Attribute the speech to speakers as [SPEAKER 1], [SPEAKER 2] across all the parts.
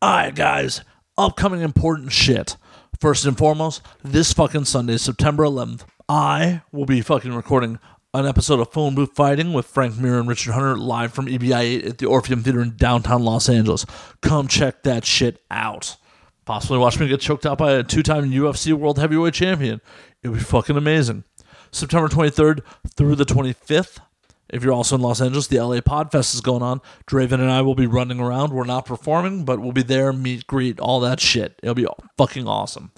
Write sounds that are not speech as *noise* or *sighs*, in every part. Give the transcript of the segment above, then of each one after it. [SPEAKER 1] All right, guys, upcoming important shit. First and foremost, this fucking Sunday, September 11th, I will be fucking recording an episode of Phone Booth Fighting with Frank Muir and Richard Hunter live from E EBI 8 at the Orpheum Theater in downtown Los Angeles. Come check that shit out. Possibly watch me get choked out by a two time UFC World Heavyweight Champion. It'll be fucking amazing. September 23rd through the 25th, if you're also in Los Angeles, the LA Podfest is going on. Draven and I will be running around. We're not performing, but we'll be there, meet, greet, all that shit. It'll be fucking awesome.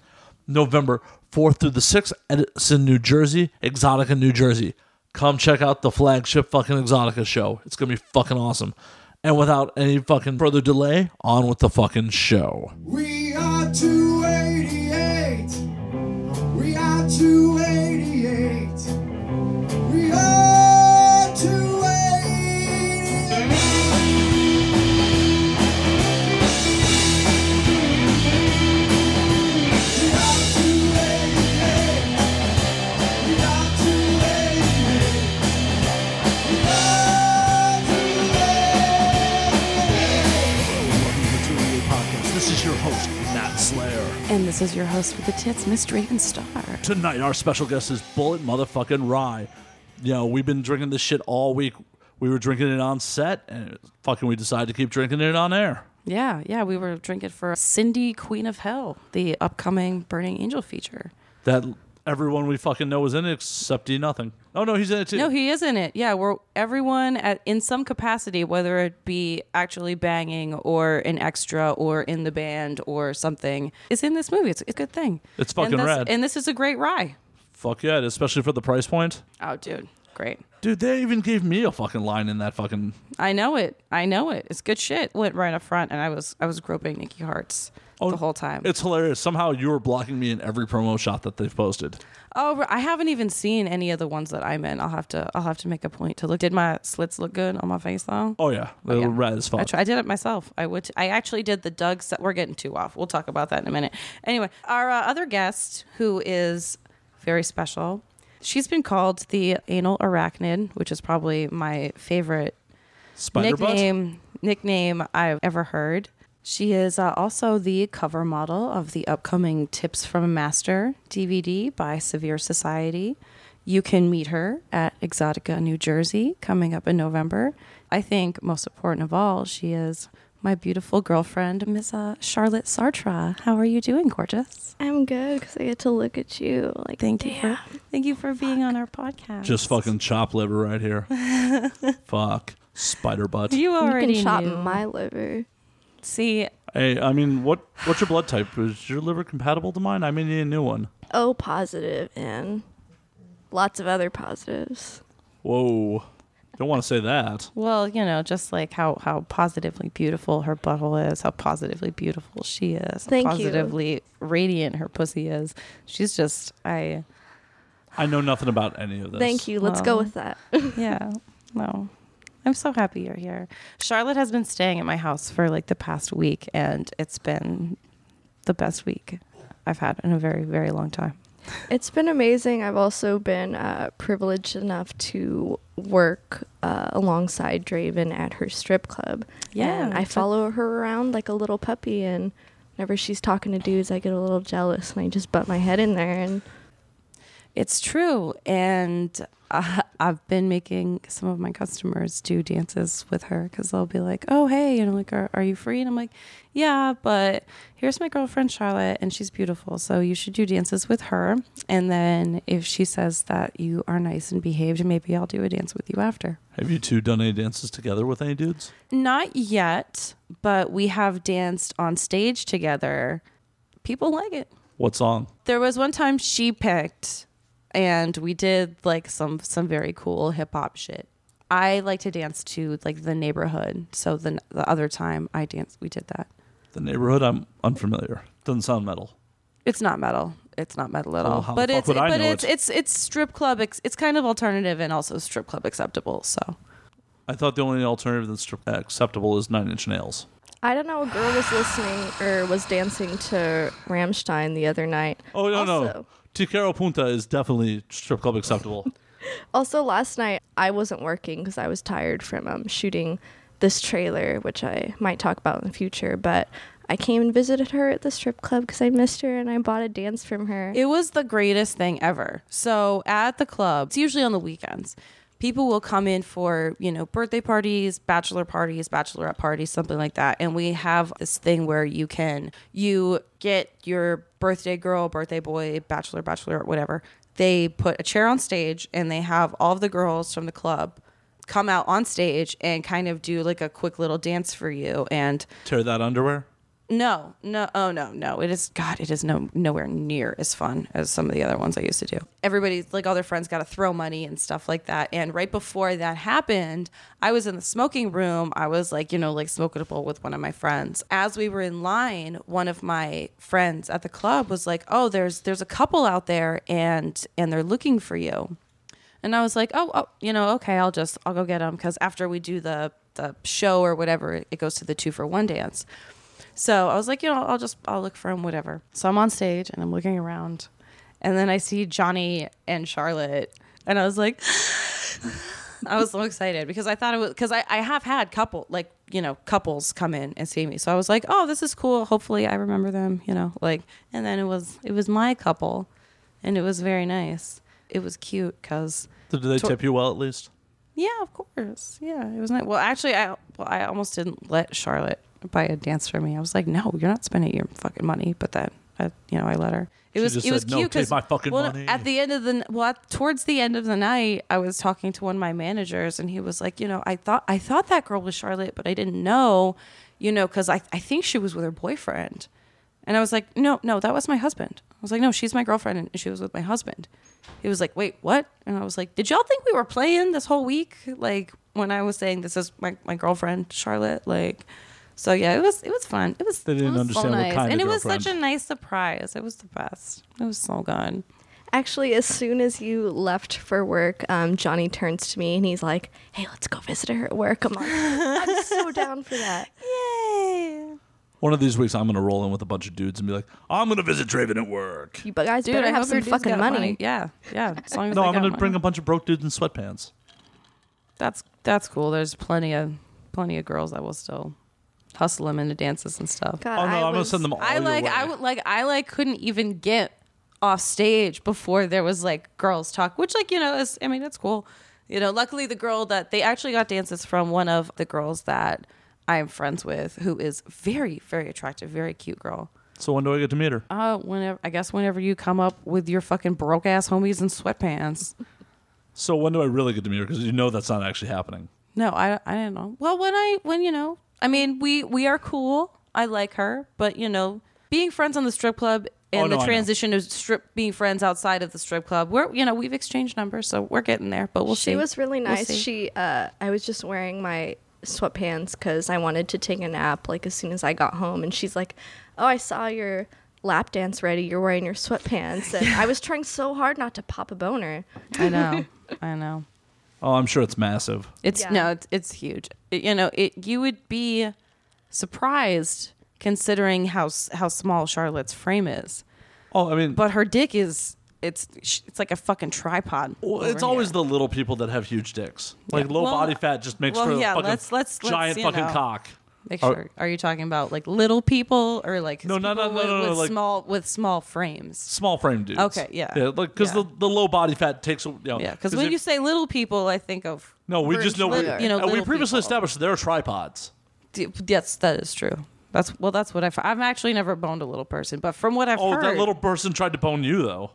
[SPEAKER 1] November 4th through the 6th, Edison, New Jersey, Exotica, New Jersey. Come check out the flagship fucking Exotica show. It's going to be fucking awesome. And without any fucking further delay, on with the fucking show.
[SPEAKER 2] We are 288. We are 288. We are 288. We are 288. We are 288. We are 288.
[SPEAKER 1] This is your host, Matt Slayer.
[SPEAKER 3] And this is your host with the tits, Miss Draven Star.
[SPEAKER 1] Tonight, our special guest is Bullet Motherfucking Rye. You know, we've been drinking this shit all week. We were drinking it on set, and fucking, we decided to keep drinking it on air.
[SPEAKER 3] Yeah, yeah, we were drinking for Cindy, Queen of Hell, the upcoming Burning Angel feature.
[SPEAKER 1] That everyone we fucking know is in it except D Nothing. Oh no, he's in it too.
[SPEAKER 3] No, he is in it. Yeah, we're everyone at in some capacity, whether it be actually banging or an extra or in the band or something, is in this movie. It's a good thing.
[SPEAKER 1] It's fucking
[SPEAKER 3] and this-
[SPEAKER 1] rad.
[SPEAKER 3] And this is a great rye.
[SPEAKER 1] Fuck yeah, especially for the price point.
[SPEAKER 3] Oh, dude, great.
[SPEAKER 1] Dude, they even gave me a fucking line in that fucking.
[SPEAKER 3] I know it. I know it. It's good shit. Went right up front, and I was I was groping Nikki Hearts
[SPEAKER 1] Oh,
[SPEAKER 3] the whole time.
[SPEAKER 1] It's hilarious. Somehow you were blocking me in every promo shot that they've posted.
[SPEAKER 3] Oh, r- I haven't even seen any of the ones that I'm in. I'll have to. I'll have to make a point to look. Did my slits look good on my face though?
[SPEAKER 1] Oh yeah, they
[SPEAKER 3] Yeah.
[SPEAKER 1] were rad as fuck.
[SPEAKER 3] I, tried, I did it myself. I would. I actually did the Doug set. We're getting too off. We'll talk about that in a minute. Anyway, our uh, other guest who is very special. She's been called the anal arachnid, which is probably my favorite
[SPEAKER 1] Spider butt.
[SPEAKER 3] nickname nickname I've ever heard. She is uh, also the cover model of the upcoming Tips from a Master DVD by Severe Society. You can meet her at Exotica, New Jersey, coming up in November. I think most important of all, she is my beautiful girlfriend, Miss uh, Charlotte Sartre. How are you doing, gorgeous?
[SPEAKER 4] I'm good because I get to look at you. Like,
[SPEAKER 3] Thank you.
[SPEAKER 4] damn.
[SPEAKER 3] For, thank you for being on our podcast.
[SPEAKER 1] Just fucking chop liver right
[SPEAKER 3] *laughs*
[SPEAKER 1] here. fuck spider butt.
[SPEAKER 3] you
[SPEAKER 4] you
[SPEAKER 3] already
[SPEAKER 4] can chop
[SPEAKER 3] knew.
[SPEAKER 4] my liver.
[SPEAKER 3] See,
[SPEAKER 1] Hey, I mean, what what's your blood type? Is your liver compatible to mine? I may need a new one.
[SPEAKER 4] O Oh, positive and lots of other positives.
[SPEAKER 1] Whoa, don't want to say that.
[SPEAKER 3] Well, you know, just like how how positively beautiful her butthole is, how positively beautiful she is,
[SPEAKER 4] Thank
[SPEAKER 3] how
[SPEAKER 4] you.
[SPEAKER 3] positively radiant her pussy is. She's just I
[SPEAKER 1] I know nothing about any of this.
[SPEAKER 4] Thank you. Let's go
[SPEAKER 3] Well.
[SPEAKER 4] with that.
[SPEAKER 3] yeah. *laughs* No. I'm so happy you're here. Charlotte has been staying at my house for like the past week and it's been the best week I've had in a very very long time.
[SPEAKER 4] It's been amazing. I've also been uh, privileged enough to work uh, alongside Draven at her strip club.
[SPEAKER 3] Yeah,
[SPEAKER 4] And I
[SPEAKER 3] it's a-
[SPEAKER 4] follow her around like a little puppy, and whenever she's talking to dudes, I get a little jealous and I just butt my head in there. And
[SPEAKER 3] It's true. And uh, *laughs* I've been making some of my customers do dances with her because they'll be like, oh, hey, you know, like, are, are you free? And I'm like, yeah, but here's my girlfriend, Charlotte, and she's beautiful. So you should do dances with her. And then if she says that you are nice and behaved, maybe I'll do a dance with you after.
[SPEAKER 1] Have you two done any dances together with any dudes?
[SPEAKER 3] Not yet, but we have danced on stage together. People like it.
[SPEAKER 1] What song?
[SPEAKER 3] there was one time she picked and we did like some some very cool hip hop shit. I like to dance to like the neighborhood. So the the other time I danced, we did that.
[SPEAKER 1] The neighborhood. I'm unfamiliar. Doesn't sound metal.
[SPEAKER 3] It's not metal. It's not metal at
[SPEAKER 1] Well,
[SPEAKER 3] all.
[SPEAKER 1] how the
[SPEAKER 3] But
[SPEAKER 1] fuck
[SPEAKER 3] it's
[SPEAKER 1] would I
[SPEAKER 3] but
[SPEAKER 1] know
[SPEAKER 3] it's,
[SPEAKER 1] it?
[SPEAKER 3] it's it's strip club. Ex- it's kind of alternative and also strip club acceptable. So
[SPEAKER 1] I thought the only alternative that's tr- acceptable is Nine Inch Nails.
[SPEAKER 4] I don't know, a girl was listening or was dancing to Ramstein the other night.
[SPEAKER 1] Oh no no.
[SPEAKER 4] Also-
[SPEAKER 1] Ticaro Punta is definitely strip club
[SPEAKER 4] *laughs*
[SPEAKER 1] acceptable.
[SPEAKER 4] Also, last night I wasn't working because I was tired from um, shooting this trailer, which I might talk about in the future. But I came and visited her at the strip club because I missed her and I bought a dance from her.
[SPEAKER 3] It was the greatest thing ever. So at the club, it's usually on the weekends. People will come in for, you know, birthday parties, bachelor parties, bachelorette parties, something like that. And we have this thing where you can you get your birthday girl, birthday boy, bachelor, bachelorette, whatever. They put a chair on stage and they have all of the girls from the club come out on stage and kind of do like a quick little dance for you and
[SPEAKER 1] Tear that underwear.
[SPEAKER 3] no, no, oh no, no. It is God. It is no nowhere near as fun as some of the other ones I used to do. Everybody's like all their friends got to throw money and stuff like that. And right before that happened, I was in the smoking room. I was like, you know, like smoking a bowl with one of my friends. As we were in line, one of my friends at the club was like, "Oh, there's there's a couple out there, and and they're looking for you." And I was like, oh, oh, you know, okay, I'll just I'll go get them because after we do the the show or whatever, it goes to the two for one dance. So I was like, you know, I'll just I'll look for him, whatever. So I'm on stage and I'm looking around, and then I see Johnny and Charlotte, and I was like, *laughs* I was so excited because I thought it was because I, I have had couple like you know couples come in and see me, so I was like, oh, this is cool. Hopefully, I remember them, you know, like. And then it was it was my couple, and it was very nice. It was cute because
[SPEAKER 1] Did they
[SPEAKER 3] Tor-
[SPEAKER 1] tip you well at least?
[SPEAKER 3] yeah, of course. Yeah, it was nice. Well, actually, I well, I almost didn't let Charlotte buy a dance for me. I was like, no, you're not spending your fucking money. But then, I, you know, I let her. It
[SPEAKER 1] She
[SPEAKER 3] was
[SPEAKER 1] just
[SPEAKER 3] it was
[SPEAKER 1] said, "No,
[SPEAKER 3] cute
[SPEAKER 1] take my fucking
[SPEAKER 3] well,
[SPEAKER 1] money."
[SPEAKER 3] at the end of the n- well, at, towards the end of the night, I was talking to one of my managers, and he was like, you know, I thought I thought that girl was Charlotte, but I didn't know, you know, because I I think she was with her boyfriend, and I was like, no, no, that was my husband. I was like, no, she's my girlfriend, and she was with my husband. He was like, wait, what? And I was like, did y'all think we were playing this whole week? Like when I was saying this is my my girlfriend Charlotte, like. So yeah, it was it was fun. It was
[SPEAKER 1] They didn't
[SPEAKER 3] it was
[SPEAKER 1] understand
[SPEAKER 3] so
[SPEAKER 1] what
[SPEAKER 3] nice.
[SPEAKER 1] kind of
[SPEAKER 3] and it was
[SPEAKER 1] girlfriend.
[SPEAKER 3] such a nice surprise. It was the best. It was so good.
[SPEAKER 4] Actually, as soon as you left for work, um, Johnny turns to me and he's like, "Hey, let's go visit her at work." I'm like,
[SPEAKER 3] *laughs*
[SPEAKER 4] "I'm so down for that."
[SPEAKER 3] Yay!
[SPEAKER 1] One of these weeks, I'm gonna roll in with a bunch of dudes and be like, "I'm gonna visit Draven at work."
[SPEAKER 4] You guys
[SPEAKER 3] Dude,
[SPEAKER 4] better
[SPEAKER 3] I
[SPEAKER 4] have
[SPEAKER 3] hope your
[SPEAKER 4] some
[SPEAKER 3] dude's
[SPEAKER 4] fucking
[SPEAKER 3] got
[SPEAKER 4] money.
[SPEAKER 3] Yeah, yeah. As long as
[SPEAKER 1] no,
[SPEAKER 3] they
[SPEAKER 1] I'm
[SPEAKER 3] got
[SPEAKER 1] gonna
[SPEAKER 3] money.
[SPEAKER 1] bring a bunch of broke dudes in sweatpants.
[SPEAKER 3] That's that's cool. There's plenty of plenty of girls that will still hustle them into dances and stuff.
[SPEAKER 4] God,
[SPEAKER 1] Oh no,
[SPEAKER 4] I
[SPEAKER 1] I'm gonna
[SPEAKER 4] was-
[SPEAKER 1] send them all.
[SPEAKER 3] Uh, I
[SPEAKER 1] your
[SPEAKER 3] like
[SPEAKER 1] way.
[SPEAKER 3] I would like I like couldn't even get off stage before there was like girls talk, which like you know is I mean it's cool. You know, luckily the girl that they actually got dances from one of the girls that I am friends with, who is very very attractive, very cute girl.
[SPEAKER 1] So when do I get to meet her?
[SPEAKER 3] Uh, whenever I guess whenever you come up with your fucking broke ass homies in sweatpants.
[SPEAKER 1] So when do I really get to meet her? Because you know that's not actually happening.
[SPEAKER 3] No, I I didn't know. Well, when I when you know, I mean, we we are cool. I like her, but you know, being friends on the strip club and
[SPEAKER 1] Oh, no, I
[SPEAKER 3] the
[SPEAKER 1] know.
[SPEAKER 3] transition of strip being friends outside of the strip club, we're you know we've exchanged numbers, so we're getting there. But we'll see.
[SPEAKER 4] she was really
[SPEAKER 3] We'll
[SPEAKER 4] nice.
[SPEAKER 3] see.
[SPEAKER 4] she, uh, I was just wearing my sweatpants because I wanted to take a nap like as soon as I got home, and she's like, "Oh, I saw your lap dance ready. You're wearing your sweatpants." And I was trying so hard not to pop a boner.
[SPEAKER 3] I
[SPEAKER 4] *laughs*
[SPEAKER 3] know, I know.
[SPEAKER 1] Oh, I'm sure it's massive.
[SPEAKER 3] It's
[SPEAKER 4] Yeah.
[SPEAKER 3] no, it's, it's huge. It- you know, it you would be surprised considering how s- how small Charlotte's frame is,
[SPEAKER 1] Oh, I mean,
[SPEAKER 3] but her dick is it's sh- it's like a fucking tripod.
[SPEAKER 1] Well,
[SPEAKER 3] over
[SPEAKER 1] it's always
[SPEAKER 3] here.
[SPEAKER 1] the little people that have huge dicks. Like
[SPEAKER 3] Yeah.
[SPEAKER 1] low
[SPEAKER 3] Well,
[SPEAKER 1] body fat just makes
[SPEAKER 3] well,
[SPEAKER 1] for a
[SPEAKER 3] yeah,
[SPEAKER 1] fucking
[SPEAKER 3] let's- let's- let's,
[SPEAKER 1] giant
[SPEAKER 3] you
[SPEAKER 1] fucking
[SPEAKER 3] know.
[SPEAKER 1] cock.
[SPEAKER 3] Make
[SPEAKER 1] Are-
[SPEAKER 3] sure. Are, you talking about like little people or like
[SPEAKER 1] Oh. No, no, no,
[SPEAKER 3] people
[SPEAKER 1] no, no,
[SPEAKER 3] with,
[SPEAKER 1] no,
[SPEAKER 3] with
[SPEAKER 1] like-
[SPEAKER 3] small with small frames?
[SPEAKER 1] Small frame dudes.
[SPEAKER 3] Okay, yeah.
[SPEAKER 1] Yeah, like because
[SPEAKER 3] Yeah.
[SPEAKER 1] the, the low body fat takes. You know,
[SPEAKER 3] Yeah, because when
[SPEAKER 1] if-
[SPEAKER 3] you say little people, I think of
[SPEAKER 1] no, we just know we,
[SPEAKER 4] Little-
[SPEAKER 1] you
[SPEAKER 4] you
[SPEAKER 1] know
[SPEAKER 3] know,
[SPEAKER 1] we
[SPEAKER 3] little
[SPEAKER 1] previously
[SPEAKER 3] people.
[SPEAKER 1] established they're tripods.
[SPEAKER 3] d- yes, that is true. That's well, that's what I've I've actually never boned a little person, but from what I've
[SPEAKER 1] Oh,
[SPEAKER 3] heard,
[SPEAKER 1] that little person tried to bone you though.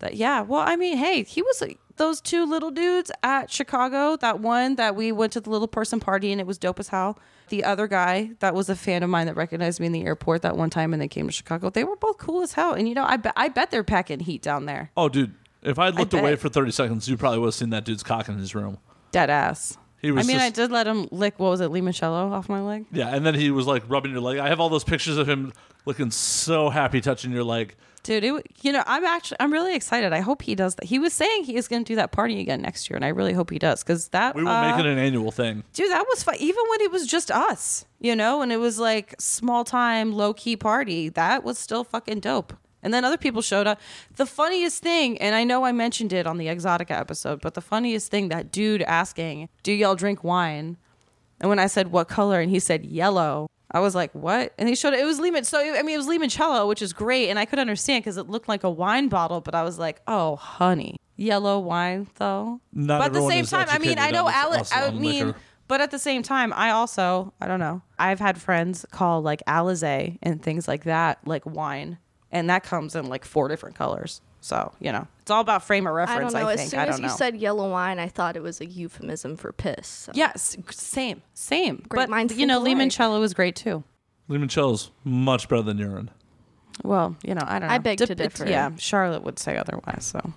[SPEAKER 3] that- yeah. Well, I mean, hey, he was like, those two little dudes at Chicago. That one that we went to the little person party and it was dope as hell. The other guy that was a fan of mine that recognized me in the airport that one time and they came to Chicago. They were both cool as hell, and you know, I bet I bet they're packing heat down there.
[SPEAKER 1] Oh, dude, if I'd looked away
[SPEAKER 3] bet.
[SPEAKER 1] for thirty seconds, you probably would have seen that dude's cock in his room.
[SPEAKER 3] dead ass.
[SPEAKER 1] He was
[SPEAKER 3] I mean,
[SPEAKER 1] just-
[SPEAKER 3] I did let him lick. What was it, limoncello off my leg?
[SPEAKER 1] Yeah, and then he was like rubbing your leg. I have all those pictures of him looking so happy touching your leg.
[SPEAKER 3] Dude, it, you know, I'm actually, I'm really excited. I hope he does that. He was saying he is going to do that party again next year, and I really hope he does because that.
[SPEAKER 1] We will
[SPEAKER 3] uh,
[SPEAKER 1] make it an annual thing.
[SPEAKER 3] dude, that was fun. Even when it was just us, you know, and it was like small time, low key party, that was still fucking dope. And then other people showed up. The funniest thing, and I know I mentioned it on the Exotica episode, but the funniest thing that dude asking, Do y'all drink wine? And when I said, What color? And he said, Yellow. I was like, what? And he showed it. It was Lehman. So, I mean, it was limoncello, which is great. And I could understand because it looked like a wine bottle, but I was like, oh, honey. Yellow wine, though.
[SPEAKER 1] Not
[SPEAKER 3] but at the
[SPEAKER 1] everyone
[SPEAKER 3] same
[SPEAKER 1] is
[SPEAKER 3] time, I mean,
[SPEAKER 1] educated
[SPEAKER 3] I know
[SPEAKER 1] on-
[SPEAKER 3] Alice. I
[SPEAKER 1] on
[SPEAKER 3] mean,
[SPEAKER 1] liquor.
[SPEAKER 3] but at the same time, I also, I don't know. I've had friends call like Alizé and things like that, like wine. And that comes in like four different colors. So, you know, it's all about frame of
[SPEAKER 4] I don't
[SPEAKER 3] reference, I,
[SPEAKER 4] know.
[SPEAKER 3] think.
[SPEAKER 4] as soon
[SPEAKER 3] I don't
[SPEAKER 4] as you
[SPEAKER 3] know.
[SPEAKER 4] said yellow wine, I thought it was a euphemism for piss. so-
[SPEAKER 3] yes, same, same. but,
[SPEAKER 4] minds
[SPEAKER 3] you know,
[SPEAKER 4] think alike.
[SPEAKER 3] limoncello is great too.
[SPEAKER 1] Limoncello's much better than urine.
[SPEAKER 3] Well, you know, I don't know.
[SPEAKER 4] I beg to
[SPEAKER 3] Dep- it-
[SPEAKER 4] differ.
[SPEAKER 3] Yeah, Charlotte would say otherwise. So,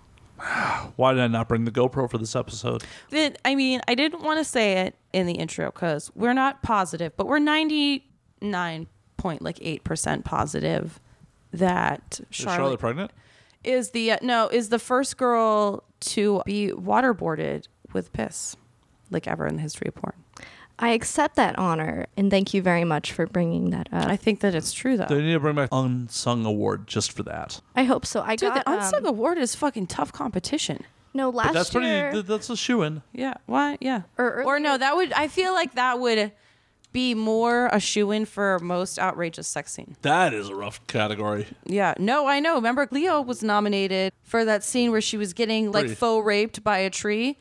[SPEAKER 1] Why did I not bring the GoPro for this episode?
[SPEAKER 3] Then, I mean, I didn't want to say it in the intro because we're not positive, but we're ninety nine point like eight percent positive that
[SPEAKER 1] Is
[SPEAKER 3] Charlotte,
[SPEAKER 1] Charlotte, pregnant?
[SPEAKER 3] is the uh, no is the first girl to be waterboarded with piss, like ever in the history of porn.
[SPEAKER 4] I accept that honor and thank you very much for bringing that up.
[SPEAKER 3] I think that it's true though.
[SPEAKER 1] They need to bring back unsung award just for that.
[SPEAKER 4] I hope so. I
[SPEAKER 3] Dude,
[SPEAKER 4] got
[SPEAKER 3] the unsung
[SPEAKER 4] um,
[SPEAKER 3] award is fucking tough competition.
[SPEAKER 4] no
[SPEAKER 1] But
[SPEAKER 4] last
[SPEAKER 1] that's pretty.
[SPEAKER 4] year.
[SPEAKER 1] th- That's a shoe in.
[SPEAKER 3] Yeah. Why? Yeah.
[SPEAKER 4] Or
[SPEAKER 3] or no, that would I feel like that would be more a shoe in for most outrageous sex scene.
[SPEAKER 1] That is a rough category.
[SPEAKER 3] Yeah. No, I know. Remember Leo was nominated for that scene where she was getting like
[SPEAKER 1] Right.
[SPEAKER 3] faux raped by a tree.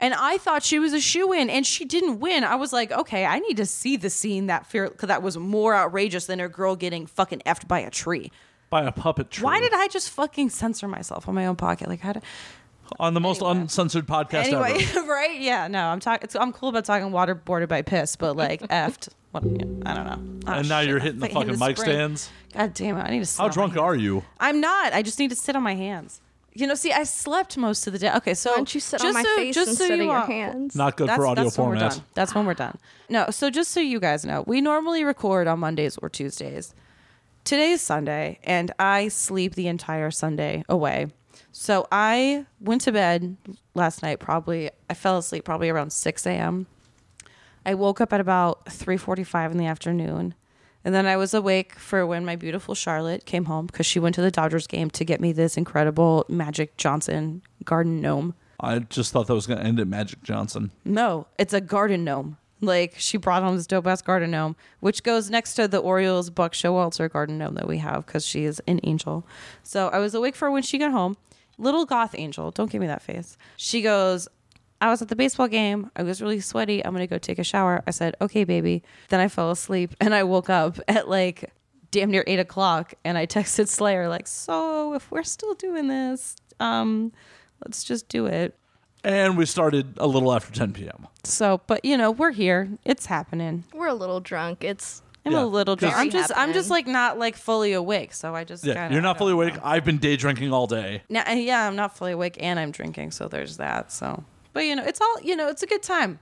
[SPEAKER 3] And I thought she was a shoe in and she didn't win. I was like, okay, I need to see the scene that fear cause that was more outrageous than a girl getting fucking effed by a tree.
[SPEAKER 1] By a puppet tree.
[SPEAKER 3] Why did I just fucking censor myself on my own pocket? Like how did
[SPEAKER 1] On the most uncensored podcast
[SPEAKER 3] anyway,
[SPEAKER 1] ever.
[SPEAKER 3] *laughs* right? Yeah, no, I'm talking. I'm cool about talking waterboarded by piss,
[SPEAKER 1] *laughs*
[SPEAKER 3] but like effed. What? I don't know. Oh,
[SPEAKER 1] And now
[SPEAKER 3] shit,
[SPEAKER 1] you're
[SPEAKER 3] I'm
[SPEAKER 1] hitting the
[SPEAKER 3] hitting
[SPEAKER 1] fucking
[SPEAKER 3] the
[SPEAKER 1] mic
[SPEAKER 3] spring.
[SPEAKER 1] stands.
[SPEAKER 3] God damn it! I need to. Sit
[SPEAKER 1] How drunk are you?
[SPEAKER 3] I'm not. I just need to sit on my hands. You know, see, I slept most of the day. Okay, so
[SPEAKER 4] Why don't you sit on
[SPEAKER 3] just
[SPEAKER 4] my
[SPEAKER 3] so-
[SPEAKER 4] face
[SPEAKER 3] just so
[SPEAKER 4] instead of
[SPEAKER 3] you
[SPEAKER 4] your
[SPEAKER 3] all-
[SPEAKER 4] hands?
[SPEAKER 1] Not good for audio
[SPEAKER 3] when we're
[SPEAKER 1] format.
[SPEAKER 3] done. That's when we're done. No, so just so you guys know, we normally record on Mondays or Tuesdays. Today is Sunday, and I sleep the entire Sunday away. So I went to bed last night. Probably I fell asleep probably around six a.m. I woke up at about three forty-five in the afternoon, and then I was awake for when my beautiful Charlotte came home because she went to the Dodgers game to get me this incredible Magic Johnson garden gnome.
[SPEAKER 1] I just thought that was going to end at Magic Johnson.
[SPEAKER 3] No, it's a garden gnome. Like she brought home this dope ass garden gnome, which goes next to the Orioles Buck Showalter garden gnome that we have because she is an angel. So I was awake for when she got home. Little goth angel, don't give me that face. She goes, I was at the baseball game. I was really sweaty. I'm gonna go take a shower. I said, okay, baby. Then I fell asleep *laughs* and I woke up at like damn near eight o'clock and I texted Slayer like, so if we're still doing this, um, let's just do it.
[SPEAKER 1] And we started a little after 10 p.m.
[SPEAKER 3] So, but you know, we're here. It's happening.
[SPEAKER 4] We're a little drunk. It's
[SPEAKER 3] I'm
[SPEAKER 1] Yeah,
[SPEAKER 3] a little drunk.
[SPEAKER 4] very
[SPEAKER 3] I'm just, I'm just
[SPEAKER 4] happening.
[SPEAKER 3] like not like fully awake. So I just,
[SPEAKER 1] Yeah,
[SPEAKER 3] kinda,
[SPEAKER 1] you're
[SPEAKER 3] I
[SPEAKER 1] not
[SPEAKER 3] don't
[SPEAKER 1] fully
[SPEAKER 3] know.
[SPEAKER 1] awake. I've been day drinking all day.
[SPEAKER 3] Now, and yeah, I'm not fully awake, and I'm drinking. So there's that. So, but you know, it's all, you know, it's a good time.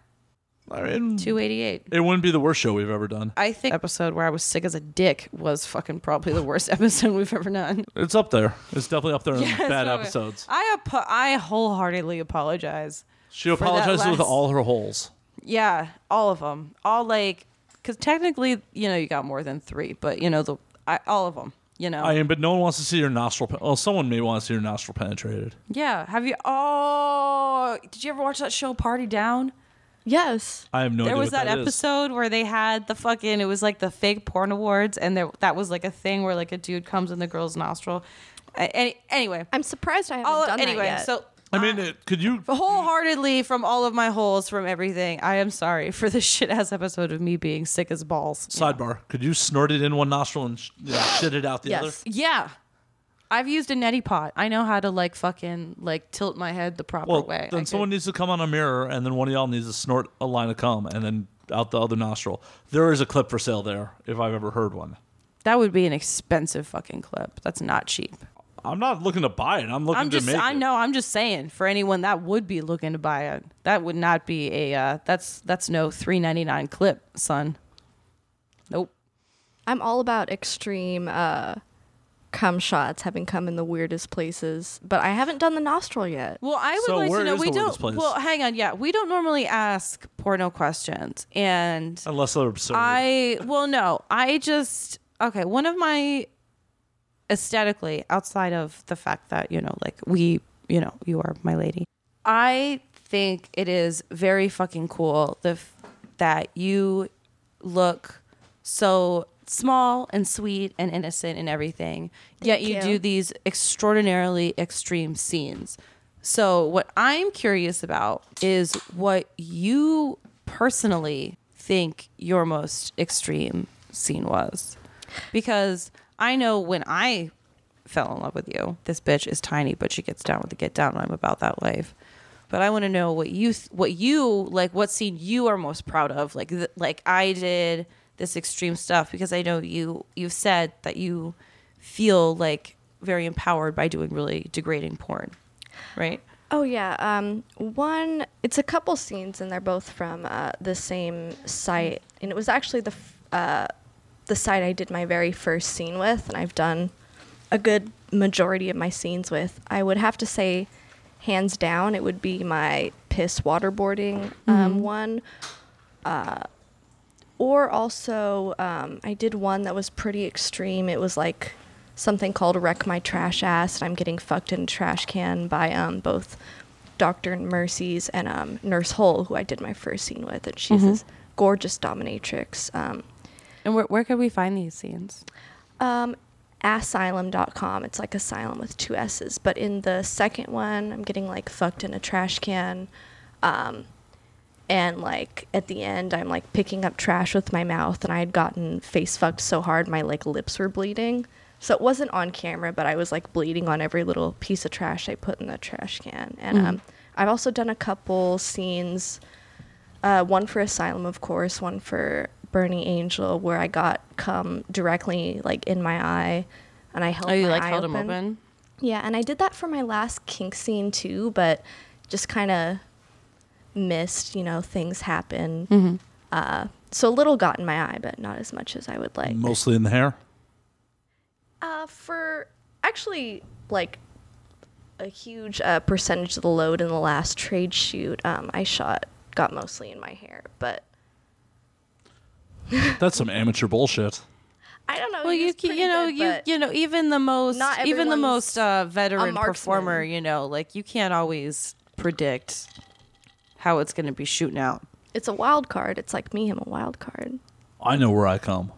[SPEAKER 1] I mean,
[SPEAKER 3] 288.
[SPEAKER 1] it wouldn't be the worst show we've ever done.
[SPEAKER 3] I think episode where I was sick as a dick was fucking probably the worst *laughs* episode we've ever done.
[SPEAKER 1] It's up there. It's definitely up there in *laughs* bad
[SPEAKER 3] So,
[SPEAKER 1] episodes.
[SPEAKER 3] I apo- I wholeheartedly apologize.
[SPEAKER 1] She
[SPEAKER 3] that
[SPEAKER 1] apologizes with
[SPEAKER 3] last-
[SPEAKER 1] all her holes.
[SPEAKER 3] Yeah, all of them. All like, because technically, you know, you got more than three, but you know, the I, all of them. You know,
[SPEAKER 1] I mean, but no one wants to see your nostril. Pe- well, someone may want to see your nostril penetrated.
[SPEAKER 3] Yeah. Have you? Oh, did you ever watch that show Party Down?
[SPEAKER 4] yes.
[SPEAKER 1] I have no
[SPEAKER 3] there
[SPEAKER 1] idea
[SPEAKER 3] was
[SPEAKER 1] what
[SPEAKER 3] that,
[SPEAKER 1] is.
[SPEAKER 3] episode where they had the fucking. It was like the fake porn awards, and there that was like a thing where like a dude comes in the girl's nostril. A- any, anyway,
[SPEAKER 4] I'm surprised I haven't
[SPEAKER 3] all
[SPEAKER 4] done
[SPEAKER 3] Oh, anyway.
[SPEAKER 4] that yet. *laughs*
[SPEAKER 3] So
[SPEAKER 1] I mean, it, could you?
[SPEAKER 3] Oh, wholeheartedly from all of my holes from everything, I am sorry *laughs* for this shit ass episode of me being sick as balls.
[SPEAKER 1] Sidebar. Could you snort it in one nostril and sh- you know, shit it out the other?
[SPEAKER 4] yes.
[SPEAKER 3] Yeah. I've used a neti pot. I know how to like fucking like tilt my head the proper
[SPEAKER 1] Well,
[SPEAKER 3] way. I
[SPEAKER 1] then
[SPEAKER 3] could-
[SPEAKER 1] someone needs to come on a mirror, and then one of y'all needs to snort a line of cum, and then out the other nostril. There is a clip for sale there, if I've ever heard one.
[SPEAKER 3] that would be an expensive fucking clip. That's not cheap.
[SPEAKER 1] I'm not looking to buy it. I'm looking
[SPEAKER 3] I'm
[SPEAKER 1] to
[SPEAKER 3] just
[SPEAKER 1] make
[SPEAKER 3] I
[SPEAKER 1] it.
[SPEAKER 3] know I'm just saying for anyone that would be looking to buy it, that would not be a uh, that's that's no 3.99 clip, son. Nope.
[SPEAKER 4] I'm all about extreme uh cum shots having come in the weirdest places, but I haven't done the nostril yet.
[SPEAKER 3] Well, I would
[SPEAKER 1] So
[SPEAKER 3] like
[SPEAKER 1] where
[SPEAKER 3] to know
[SPEAKER 1] is
[SPEAKER 3] we
[SPEAKER 1] the
[SPEAKER 3] don't
[SPEAKER 1] weirdest place?
[SPEAKER 3] Well, hang on, yeah. We don't normally ask porno questions and
[SPEAKER 1] Unless they're absurd.
[SPEAKER 3] I well no, I just okay, one of my aesthetically outside of the fact that, you know, like we, you know, you are my lady. I think it is very fucking cool the f- that you look so small and sweet and innocent and everything. Yet
[SPEAKER 4] Thank
[SPEAKER 3] you,
[SPEAKER 4] you.
[SPEAKER 3] do these extraordinarily extreme scenes. So what I'm curious about is what you personally think your most extreme scene was. Because I know when I fell in love with you, this bitch is tiny, but she gets down with the get down and I'm about that life. But I want to know what you th- what you like what scene you are most proud of. Like th- like I did this extreme stuff because I know you you've said that you feel like very empowered by doing really degrading porn. Right?
[SPEAKER 4] Oh yeah. Um, one, it's a couple scenes, and they're both from uh, the same site, and it was actually the f- uh, the site I did my very first scene with, and I've done a good majority of my scenes with. I would have to say, hands down, it would be my piss waterboarding
[SPEAKER 3] Mm-hmm.
[SPEAKER 4] um, one, uh, or also um, I did one that was pretty extreme. It was like something called "Wreck My Trash Ass," and I'm getting fucked in a trash can by um, both Doctor Mercy's and um, Nurse Hole, who I did my first scene with, and she's this gorgeous dominatrix. Um,
[SPEAKER 3] And where where could we find these scenes?
[SPEAKER 4] um, asylum.com. It's like asylum with two S's. But in the second one, I'm getting like fucked in a trash can. Um, and like at the end, I'm like picking up trash with my mouth, and I had gotten face fucked so hard my like lips were bleeding. So it wasn't on camera, but I was like bleeding on every little piece of trash I put in the trash can. And
[SPEAKER 3] Mm.
[SPEAKER 4] um, I've also done a couple scenes uh, one for Asylum, of course, one for Bernie Angel, where I got cum directly like in my eye, and I held.
[SPEAKER 3] Oh, you
[SPEAKER 4] my
[SPEAKER 3] like
[SPEAKER 4] eye
[SPEAKER 3] held them open?
[SPEAKER 4] Yeah, and I did that for my last kink scene too, but just kind of missed. You know, things happen.
[SPEAKER 3] Mm-hmm.
[SPEAKER 4] Uh, so a little got in my eye, but not as much as I would like.
[SPEAKER 1] Mostly in the hair.
[SPEAKER 4] Uh, for actually, like a huge uh, percentage of the load in the last trade shoot, um, I shot got mostly in my hair, but.
[SPEAKER 1] That's some amateur bullshit.
[SPEAKER 4] I don't know.
[SPEAKER 3] Well,
[SPEAKER 4] he
[SPEAKER 3] you
[SPEAKER 4] was
[SPEAKER 3] can,
[SPEAKER 4] pretty
[SPEAKER 3] you know
[SPEAKER 4] good,
[SPEAKER 3] you
[SPEAKER 4] but-
[SPEAKER 3] you know even the most
[SPEAKER 4] Not
[SPEAKER 3] even the
[SPEAKER 4] everyone's
[SPEAKER 3] most uh,
[SPEAKER 4] a
[SPEAKER 3] veteran
[SPEAKER 4] marksman.
[SPEAKER 3] performer, you know, like you can't always predict how it's going to be shooting out.
[SPEAKER 4] It's a wild card. It's like me. I'm a wild card.
[SPEAKER 1] I know where I come.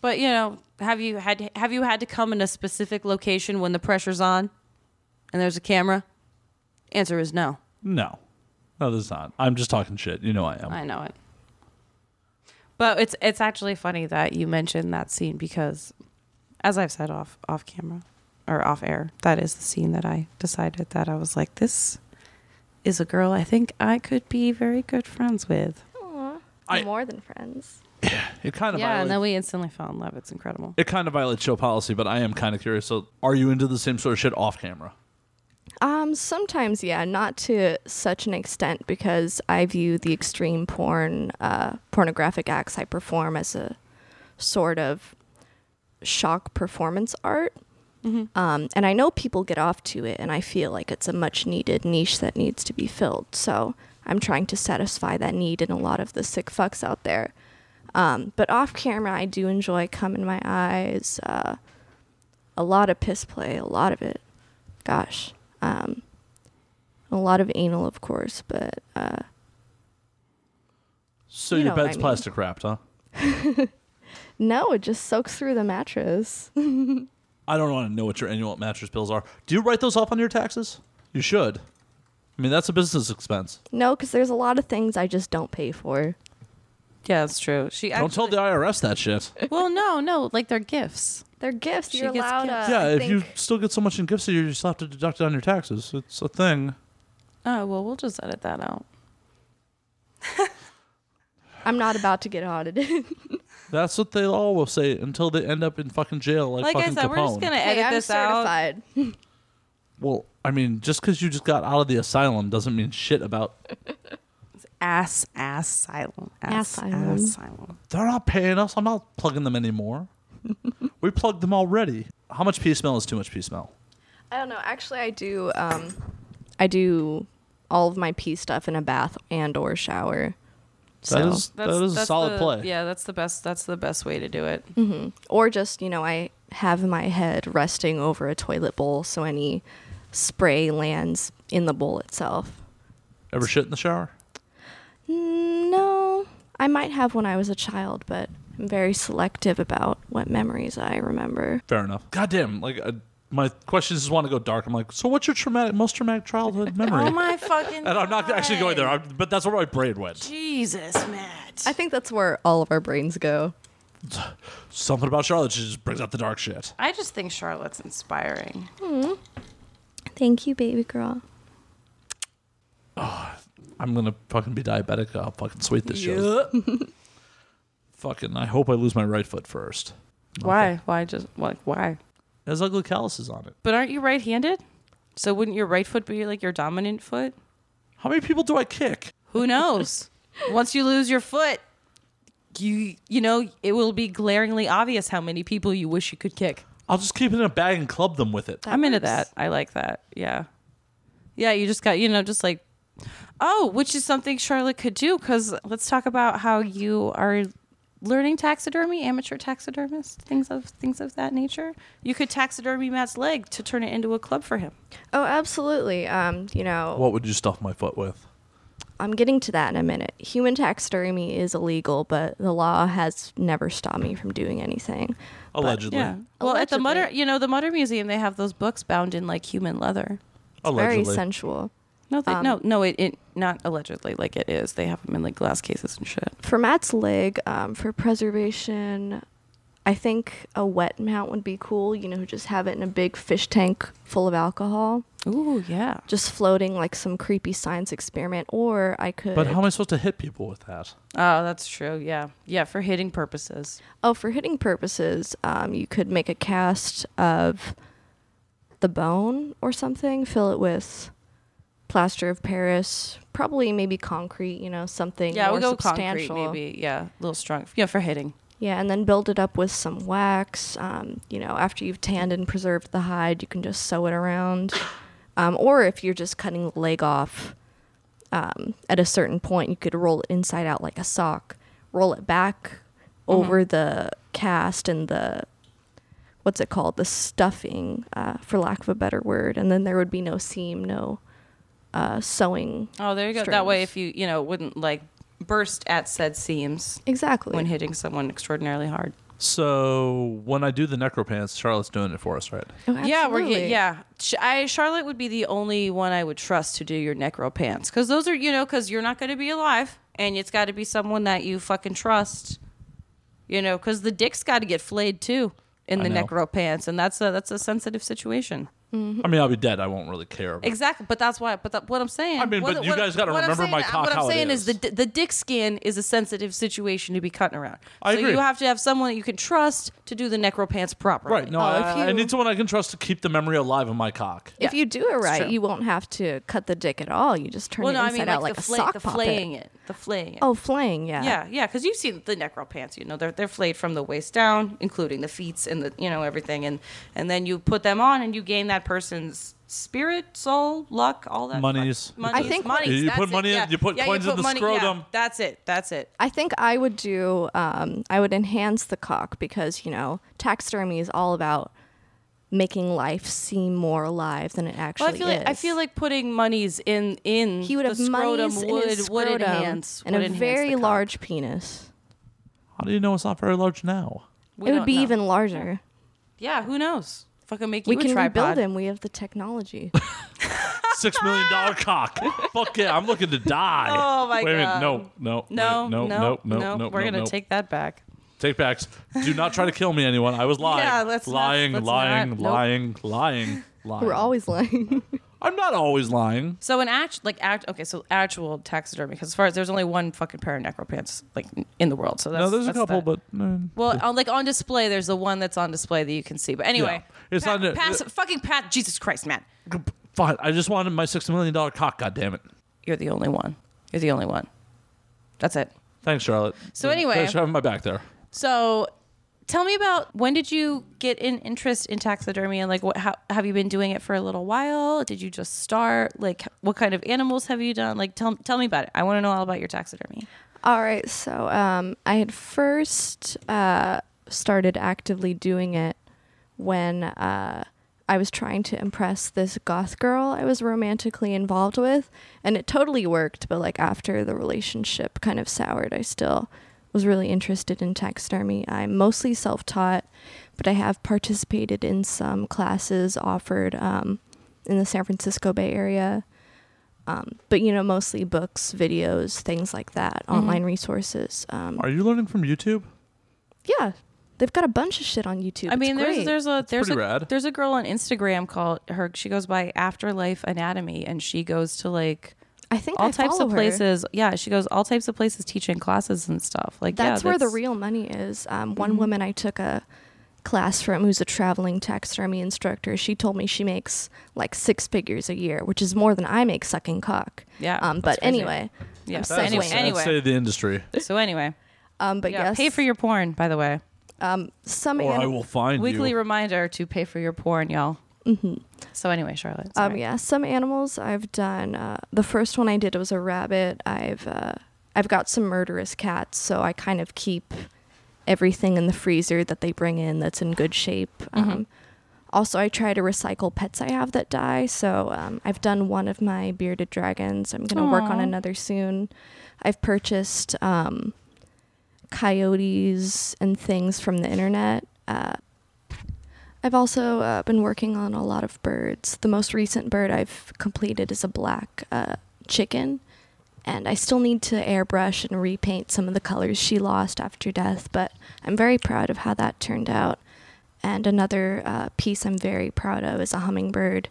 [SPEAKER 3] But you know, have you had have you had to come in a specific location when the pressure's on and there's a camera? Answer is no.
[SPEAKER 1] No. No, there's not. I'm just talking shit. You know I am.
[SPEAKER 3] I know it. But it's it's actually funny that you mentioned that scene because as I've said off off camera or off air, that is the scene that I decided that I was like this is a girl I think I could be very good friends with.
[SPEAKER 1] I-
[SPEAKER 4] More than friends.
[SPEAKER 1] It kind of
[SPEAKER 3] Yeah, and
[SPEAKER 1] violates-
[SPEAKER 3] then we instantly fell in love. It's incredible.
[SPEAKER 1] it kind of violates show policy, but I am kind of curious. So, are you into the same sort of shit off camera?
[SPEAKER 4] Um, sometimes, yeah, not to such an extent because I view the extreme porn, uh, pornographic acts I perform as a sort of shock performance art.
[SPEAKER 3] Mm-hmm.
[SPEAKER 4] Um, and I know people get off to it, and I feel like it's a much needed niche that needs to be filled. So I'm trying to satisfy that need in a lot of the sick fucks out there. Um, but off camera, I do enjoy cum in my eyes, uh, a lot of piss play, a lot of it. Gosh. Um, a lot of anal, of course, but uh,
[SPEAKER 1] So your
[SPEAKER 4] You know what
[SPEAKER 1] bed's
[SPEAKER 4] I mean.
[SPEAKER 1] plastic wrapped, huh?
[SPEAKER 4] no, it just soaks through the mattress. *laughs*
[SPEAKER 1] I don't want to know what your annual mattress bills are. Do you write those off on your taxes? You should. I mean, that's a business expense.
[SPEAKER 4] no, because there's a lot of things I just don't pay for.
[SPEAKER 3] Yeah, Uh, that's true. She
[SPEAKER 1] don't tell the IRS that shit.
[SPEAKER 3] Well, no, no, like they're gifts.
[SPEAKER 4] They're gifts.
[SPEAKER 3] She
[SPEAKER 4] You're
[SPEAKER 3] gets
[SPEAKER 4] allowed.
[SPEAKER 3] gifts.
[SPEAKER 4] Uh,
[SPEAKER 1] yeah,
[SPEAKER 4] I
[SPEAKER 1] if you
[SPEAKER 4] think-
[SPEAKER 1] still get so much in gifts, you just have to deduct it on your taxes. It's a thing.
[SPEAKER 3] Oh well, we'll just edit that out.
[SPEAKER 4] I'm not about to get audited. *laughs*
[SPEAKER 1] That's what they all will say until they end up in fucking jail, like,
[SPEAKER 3] Like I
[SPEAKER 1] fucking
[SPEAKER 3] said, we're just
[SPEAKER 1] Capone.
[SPEAKER 3] gonna edit
[SPEAKER 4] Hey, I'm
[SPEAKER 3] this out.
[SPEAKER 4] certified.
[SPEAKER 1] Well, I mean, just because you just got out of the asylum doesn't mean shit about.
[SPEAKER 3] Ass, ass, silent, ass,
[SPEAKER 4] Asylum.
[SPEAKER 3] ass, silent.
[SPEAKER 1] They're not paying us. I'm not plugging them
[SPEAKER 3] *laughs*
[SPEAKER 1] anymore. we plugged them already. How much piecemeal is too much piecemeal?
[SPEAKER 4] I don't know. Actually, I do. Um, I do all of my pee stuff in a bath and or shower.
[SPEAKER 1] That
[SPEAKER 4] So
[SPEAKER 1] is that is a solid
[SPEAKER 3] the,
[SPEAKER 1] play.
[SPEAKER 3] Yeah, that's the best. That's the best way to do *laughs* it.
[SPEAKER 4] or just you know I have my head resting over a toilet bowl, so any spray lands in the bowl itself.
[SPEAKER 1] Ever shit in the shower?
[SPEAKER 4] Mm, No, I might have when I was a child, but I'm very selective about what memories I remember.
[SPEAKER 1] Fair enough. Goddamn. Like uh, my questions just want to go dark. I'm like, so what's your traumatic, most traumatic
[SPEAKER 3] *laughs*
[SPEAKER 1] childhood memory?
[SPEAKER 3] Oh my fucking.
[SPEAKER 1] and I'm not actually going there, I'm, but that's where my brain went.
[SPEAKER 3] Jesus, Matt.
[SPEAKER 4] I think that's where all of our brains go.
[SPEAKER 1] Something about Charlotte she just brings out the dark shit.
[SPEAKER 3] I just think Charlotte's inspiring.
[SPEAKER 4] Thank you, baby girl.
[SPEAKER 1] I'm gonna fucking be diabetic. I'll fucking sweet this shit. *laughs* fucking. I hope I lose my right foot first.
[SPEAKER 3] Why? Why just like why?
[SPEAKER 1] It has ugly calluses on it.
[SPEAKER 3] But aren't you right-handed? So wouldn't your right foot be like your dominant foot?
[SPEAKER 1] How many people do I kick?
[SPEAKER 3] Who *laughs* knows? Once you lose your foot, you you know it will be glaringly obvious how many people you wish you could kick.
[SPEAKER 1] I'll just keep it in a bag and club them with it.
[SPEAKER 4] That
[SPEAKER 3] I'm into
[SPEAKER 4] works.
[SPEAKER 3] that. I like that. Yeah. Yeah, you just got, you know, just like, oh, which is something Charlotte could do because let's talk about how you are learning taxidermy, amateur taxidermist, things of things of that nature. You could taxidermy Matt's leg to turn it into a club for him.
[SPEAKER 4] Oh, absolutely. Um, you know,
[SPEAKER 1] What would you stuff my foot with?
[SPEAKER 4] I'm getting to that in a minute. Human taxidermy is illegal, but the law has never stopped me from doing anything.
[SPEAKER 1] Allegedly.
[SPEAKER 3] Yeah. Well, at the
[SPEAKER 4] Allegedly.
[SPEAKER 3] Mutter, you know, the Mutter Museum, they have those books bound in like human leather.
[SPEAKER 1] Allegedly.
[SPEAKER 4] Very sensual.
[SPEAKER 3] No, they,
[SPEAKER 4] Um,
[SPEAKER 3] no, no, it, it not allegedly like it is. They have them in like glass cases and shit.
[SPEAKER 4] For Matt's leg, um, for preservation, I think a wet mount would be cool. You know, just have it in a big fish tank full of alcohol,
[SPEAKER 3] Ooh, yeah.
[SPEAKER 4] just floating like some creepy science experiment. Or I could.
[SPEAKER 1] But how am I supposed to hit people with that?
[SPEAKER 3] Oh, that's true. Yeah. Yeah, for hitting purposes.
[SPEAKER 4] Oh, for hitting purposes, um, you could make a cast of the bone or something, fill it with plaster of Paris, probably maybe concrete, you know, something
[SPEAKER 3] Yeah,
[SPEAKER 4] more
[SPEAKER 3] we'll go concrete
[SPEAKER 4] substantial.
[SPEAKER 3] maybe. Yeah, a little strong. Yeah, for hitting.
[SPEAKER 4] Yeah, and then build it up with some wax. Um, you know, after you've tanned and preserved the hide, you can just sew it around. Um, or if you're just cutting the leg off um, at a certain point, you could roll it inside out like a sock, roll it back over the cast and the what's it called? The stuffing, uh, for lack of a better word. And then there would be no seam, no uh, sewing.
[SPEAKER 3] Oh, there you go. That way,
[SPEAKER 4] Strings.
[SPEAKER 3] if you you know wouldn't like burst at said seams
[SPEAKER 4] Exactly.
[SPEAKER 3] when hitting someone extraordinarily hard.
[SPEAKER 1] So when I do the necropants, Charlotte's doing it for us, right?
[SPEAKER 4] Oh,
[SPEAKER 3] Yeah, we're
[SPEAKER 4] absolutely.
[SPEAKER 3] get- yeah. Ch- I Charlotte would be the only one I would trust to do your necro pants because those are you know because you're not going to be alive and it's got to be someone that you fucking trust. You know, because the dick's got to get flayed too in
[SPEAKER 1] I
[SPEAKER 3] the
[SPEAKER 1] know.
[SPEAKER 3] necro pants, and that's a that's a sensitive situation.
[SPEAKER 1] I mean, I'll be dead. I won't really care. But
[SPEAKER 3] Exactly, but that's why. But that, what I'm saying.
[SPEAKER 1] I mean,
[SPEAKER 3] what-
[SPEAKER 1] but you
[SPEAKER 3] what-
[SPEAKER 1] guys gotta
[SPEAKER 3] what I'm
[SPEAKER 1] remember
[SPEAKER 3] saying-
[SPEAKER 1] my cock
[SPEAKER 3] What
[SPEAKER 1] how
[SPEAKER 3] I'm
[SPEAKER 1] it
[SPEAKER 3] saying is,
[SPEAKER 1] is.
[SPEAKER 3] the the dick skin is a sensitive situation to be cutting around.
[SPEAKER 1] I
[SPEAKER 3] so
[SPEAKER 1] agree.
[SPEAKER 3] you have to have someone that you can trust to do the necro pants properly.
[SPEAKER 1] right. No,
[SPEAKER 4] Uh,
[SPEAKER 1] I,
[SPEAKER 4] if
[SPEAKER 1] I
[SPEAKER 4] you-
[SPEAKER 1] need someone I can trust to keep the memory alive in my cock.
[SPEAKER 4] If
[SPEAKER 3] Yeah,
[SPEAKER 4] you do it right,
[SPEAKER 3] true.
[SPEAKER 4] you won't have to cut the dick at all. You just turn
[SPEAKER 3] Well,
[SPEAKER 4] it
[SPEAKER 3] no, I
[SPEAKER 4] inside
[SPEAKER 3] mean
[SPEAKER 4] out
[SPEAKER 3] like,
[SPEAKER 4] like,
[SPEAKER 3] the,
[SPEAKER 4] a
[SPEAKER 3] fla-
[SPEAKER 4] sock
[SPEAKER 3] the
[SPEAKER 4] puppet.
[SPEAKER 3] flaying it, the flaying it.
[SPEAKER 4] Oh, flaying, yeah.
[SPEAKER 3] yeah, yeah, because you've seen the necro pants. You know, they're they're flayed from the waist down, including the feet and the you know everything, and and then you put them on and you gain that person's spirit, soul, luck, all that.
[SPEAKER 1] Monies.
[SPEAKER 3] money.
[SPEAKER 4] I think-
[SPEAKER 3] monies,
[SPEAKER 1] You- you
[SPEAKER 3] that's
[SPEAKER 1] put
[SPEAKER 3] it,
[SPEAKER 1] money in-
[SPEAKER 3] yeah.
[SPEAKER 1] you put
[SPEAKER 3] Yeah,
[SPEAKER 1] coins in the
[SPEAKER 3] money- yeah,
[SPEAKER 1] scrotum.
[SPEAKER 3] that's it. That's it.
[SPEAKER 4] I think I would do, um, I would enhance the cock because, you know, taxidermy is all about making life seem more alive than it actually
[SPEAKER 3] Well, I feel
[SPEAKER 4] is.
[SPEAKER 3] like I feel like putting monies in in
[SPEAKER 4] he would
[SPEAKER 3] the
[SPEAKER 4] have
[SPEAKER 3] scrotum
[SPEAKER 4] monies
[SPEAKER 3] would
[SPEAKER 4] in his
[SPEAKER 3] would
[SPEAKER 4] scrotum
[SPEAKER 3] enhance
[SPEAKER 4] and
[SPEAKER 3] would
[SPEAKER 4] a
[SPEAKER 3] enhance
[SPEAKER 4] very
[SPEAKER 3] the cock.
[SPEAKER 4] large penis.
[SPEAKER 1] How do you know it's not very large now?
[SPEAKER 3] We
[SPEAKER 4] it would
[SPEAKER 3] don't
[SPEAKER 4] be
[SPEAKER 3] know.
[SPEAKER 4] even larger.
[SPEAKER 3] yeah. Who knows? Fucking make
[SPEAKER 4] We
[SPEAKER 3] you a
[SPEAKER 4] can
[SPEAKER 3] tripod.
[SPEAKER 4] rebuild him. We have the technology.
[SPEAKER 3] *laughs*
[SPEAKER 1] Six million dollar cock. Fuck yeah, I'm looking to die.
[SPEAKER 3] Oh, my
[SPEAKER 1] Wait a minute.
[SPEAKER 3] God.
[SPEAKER 1] No, no,
[SPEAKER 3] No,
[SPEAKER 1] wait,
[SPEAKER 3] no, no, no,
[SPEAKER 1] no.
[SPEAKER 3] We're gonna
[SPEAKER 1] no.
[SPEAKER 3] take that back.
[SPEAKER 1] Take backs. Do not try to kill me, anyone. I was lying.
[SPEAKER 3] *laughs* Yeah, let's not-
[SPEAKER 1] lying,
[SPEAKER 3] let's
[SPEAKER 1] lying,
[SPEAKER 3] not. Nope.
[SPEAKER 1] lying,
[SPEAKER 3] *laughs*
[SPEAKER 1] lying, lying.
[SPEAKER 4] We're always lying.
[SPEAKER 1] I'm not always lying.
[SPEAKER 3] So an act like act okay, so actual taxidermy. Because as far as there's only one fucking pair of necropants like in the world. So that's,
[SPEAKER 1] no, there's a
[SPEAKER 3] that's
[SPEAKER 1] couple,
[SPEAKER 3] that.
[SPEAKER 1] but mm,
[SPEAKER 3] Well, on, like on display, there's the one that's on display that you can see. But anyway,
[SPEAKER 1] Yeah. It's
[SPEAKER 3] Pat,
[SPEAKER 1] not-
[SPEAKER 3] pass, fucking Pat. Jesus Christ, man,
[SPEAKER 1] fine. I just wanted my six million dollar cock. God damn it.
[SPEAKER 3] you're the only one. You're the only one. That's it.
[SPEAKER 1] Thanks, Charlotte.
[SPEAKER 3] So anyway-
[SPEAKER 1] thanks for having my back there.
[SPEAKER 3] So, tell me about when did you get an interest in taxidermy and like what how, have you been doing it for a little while? Did you just start? Like what kind of animals have you done? Like tell tell me about it. I want to know all about your taxidermy.
[SPEAKER 4] All right, so um, I had first uh, started actively doing it when uh, I was trying to impress this goth girl I was romantically involved with, and it totally worked. But like after the relationship kind of soured, I still was really interested in taxidermy. I'm mostly self taught, but I have participated in some classes offered um, in the San Francisco Bay Area. Um, but you know, mostly books, videos, things like that,
[SPEAKER 3] Mm-hmm.
[SPEAKER 4] online resources. Um,
[SPEAKER 1] Are you learning from YouTube?
[SPEAKER 4] yeah, they've got a bunch of shit on YouTube.
[SPEAKER 3] I mean,
[SPEAKER 4] It's
[SPEAKER 3] there's
[SPEAKER 4] great.
[SPEAKER 3] there's a there's a
[SPEAKER 1] pretty rad.
[SPEAKER 3] there's a girl on Instagram called her. She goes by Afterlife Anatomy, and she goes to like
[SPEAKER 4] I think
[SPEAKER 3] all
[SPEAKER 4] I
[SPEAKER 3] types
[SPEAKER 4] follow
[SPEAKER 3] of
[SPEAKER 4] her.
[SPEAKER 3] places. Yeah, she goes all types of places teaching classes and stuff. Like yeah,
[SPEAKER 4] that's where the real money is. Um,
[SPEAKER 3] Mm-hmm.
[SPEAKER 4] one woman I took a class from who's a traveling taxidermy instructor, she told me she makes like six figures a year, which is more than I make sucking cock.
[SPEAKER 3] Yeah,
[SPEAKER 4] Um,
[SPEAKER 3] that's
[SPEAKER 4] but
[SPEAKER 3] crazy.
[SPEAKER 4] anyway,
[SPEAKER 3] Yeah.
[SPEAKER 4] I'm
[SPEAKER 3] So
[SPEAKER 4] sorry.
[SPEAKER 3] anyway,
[SPEAKER 4] That's
[SPEAKER 3] anyway.
[SPEAKER 1] I'd say the industry.
[SPEAKER 3] so anyway,
[SPEAKER 4] um, but
[SPEAKER 3] yeah,
[SPEAKER 4] yes,
[SPEAKER 3] pay for your porn. By the way,
[SPEAKER 4] um, some
[SPEAKER 1] Or I
[SPEAKER 4] anim-
[SPEAKER 1] will *laughs* find
[SPEAKER 3] weekly
[SPEAKER 1] you.
[SPEAKER 3] reminder to pay for your porn, y'all. Mm-hmm. So anyway, Charlotte.
[SPEAKER 4] Um,
[SPEAKER 3] sorry.
[SPEAKER 4] yeah, some animals I've done. Uh, the first one I did was a rabbit. I've uh, I've got some murderous cats, so I kind of keep everything in the freezer that they bring in that's in good shape. Um, also, I try to recycle pets I have that die. So um, I've done one of my bearded dragons. I'm gonna work on
[SPEAKER 3] Aw.
[SPEAKER 4] another soon. I've purchased um, coyotes and things from the internet. Uh, I've also uh, been working on a lot of birds. The most recent bird I've completed is a black uh, chicken, and I still need to airbrush and repaint some of the colors she lost after death, but I'm very proud of how that turned out. And another uh, piece I'm very proud of is a hummingbird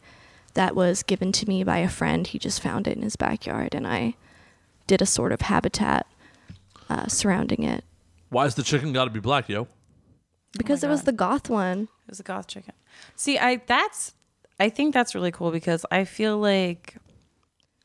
[SPEAKER 4] that was given to me by a friend. He just found it in his backyard, and I did a sort of habitat uh, surrounding it
[SPEAKER 1] Why's the chicken got to be black, yo?
[SPEAKER 4] because it was
[SPEAKER 3] God.
[SPEAKER 4] the goth one.
[SPEAKER 3] It was a goth chicken. See, I that's I think that's really cool because I feel like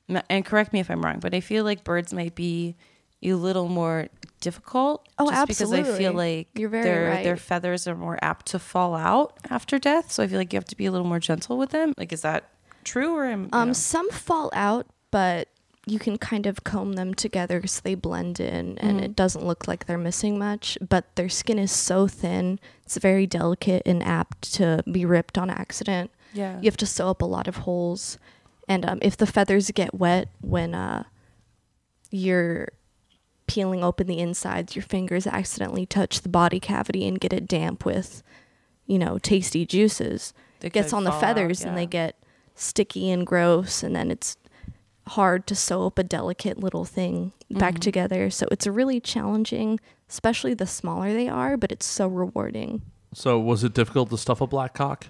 [SPEAKER 3] n- and correct me if I'm wrong, but I feel like birds might be a little more difficult.
[SPEAKER 4] Oh,
[SPEAKER 3] just Because I
[SPEAKER 4] absolutely.
[SPEAKER 3] feel like
[SPEAKER 4] You're very
[SPEAKER 3] their
[SPEAKER 4] right.
[SPEAKER 3] their feathers are more apt to fall out after death. So I feel like you have to be a little more gentle with them. Like, is that true or am, you
[SPEAKER 4] Um,
[SPEAKER 3] know?
[SPEAKER 4] some fall out, but you can kind of comb them together so they blend in, and it doesn't look like they're missing much. But their skin is so thin; it's very delicate and apt to be ripped on accident.
[SPEAKER 3] Yeah.
[SPEAKER 4] you have to sew up a lot of holes, and um, if the feathers get wet when uh, you're peeling open the insides, your fingers accidentally touch the body cavity and get it damp with, you know, tasty juices.
[SPEAKER 3] They
[SPEAKER 4] It gets
[SPEAKER 3] could
[SPEAKER 4] on the
[SPEAKER 3] fall out,
[SPEAKER 4] feathers and
[SPEAKER 3] yeah.
[SPEAKER 4] they get sticky and gross, and then it's hard to sew up a delicate little thing
[SPEAKER 3] Mm-hmm.
[SPEAKER 4] back together. So it's really challenging, especially the smaller they are, but it's so rewarding.
[SPEAKER 1] So was it difficult to stuff a black cock?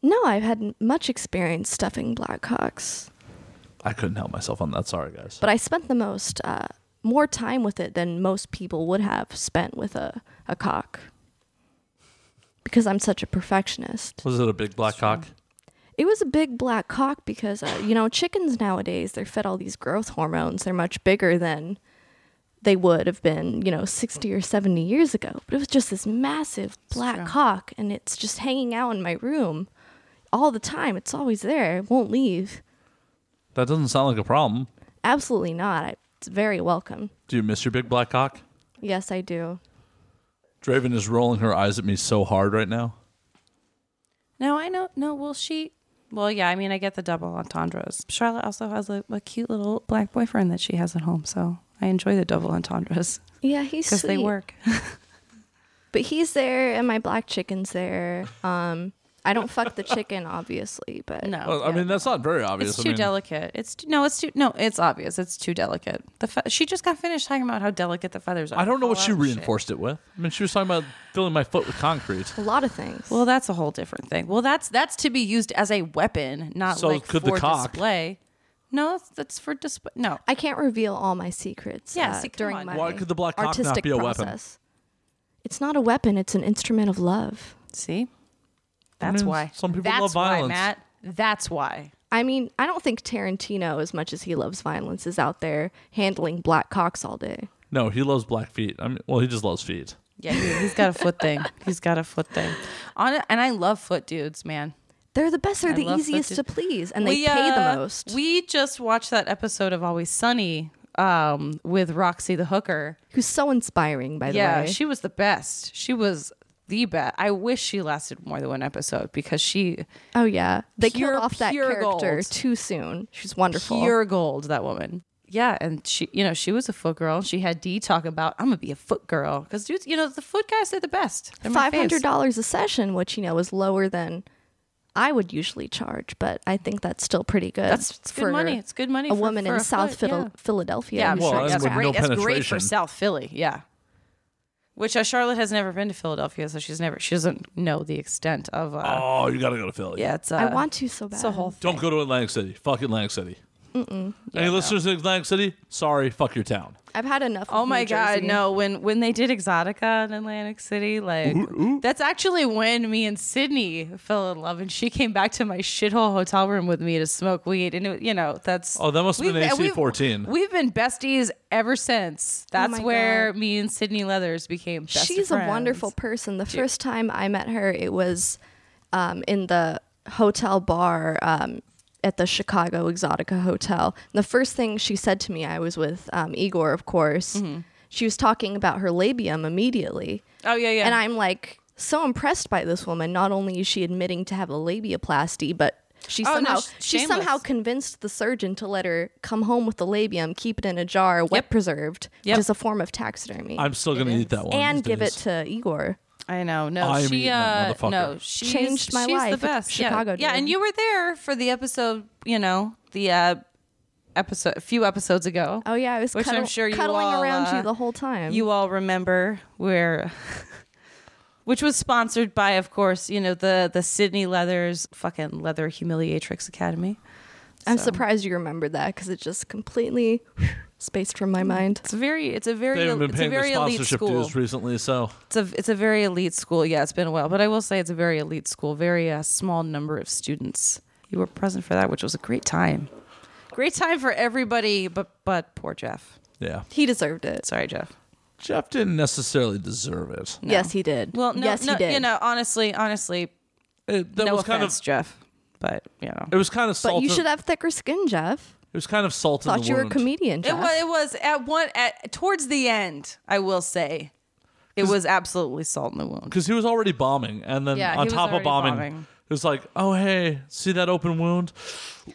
[SPEAKER 4] No, I've had much experience stuffing blackhawks.
[SPEAKER 1] I couldn't help myself on that. Sorry, guys.
[SPEAKER 4] but I spent the most uh, more time with it than most people would have spent with a, a cock because I'm such a perfectionist.
[SPEAKER 1] was it a big black cock?
[SPEAKER 4] It was a big black cock because uh, you know chickens nowadays they're fed all these growth hormones. They're much bigger than they would have been, you know, 60 or 70 years ago. But it was just this massive black
[SPEAKER 3] true.
[SPEAKER 4] cock and it's just hanging out in my room all the time. It's always there. It won't leave.
[SPEAKER 1] That doesn't sound like a problem.
[SPEAKER 4] Absolutely not. I, it's very welcome.
[SPEAKER 1] Do you miss your big black cock?
[SPEAKER 4] Yes, I do.
[SPEAKER 1] Draven is rolling her eyes at me so hard right now.
[SPEAKER 3] No, I know. No, well, she. Well, yeah. I mean, I get the double entendres. Charlotte also has a, a cute little black boyfriend that she has at home, so I enjoy the double entendres
[SPEAKER 4] Yeah, he's
[SPEAKER 3] because
[SPEAKER 4] sweet.
[SPEAKER 3] they work.
[SPEAKER 4] But he's there, and my black chicken's there. Um, I don't fuck the chicken, obviously, but
[SPEAKER 3] No,
[SPEAKER 1] Well, I
[SPEAKER 3] Oh, yeah.
[SPEAKER 1] mean, that's not very obvious.
[SPEAKER 3] It's
[SPEAKER 1] I
[SPEAKER 3] too
[SPEAKER 1] mean,
[SPEAKER 3] delicate. It's t- no, it's too no, it's obvious. It's too delicate. The fe- she just got finished talking about how delicate the feathers are.
[SPEAKER 1] I don't know what
[SPEAKER 3] Fall
[SPEAKER 1] she
[SPEAKER 3] out and Oh, shit.
[SPEAKER 1] reinforced it with. I mean, she was talking about filling my foot with concrete.
[SPEAKER 4] a lot of things.
[SPEAKER 3] Well, that's a whole different thing. Well, that's that's to be used as a weapon, not
[SPEAKER 1] So
[SPEAKER 3] like
[SPEAKER 1] could the
[SPEAKER 3] for
[SPEAKER 1] cock.
[SPEAKER 3] display. No, that's, that's for display. No,
[SPEAKER 4] I can't reveal all my secrets.
[SPEAKER 3] Yeah,
[SPEAKER 4] uh,
[SPEAKER 3] see, come
[SPEAKER 4] during
[SPEAKER 3] on.
[SPEAKER 4] my
[SPEAKER 1] Why could the black cock not
[SPEAKER 4] artistic
[SPEAKER 1] be a weapon?
[SPEAKER 4] process. It's not a weapon. It's an instrument of love.
[SPEAKER 3] see, that's
[SPEAKER 1] mean,
[SPEAKER 3] why.
[SPEAKER 1] some people
[SPEAKER 3] that's
[SPEAKER 1] love
[SPEAKER 3] Why,
[SPEAKER 1] violence.
[SPEAKER 3] Matt, that's why.
[SPEAKER 4] I mean, I don't think Tarantino, as much as he loves violence, is out there handling black cocks all day.
[SPEAKER 1] No, he loves black feet. I mean, well, he just loves feet.
[SPEAKER 3] Yeah, he, he's got a foot
[SPEAKER 4] *laughs*
[SPEAKER 3] thing. He's got a foot thing. On and I love foot dudes, man.
[SPEAKER 4] They're the best. They're
[SPEAKER 3] I
[SPEAKER 4] the
[SPEAKER 3] love
[SPEAKER 4] easiest
[SPEAKER 3] foot
[SPEAKER 4] to please, and they
[SPEAKER 3] We,
[SPEAKER 4] pay
[SPEAKER 3] uh,
[SPEAKER 4] the most.
[SPEAKER 3] We just watched that episode of Always Sunny um, with Roxy the hooker.
[SPEAKER 4] Who's so inspiring, by the
[SPEAKER 3] yeah,
[SPEAKER 4] way.
[SPEAKER 3] she was the best. She was the best. I wish she lasted more than one episode because she
[SPEAKER 4] Oh yeah, they
[SPEAKER 3] Pure-
[SPEAKER 4] killed off that
[SPEAKER 3] pure
[SPEAKER 4] character
[SPEAKER 3] gold.
[SPEAKER 4] too soon. She's wonderful.
[SPEAKER 3] pure gold. That woman. Yeah, and she, you know, she was a foot girl. She had D talk about, "I'm gonna be a foot girl," because dudes, you know, the foot guys are the best. They're my
[SPEAKER 4] Five
[SPEAKER 3] faves.
[SPEAKER 4] hundred dollars a session, which you know is lower than I would usually charge, but I think that's still pretty good.
[SPEAKER 3] That's it's good money. It's good money.
[SPEAKER 4] a
[SPEAKER 3] for-
[SPEAKER 4] woman
[SPEAKER 3] for
[SPEAKER 4] in
[SPEAKER 3] a
[SPEAKER 4] South
[SPEAKER 3] foot,
[SPEAKER 4] Phil-
[SPEAKER 3] yeah.
[SPEAKER 4] Philadelphia.
[SPEAKER 3] Yeah,
[SPEAKER 4] who's
[SPEAKER 3] well,
[SPEAKER 1] Well,
[SPEAKER 4] trying
[SPEAKER 3] that's
[SPEAKER 1] with
[SPEAKER 4] to-
[SPEAKER 1] no
[SPEAKER 3] great. that's great
[SPEAKER 1] penetration.
[SPEAKER 3] for South Philly. Yeah. Which uh, Charlotte has never been to Philadelphia, so she's never she doesn't know the extent of. Uh,
[SPEAKER 1] Oh, you gotta go to Philly.
[SPEAKER 3] yeah, it's. Uh,
[SPEAKER 4] I want to so bad.
[SPEAKER 3] It's a whole.
[SPEAKER 1] Don't go to Atlantic City. Fuck Atlantic City. Any listeners in Atlantic City? Sorry, fuck your town.
[SPEAKER 4] I've had enough. of
[SPEAKER 3] Oh my
[SPEAKER 4] New
[SPEAKER 3] God!
[SPEAKER 4] Jersey.
[SPEAKER 3] No, when when they did Exotica in Atlantic City, like that's actually when me and Sydney fell in love, and she came back to my shithole hotel room with me to smoke weed, and it, you know that's
[SPEAKER 1] Oh, that must have been
[SPEAKER 3] we've- and we've-
[SPEAKER 1] AC-14.
[SPEAKER 3] We've been besties ever since. That's
[SPEAKER 4] Oh my
[SPEAKER 3] where
[SPEAKER 4] God.
[SPEAKER 3] me and Sydney Leathers became. Best
[SPEAKER 4] she's a
[SPEAKER 3] friends.
[SPEAKER 4] wonderful person. The first time I met her, it was um, in the hotel bar um, at the Chicago Exotica Hotel. And the first thing she said to me, I was with um, Igor, of course. She was talking about her labium immediately,
[SPEAKER 3] Mm-hmm. Oh yeah, yeah.
[SPEAKER 4] and I'm like so impressed by this woman. Not only is she admitting to have a labiaplasty, but she
[SPEAKER 3] Oh, no,
[SPEAKER 4] somehow
[SPEAKER 3] sh-
[SPEAKER 4] she
[SPEAKER 3] shameless.
[SPEAKER 4] somehow convinced the surgeon to let her come home with the labium, keep it in a jar, wet
[SPEAKER 3] Yep.
[SPEAKER 4] preserved,
[SPEAKER 3] Yep.
[SPEAKER 4] which is a form of taxidermy
[SPEAKER 1] I'm still gonna eat that one.
[SPEAKER 4] and
[SPEAKER 1] these
[SPEAKER 4] give it
[SPEAKER 1] days.
[SPEAKER 4] to Igor.
[SPEAKER 3] I know. No,
[SPEAKER 1] I'm
[SPEAKER 3] she
[SPEAKER 1] eating that
[SPEAKER 3] uh,
[SPEAKER 1] motherfucker.
[SPEAKER 3] no, she
[SPEAKER 4] Changed my
[SPEAKER 3] she's The
[SPEAKER 4] life.
[SPEAKER 3] best.
[SPEAKER 4] Chicago
[SPEAKER 3] yeah.
[SPEAKER 4] did.
[SPEAKER 3] yeah, and you were there for the episode. You know the uh, episode a few episodes ago.
[SPEAKER 4] Oh yeah, I was
[SPEAKER 3] Which I'm
[SPEAKER 4] cuddle-
[SPEAKER 3] sure you
[SPEAKER 4] cuddling
[SPEAKER 3] all,
[SPEAKER 4] around
[SPEAKER 3] uh,
[SPEAKER 4] you the whole time.
[SPEAKER 3] You all remember where, *laughs* which was sponsored by, of course, you know the the Sydney Leathers fucking Leather Humiliatrix Academy.
[SPEAKER 4] I'm
[SPEAKER 3] so.
[SPEAKER 4] surprised you remembered that because it just completely spaced from my mind.
[SPEAKER 3] It's a very, it's a very,
[SPEAKER 1] They haven't been
[SPEAKER 3] it's a
[SPEAKER 1] paying their
[SPEAKER 3] very elite
[SPEAKER 1] sponsorship
[SPEAKER 3] school.
[SPEAKER 1] dues recently, so
[SPEAKER 3] It's a it's a very elite school. Yeah, it's been a while, but I will say it's a very elite school. Very uh, small number of students. You were present for that, which was a great time. Great time for everybody, but but poor Jeff.
[SPEAKER 1] yeah.
[SPEAKER 4] He deserved it.
[SPEAKER 3] Sorry, Jeff.
[SPEAKER 1] Jeff didn't necessarily deserve it.
[SPEAKER 4] Yes, he did.
[SPEAKER 3] Well, no,
[SPEAKER 4] yes,
[SPEAKER 3] no,
[SPEAKER 4] he did.
[SPEAKER 3] you know, honestly, honestly,
[SPEAKER 1] It that
[SPEAKER 3] no
[SPEAKER 1] was
[SPEAKER 3] offense,
[SPEAKER 1] kind of
[SPEAKER 3] Jeff, but you know,
[SPEAKER 1] it was kind of salt.
[SPEAKER 4] but you
[SPEAKER 1] in-
[SPEAKER 4] should have thicker skin, Jeff.
[SPEAKER 1] it was kind of salt in
[SPEAKER 4] Thought
[SPEAKER 1] the
[SPEAKER 4] you were a
[SPEAKER 1] wound.
[SPEAKER 4] comedian,
[SPEAKER 3] it
[SPEAKER 4] Jeff.
[SPEAKER 3] was it was at one at towards the end. I will say, it was absolutely salt in the wound.
[SPEAKER 1] because he was already bombing, and then
[SPEAKER 3] Yeah, he
[SPEAKER 1] on
[SPEAKER 3] was
[SPEAKER 1] top of
[SPEAKER 3] already
[SPEAKER 1] bombing,
[SPEAKER 3] bombing.
[SPEAKER 1] it was like, oh hey, see that open wound?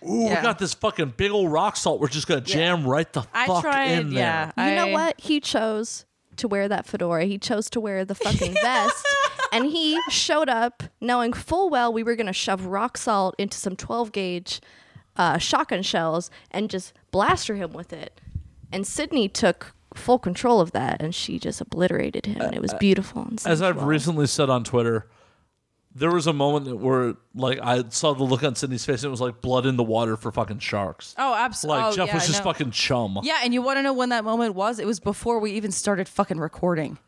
[SPEAKER 1] Ooh,
[SPEAKER 3] Yeah.
[SPEAKER 1] we got this fucking big old rock salt. We're just gonna jam right the
[SPEAKER 3] I
[SPEAKER 1] fuck
[SPEAKER 3] tried,
[SPEAKER 1] in there.
[SPEAKER 3] yeah.
[SPEAKER 4] you
[SPEAKER 3] I-
[SPEAKER 4] know what? He chose to wear that fedora. He chose to wear the fucking
[SPEAKER 3] *laughs*
[SPEAKER 4] vest. And he showed up knowing full well we were going to shove rock salt into some 12 gauge uh, shotgun shells and just blaster him with it. And Sydney took full control of that and she just obliterated him. and it
[SPEAKER 3] Uh,
[SPEAKER 4] was beautiful. And
[SPEAKER 1] As I've
[SPEAKER 4] sensual.
[SPEAKER 1] recently said on Twitter, there was a moment that where like I saw the look on Sydney's face, and it was like blood in the water for fucking sharks.
[SPEAKER 3] Oh, absolutely.
[SPEAKER 1] Like Jeff
[SPEAKER 3] yeah,
[SPEAKER 1] was just
[SPEAKER 3] no.
[SPEAKER 1] fucking chum.
[SPEAKER 3] Yeah, and you want to know when that moment was? It was before we even started fucking recording.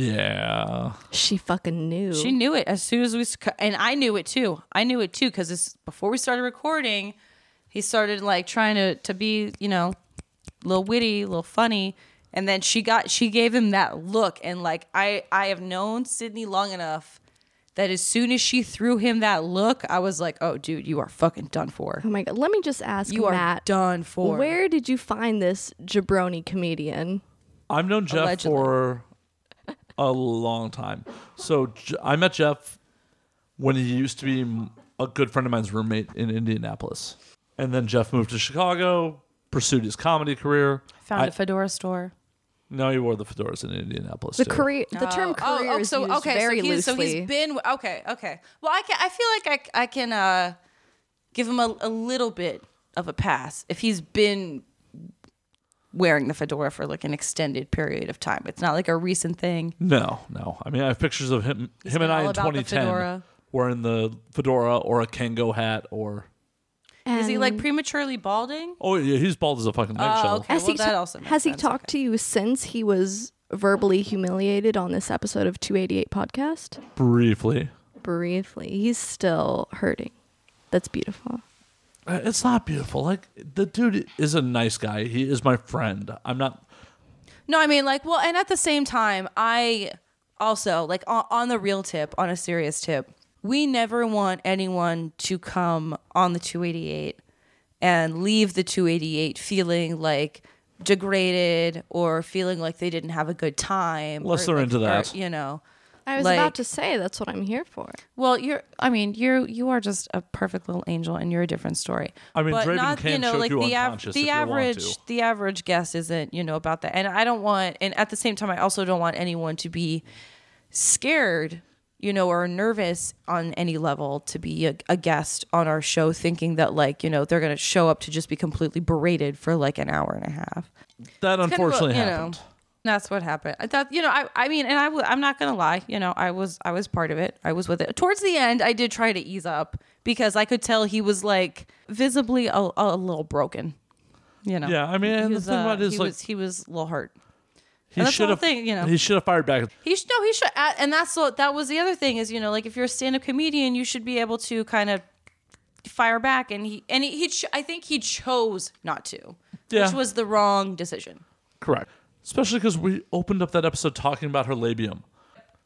[SPEAKER 1] Yeah.
[SPEAKER 4] she fucking knew.
[SPEAKER 3] She knew it as soon as we, sc- and I knew it too. I knew it too because before we started recording, he started like trying to to be, you know, a little witty, a little funny, and then she got she gave him that look, and like I I have known Sydney long enough that as soon as she threw him that look, I was like, oh dude, you are fucking done for.
[SPEAKER 4] oh my God. Let me just ask
[SPEAKER 3] You are
[SPEAKER 4] Matt,
[SPEAKER 3] done for.
[SPEAKER 4] where did you find this jabroni comedian?
[SPEAKER 1] I've known Jeff
[SPEAKER 3] Allegedly.
[SPEAKER 1] for a long time. So J- I met Jeff when he used to be m- a good friend of mine's roommate in Indianapolis. And then Jeff moved to Chicago, pursued his comedy career.
[SPEAKER 3] Found
[SPEAKER 1] I-
[SPEAKER 3] a fedora store.
[SPEAKER 1] No, he wore the fedoras in Indianapolis.
[SPEAKER 4] The
[SPEAKER 1] too.
[SPEAKER 4] career, the term
[SPEAKER 3] Oh,
[SPEAKER 4] career
[SPEAKER 3] oh,
[SPEAKER 4] is
[SPEAKER 3] so-
[SPEAKER 4] used very
[SPEAKER 3] so he's,
[SPEAKER 4] loosely.
[SPEAKER 3] So he's been okay, okay. Well, I can, I feel like I, I can uh, give him a, a little bit of a pass if he's been wearing the fedora for like an extended period of time. It's not like a recent thing.
[SPEAKER 1] No, no. I mean, I have pictures of him, him
[SPEAKER 3] been
[SPEAKER 1] and I in
[SPEAKER 3] all about the
[SPEAKER 1] 2010
[SPEAKER 3] fedora.
[SPEAKER 1] wearing the fedora or a Kango hat or.
[SPEAKER 3] Is he like prematurely balding?
[SPEAKER 1] Oh, yeah, he's bald as a fucking eggshell.
[SPEAKER 3] Oh, okay. well, that also makes
[SPEAKER 4] has he
[SPEAKER 3] sense,
[SPEAKER 4] talked to you since he was verbally humiliated on this episode of 288 podcast
[SPEAKER 1] Briefly.
[SPEAKER 4] briefly he's still hurting that's beautiful
[SPEAKER 1] Uh, It's not beautiful. Like the dude is a nice guy. He is my friend. I'm not.
[SPEAKER 3] No, I mean like well, and at the same time, I also like on, on the real tip, on a serious tip, we never want anyone to come on the 288 and leave the 288 feeling like degraded or feeling like they didn't have a good time,
[SPEAKER 1] Unless
[SPEAKER 3] or,
[SPEAKER 1] they're
[SPEAKER 3] like-
[SPEAKER 1] into
[SPEAKER 3] or,
[SPEAKER 1] that.
[SPEAKER 3] you know.
[SPEAKER 4] I was
[SPEAKER 3] Like-
[SPEAKER 4] about to say that's what I'm here for.
[SPEAKER 3] Well, you're. I mean, you're. You are just a perfect little angel, and you're a different story.
[SPEAKER 1] I mean, Draven can choke you
[SPEAKER 3] the
[SPEAKER 1] unconscious if
[SPEAKER 3] the
[SPEAKER 1] you want
[SPEAKER 3] average,
[SPEAKER 1] to.
[SPEAKER 3] the average guest isn't. You know about that, and I don't want. And at the same time, I also don't want anyone to be scared, you know, or nervous on any level to be a, a guest on our show, thinking that like you know they're gonna show up to just be completely berated for like an hour and a half
[SPEAKER 1] That
[SPEAKER 3] kind of a-
[SPEAKER 1] unfortunately
[SPEAKER 3] you know,
[SPEAKER 1] happened.
[SPEAKER 3] that's what happened. I thought, you know, I, I mean, and I, w- I'm not gonna lie, you know, I was, I was part of it. I was with it. Towards the end, I did try to ease up because I could tell he was like visibly a, a little broken. You know.
[SPEAKER 1] Yeah, I mean,
[SPEAKER 3] He
[SPEAKER 1] and the
[SPEAKER 3] was, uh,
[SPEAKER 1] thing about it is,
[SPEAKER 3] he
[SPEAKER 1] like-
[SPEAKER 3] was, he was a little hurt.
[SPEAKER 1] He
[SPEAKER 3] that's the
[SPEAKER 1] should
[SPEAKER 3] whole
[SPEAKER 1] have.
[SPEAKER 3] thing, you know.
[SPEAKER 1] He should have fired back.
[SPEAKER 3] He should, no, he should, uh, and that's the, that was the other thing is, you know, like if you're a stand-up comedian, you should be able to kind of fire back, and he, and he, he ch- I think he chose not to,
[SPEAKER 1] Yeah.
[SPEAKER 3] which was the wrong decision.
[SPEAKER 1] Correct. Especially because we opened up that episode talking about her labium.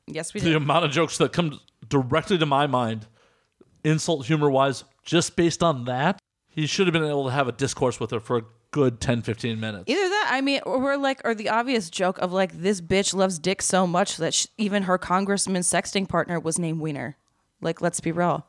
[SPEAKER 3] Yes, we
[SPEAKER 1] The
[SPEAKER 3] did.
[SPEAKER 1] amount of jokes that come directly to my mind, insult humor wise, just based on that, he should have been able to have a discourse with her for a good 10, 15 minutes.
[SPEAKER 3] Either that, I mean, or we're like, or the obvious joke of like, this bitch loves dick so much that sh even her congressman sexting partner was named Wiener. Like, let's be real.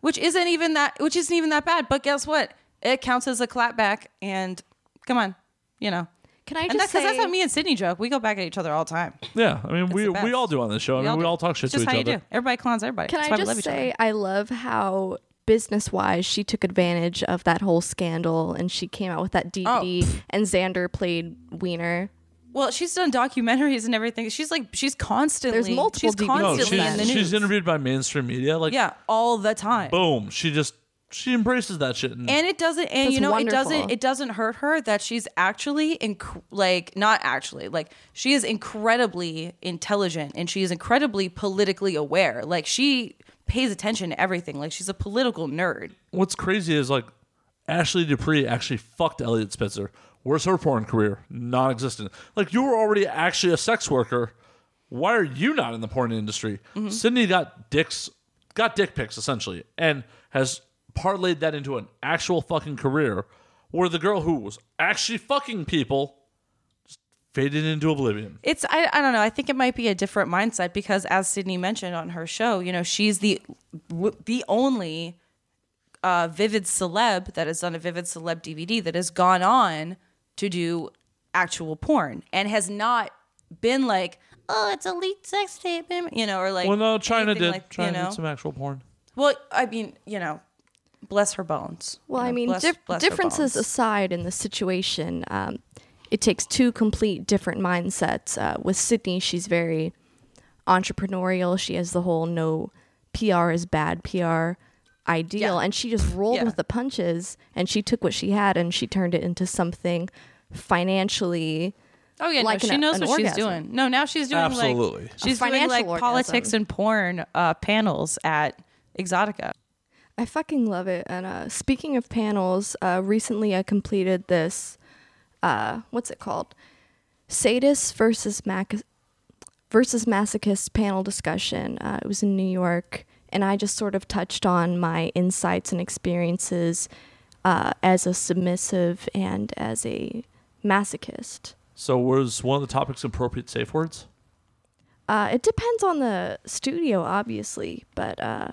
[SPEAKER 3] Which isn't even that, which isn't even that bad. But guess what? It counts as a clapback. And come on, you know.
[SPEAKER 4] Can I
[SPEAKER 3] And
[SPEAKER 4] just
[SPEAKER 3] that's because
[SPEAKER 4] say
[SPEAKER 3] that's how me and Sydney joke. We go back at each other all the time.
[SPEAKER 1] yeah, I mean, we,
[SPEAKER 3] the best.
[SPEAKER 1] we all do on this show. I mean, we
[SPEAKER 3] do.
[SPEAKER 1] all talk shit
[SPEAKER 3] It's just
[SPEAKER 1] to each
[SPEAKER 3] how
[SPEAKER 1] other.
[SPEAKER 3] you do. Everybody clowns everybody.
[SPEAKER 4] Can
[SPEAKER 3] That's
[SPEAKER 4] I
[SPEAKER 3] why we love
[SPEAKER 4] just
[SPEAKER 3] each other.
[SPEAKER 4] say I love how business wise she took advantage of that whole scandal and she came out with that DVD and Xander played Wiener.
[SPEAKER 3] Well, she's done documentaries and everything. She's like, she's constantly.
[SPEAKER 4] There's multiple
[SPEAKER 3] She's
[SPEAKER 4] DVDs.
[SPEAKER 1] No,
[SPEAKER 3] constantly
[SPEAKER 1] Oh, she's,
[SPEAKER 3] in the news.
[SPEAKER 1] she's interviewed by mainstream media. Like,
[SPEAKER 3] yeah, all the time.
[SPEAKER 1] boom. She just, she embraces that shit. And,
[SPEAKER 3] and it doesn't and
[SPEAKER 4] That's
[SPEAKER 3] you know
[SPEAKER 4] wonderful.
[SPEAKER 3] it doesn't it doesn't hurt her that she's actually inc- like not actually like she is incredibly intelligent and she is incredibly politically aware like she pays attention to everything like she's a political nerd
[SPEAKER 1] what's crazy is like Ashley Dupree actually fucked Elliot Spitzer. Where's her porn career? Non existent. Like you were already actually a sex worker. Why are you not in the porn industry?
[SPEAKER 3] Mm-hmm.
[SPEAKER 1] Sydney got dicks got dick pics essentially and has parlayed that into an actual fucking career where the girl who was actually fucking people just faded into oblivion.
[SPEAKER 3] it's I, I don't know i think it might be a different mindset because as sydney mentioned on her show you know she's the w- the only uh, vivid celeb that has done a vivid celeb dvd that has gone on to do actual porn and has not been like oh it's a leaked sex tape you know or like
[SPEAKER 1] Well no, China
[SPEAKER 3] anything
[SPEAKER 1] did
[SPEAKER 3] like,
[SPEAKER 1] China
[SPEAKER 3] you know?
[SPEAKER 1] did some actual porn.
[SPEAKER 3] well i mean you know bless her bones
[SPEAKER 4] Well,
[SPEAKER 3] You
[SPEAKER 4] I
[SPEAKER 3] know,
[SPEAKER 4] mean,
[SPEAKER 3] bless-
[SPEAKER 4] dif-
[SPEAKER 3] bless her
[SPEAKER 4] differences
[SPEAKER 3] bones.
[SPEAKER 4] aside in the situation, um, it takes two complete different mindsets. Uh, with Sydney, she's very entrepreneurial. She has the whole no PR is bad PR ideal,
[SPEAKER 3] Yeah.
[SPEAKER 4] and she just rolled
[SPEAKER 3] Yeah.
[SPEAKER 4] with the punches and she took what she had and she turned it into something financially.
[SPEAKER 3] Oh yeah,
[SPEAKER 4] like
[SPEAKER 3] no,
[SPEAKER 4] an-
[SPEAKER 3] she knows
[SPEAKER 4] an
[SPEAKER 3] what she's
[SPEAKER 4] orgasm.
[SPEAKER 3] doing. No, now she's doing
[SPEAKER 1] Absolutely.
[SPEAKER 3] like she's doing
[SPEAKER 4] financial
[SPEAKER 3] like
[SPEAKER 4] orgasm.
[SPEAKER 3] politics and porn uh, panels at Exotica.
[SPEAKER 4] I fucking love it. And uh, speaking of panels, uh, recently I completed this. Uh, what's it called? Sadists versus Mac- versus masochist panel discussion. Uh, it was in New York, and I just sort of touched on my insights and experiences uh, as a submissive and as a masochist.
[SPEAKER 1] So was one of the topics appropriate safe words?
[SPEAKER 4] Uh, it depends on the studio, obviously, but uh,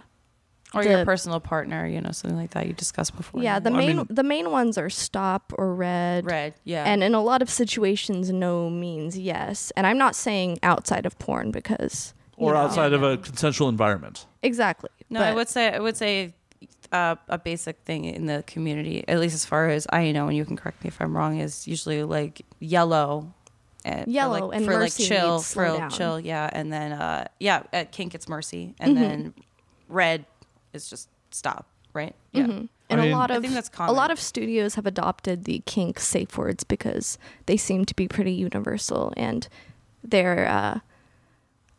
[SPEAKER 3] Or
[SPEAKER 4] The-
[SPEAKER 3] your personal partner, you know, something like that you discussed before.
[SPEAKER 4] yeah, the
[SPEAKER 1] Well, I
[SPEAKER 4] main
[SPEAKER 1] mean-
[SPEAKER 4] the main ones are stop or red.
[SPEAKER 3] red, yeah,
[SPEAKER 4] And in a lot of situations, no means yes. And I'm not saying outside of porn because. you
[SPEAKER 1] Or
[SPEAKER 4] know.
[SPEAKER 1] outside of a consensual environment.
[SPEAKER 4] Exactly.
[SPEAKER 3] No,
[SPEAKER 4] but
[SPEAKER 3] I would say I would say uh, a basic thing in the community, at least as far as I know, and you can correct me if I'm wrong, is usually like yellow. And for,
[SPEAKER 4] Yellow
[SPEAKER 3] like,
[SPEAKER 4] and
[SPEAKER 3] for
[SPEAKER 4] mercy
[SPEAKER 3] like chill,
[SPEAKER 4] means slow
[SPEAKER 3] for
[SPEAKER 4] down.
[SPEAKER 3] chill, yeah, and then uh, yeah, at kink it's mercy, and
[SPEAKER 4] Mm-hmm.
[SPEAKER 3] then red is just stop, right? Yeah,
[SPEAKER 4] And
[SPEAKER 1] I mean-
[SPEAKER 4] a lot
[SPEAKER 3] I
[SPEAKER 4] of
[SPEAKER 3] think that's
[SPEAKER 4] a
[SPEAKER 3] common.
[SPEAKER 4] lot of studios have adopted the kink safe words because they seem to be pretty universal, and they're. Uh,